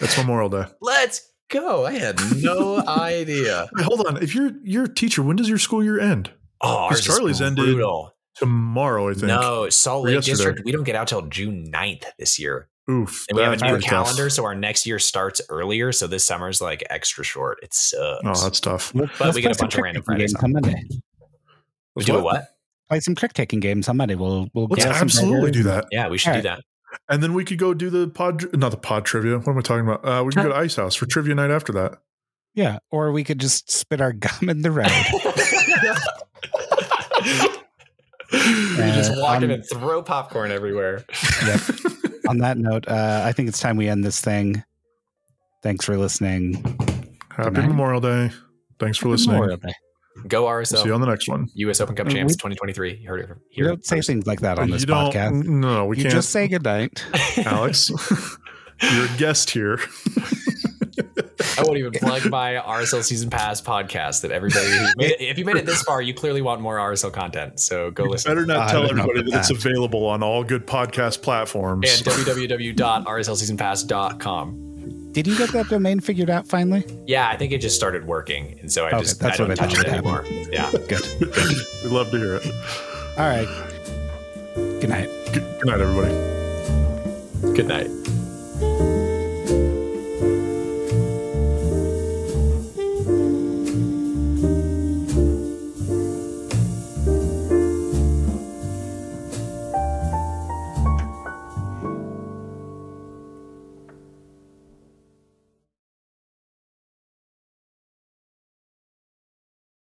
[SPEAKER 1] That's Memorial Day.
[SPEAKER 3] Let's go. I had no *laughs* idea.
[SPEAKER 1] Hey, hold on. If you're you're a teacher, when does your school year end?
[SPEAKER 3] Oh, ours is
[SPEAKER 1] Charlie's ended
[SPEAKER 3] brutal.
[SPEAKER 1] Tomorrow, I think.
[SPEAKER 3] No, Salt
[SPEAKER 1] Or
[SPEAKER 3] Lake
[SPEAKER 1] yesterday.
[SPEAKER 3] District. We don't get out till June 9th this year,
[SPEAKER 1] Oof.
[SPEAKER 3] and we have
[SPEAKER 1] that's
[SPEAKER 3] a new
[SPEAKER 1] pretty tough.
[SPEAKER 3] calendar, so our next year starts earlier. So this summer's like extra short. It sucks.
[SPEAKER 1] Oh, that's tough.
[SPEAKER 2] let's,
[SPEAKER 3] But we get
[SPEAKER 2] play
[SPEAKER 3] a
[SPEAKER 2] some
[SPEAKER 3] bunch of random
[SPEAKER 2] trick-taking
[SPEAKER 3] Fridays
[SPEAKER 2] games on Monday.
[SPEAKER 3] we do a what?
[SPEAKER 2] Play some trick taking games on Monday. We'll we'll
[SPEAKER 1] Let's
[SPEAKER 2] get some
[SPEAKER 1] absolutely
[SPEAKER 2] better-
[SPEAKER 1] do that.
[SPEAKER 3] Yeah, we should do that.
[SPEAKER 1] And then we could go do the pod, not the pod trivia. What am I talking about? Uh, we could go to Ice House for trivia night after that.
[SPEAKER 2] Yeah. Or we could just spit our gum in the *laughs* road.
[SPEAKER 3] you just
[SPEAKER 2] Uh,
[SPEAKER 3] walk in
[SPEAKER 2] I'm-
[SPEAKER 3] and throw popcorn everywhere.
[SPEAKER 2] On that note, uh, I think it's time we end this thing. Thanks for listening.
[SPEAKER 1] Happy
[SPEAKER 2] night.
[SPEAKER 1] Memorial Day. Thanks for listening.
[SPEAKER 2] Memorial Day.
[SPEAKER 3] Go
[SPEAKER 1] We'll see you
[SPEAKER 3] RSL.
[SPEAKER 1] on the next one.
[SPEAKER 3] U.S. Open Cup
[SPEAKER 2] We-
[SPEAKER 3] champs 2023. You heard it
[SPEAKER 2] You
[SPEAKER 3] here.
[SPEAKER 2] don't say things like that on this
[SPEAKER 1] you don't.
[SPEAKER 2] podcast.
[SPEAKER 1] No, we
[SPEAKER 2] you
[SPEAKER 1] can't.
[SPEAKER 2] just *laughs* say goodnight.
[SPEAKER 1] Alex, *laughs* you're a guest
[SPEAKER 2] *laughs*
[SPEAKER 1] here.
[SPEAKER 3] I won't even plug my RSL season pass podcast that everybody. Who made it, if you made it this far, you clearly want more RSL content. So go listen.
[SPEAKER 1] Better not
[SPEAKER 2] I
[SPEAKER 1] tell
[SPEAKER 2] don't know
[SPEAKER 1] everybody that,
[SPEAKER 2] about
[SPEAKER 1] it's
[SPEAKER 2] that. uh,
[SPEAKER 1] available on all good podcast
[SPEAKER 3] And
[SPEAKER 1] platforms.
[SPEAKER 3] www.rslseasonpass.com.
[SPEAKER 2] Did you get that domain figured out finally?
[SPEAKER 3] Yeah, I think it just started working, and so I
[SPEAKER 2] Okay,
[SPEAKER 3] just
[SPEAKER 2] that's
[SPEAKER 3] I don't
[SPEAKER 2] what I
[SPEAKER 3] touch
[SPEAKER 2] thought
[SPEAKER 3] it
[SPEAKER 2] would
[SPEAKER 3] anymore. Yeah.
[SPEAKER 2] Good.
[SPEAKER 1] We'd love to hear it.
[SPEAKER 2] All right. Good night.
[SPEAKER 1] Good good night, everybody.
[SPEAKER 3] Good night.
[SPEAKER 2] Good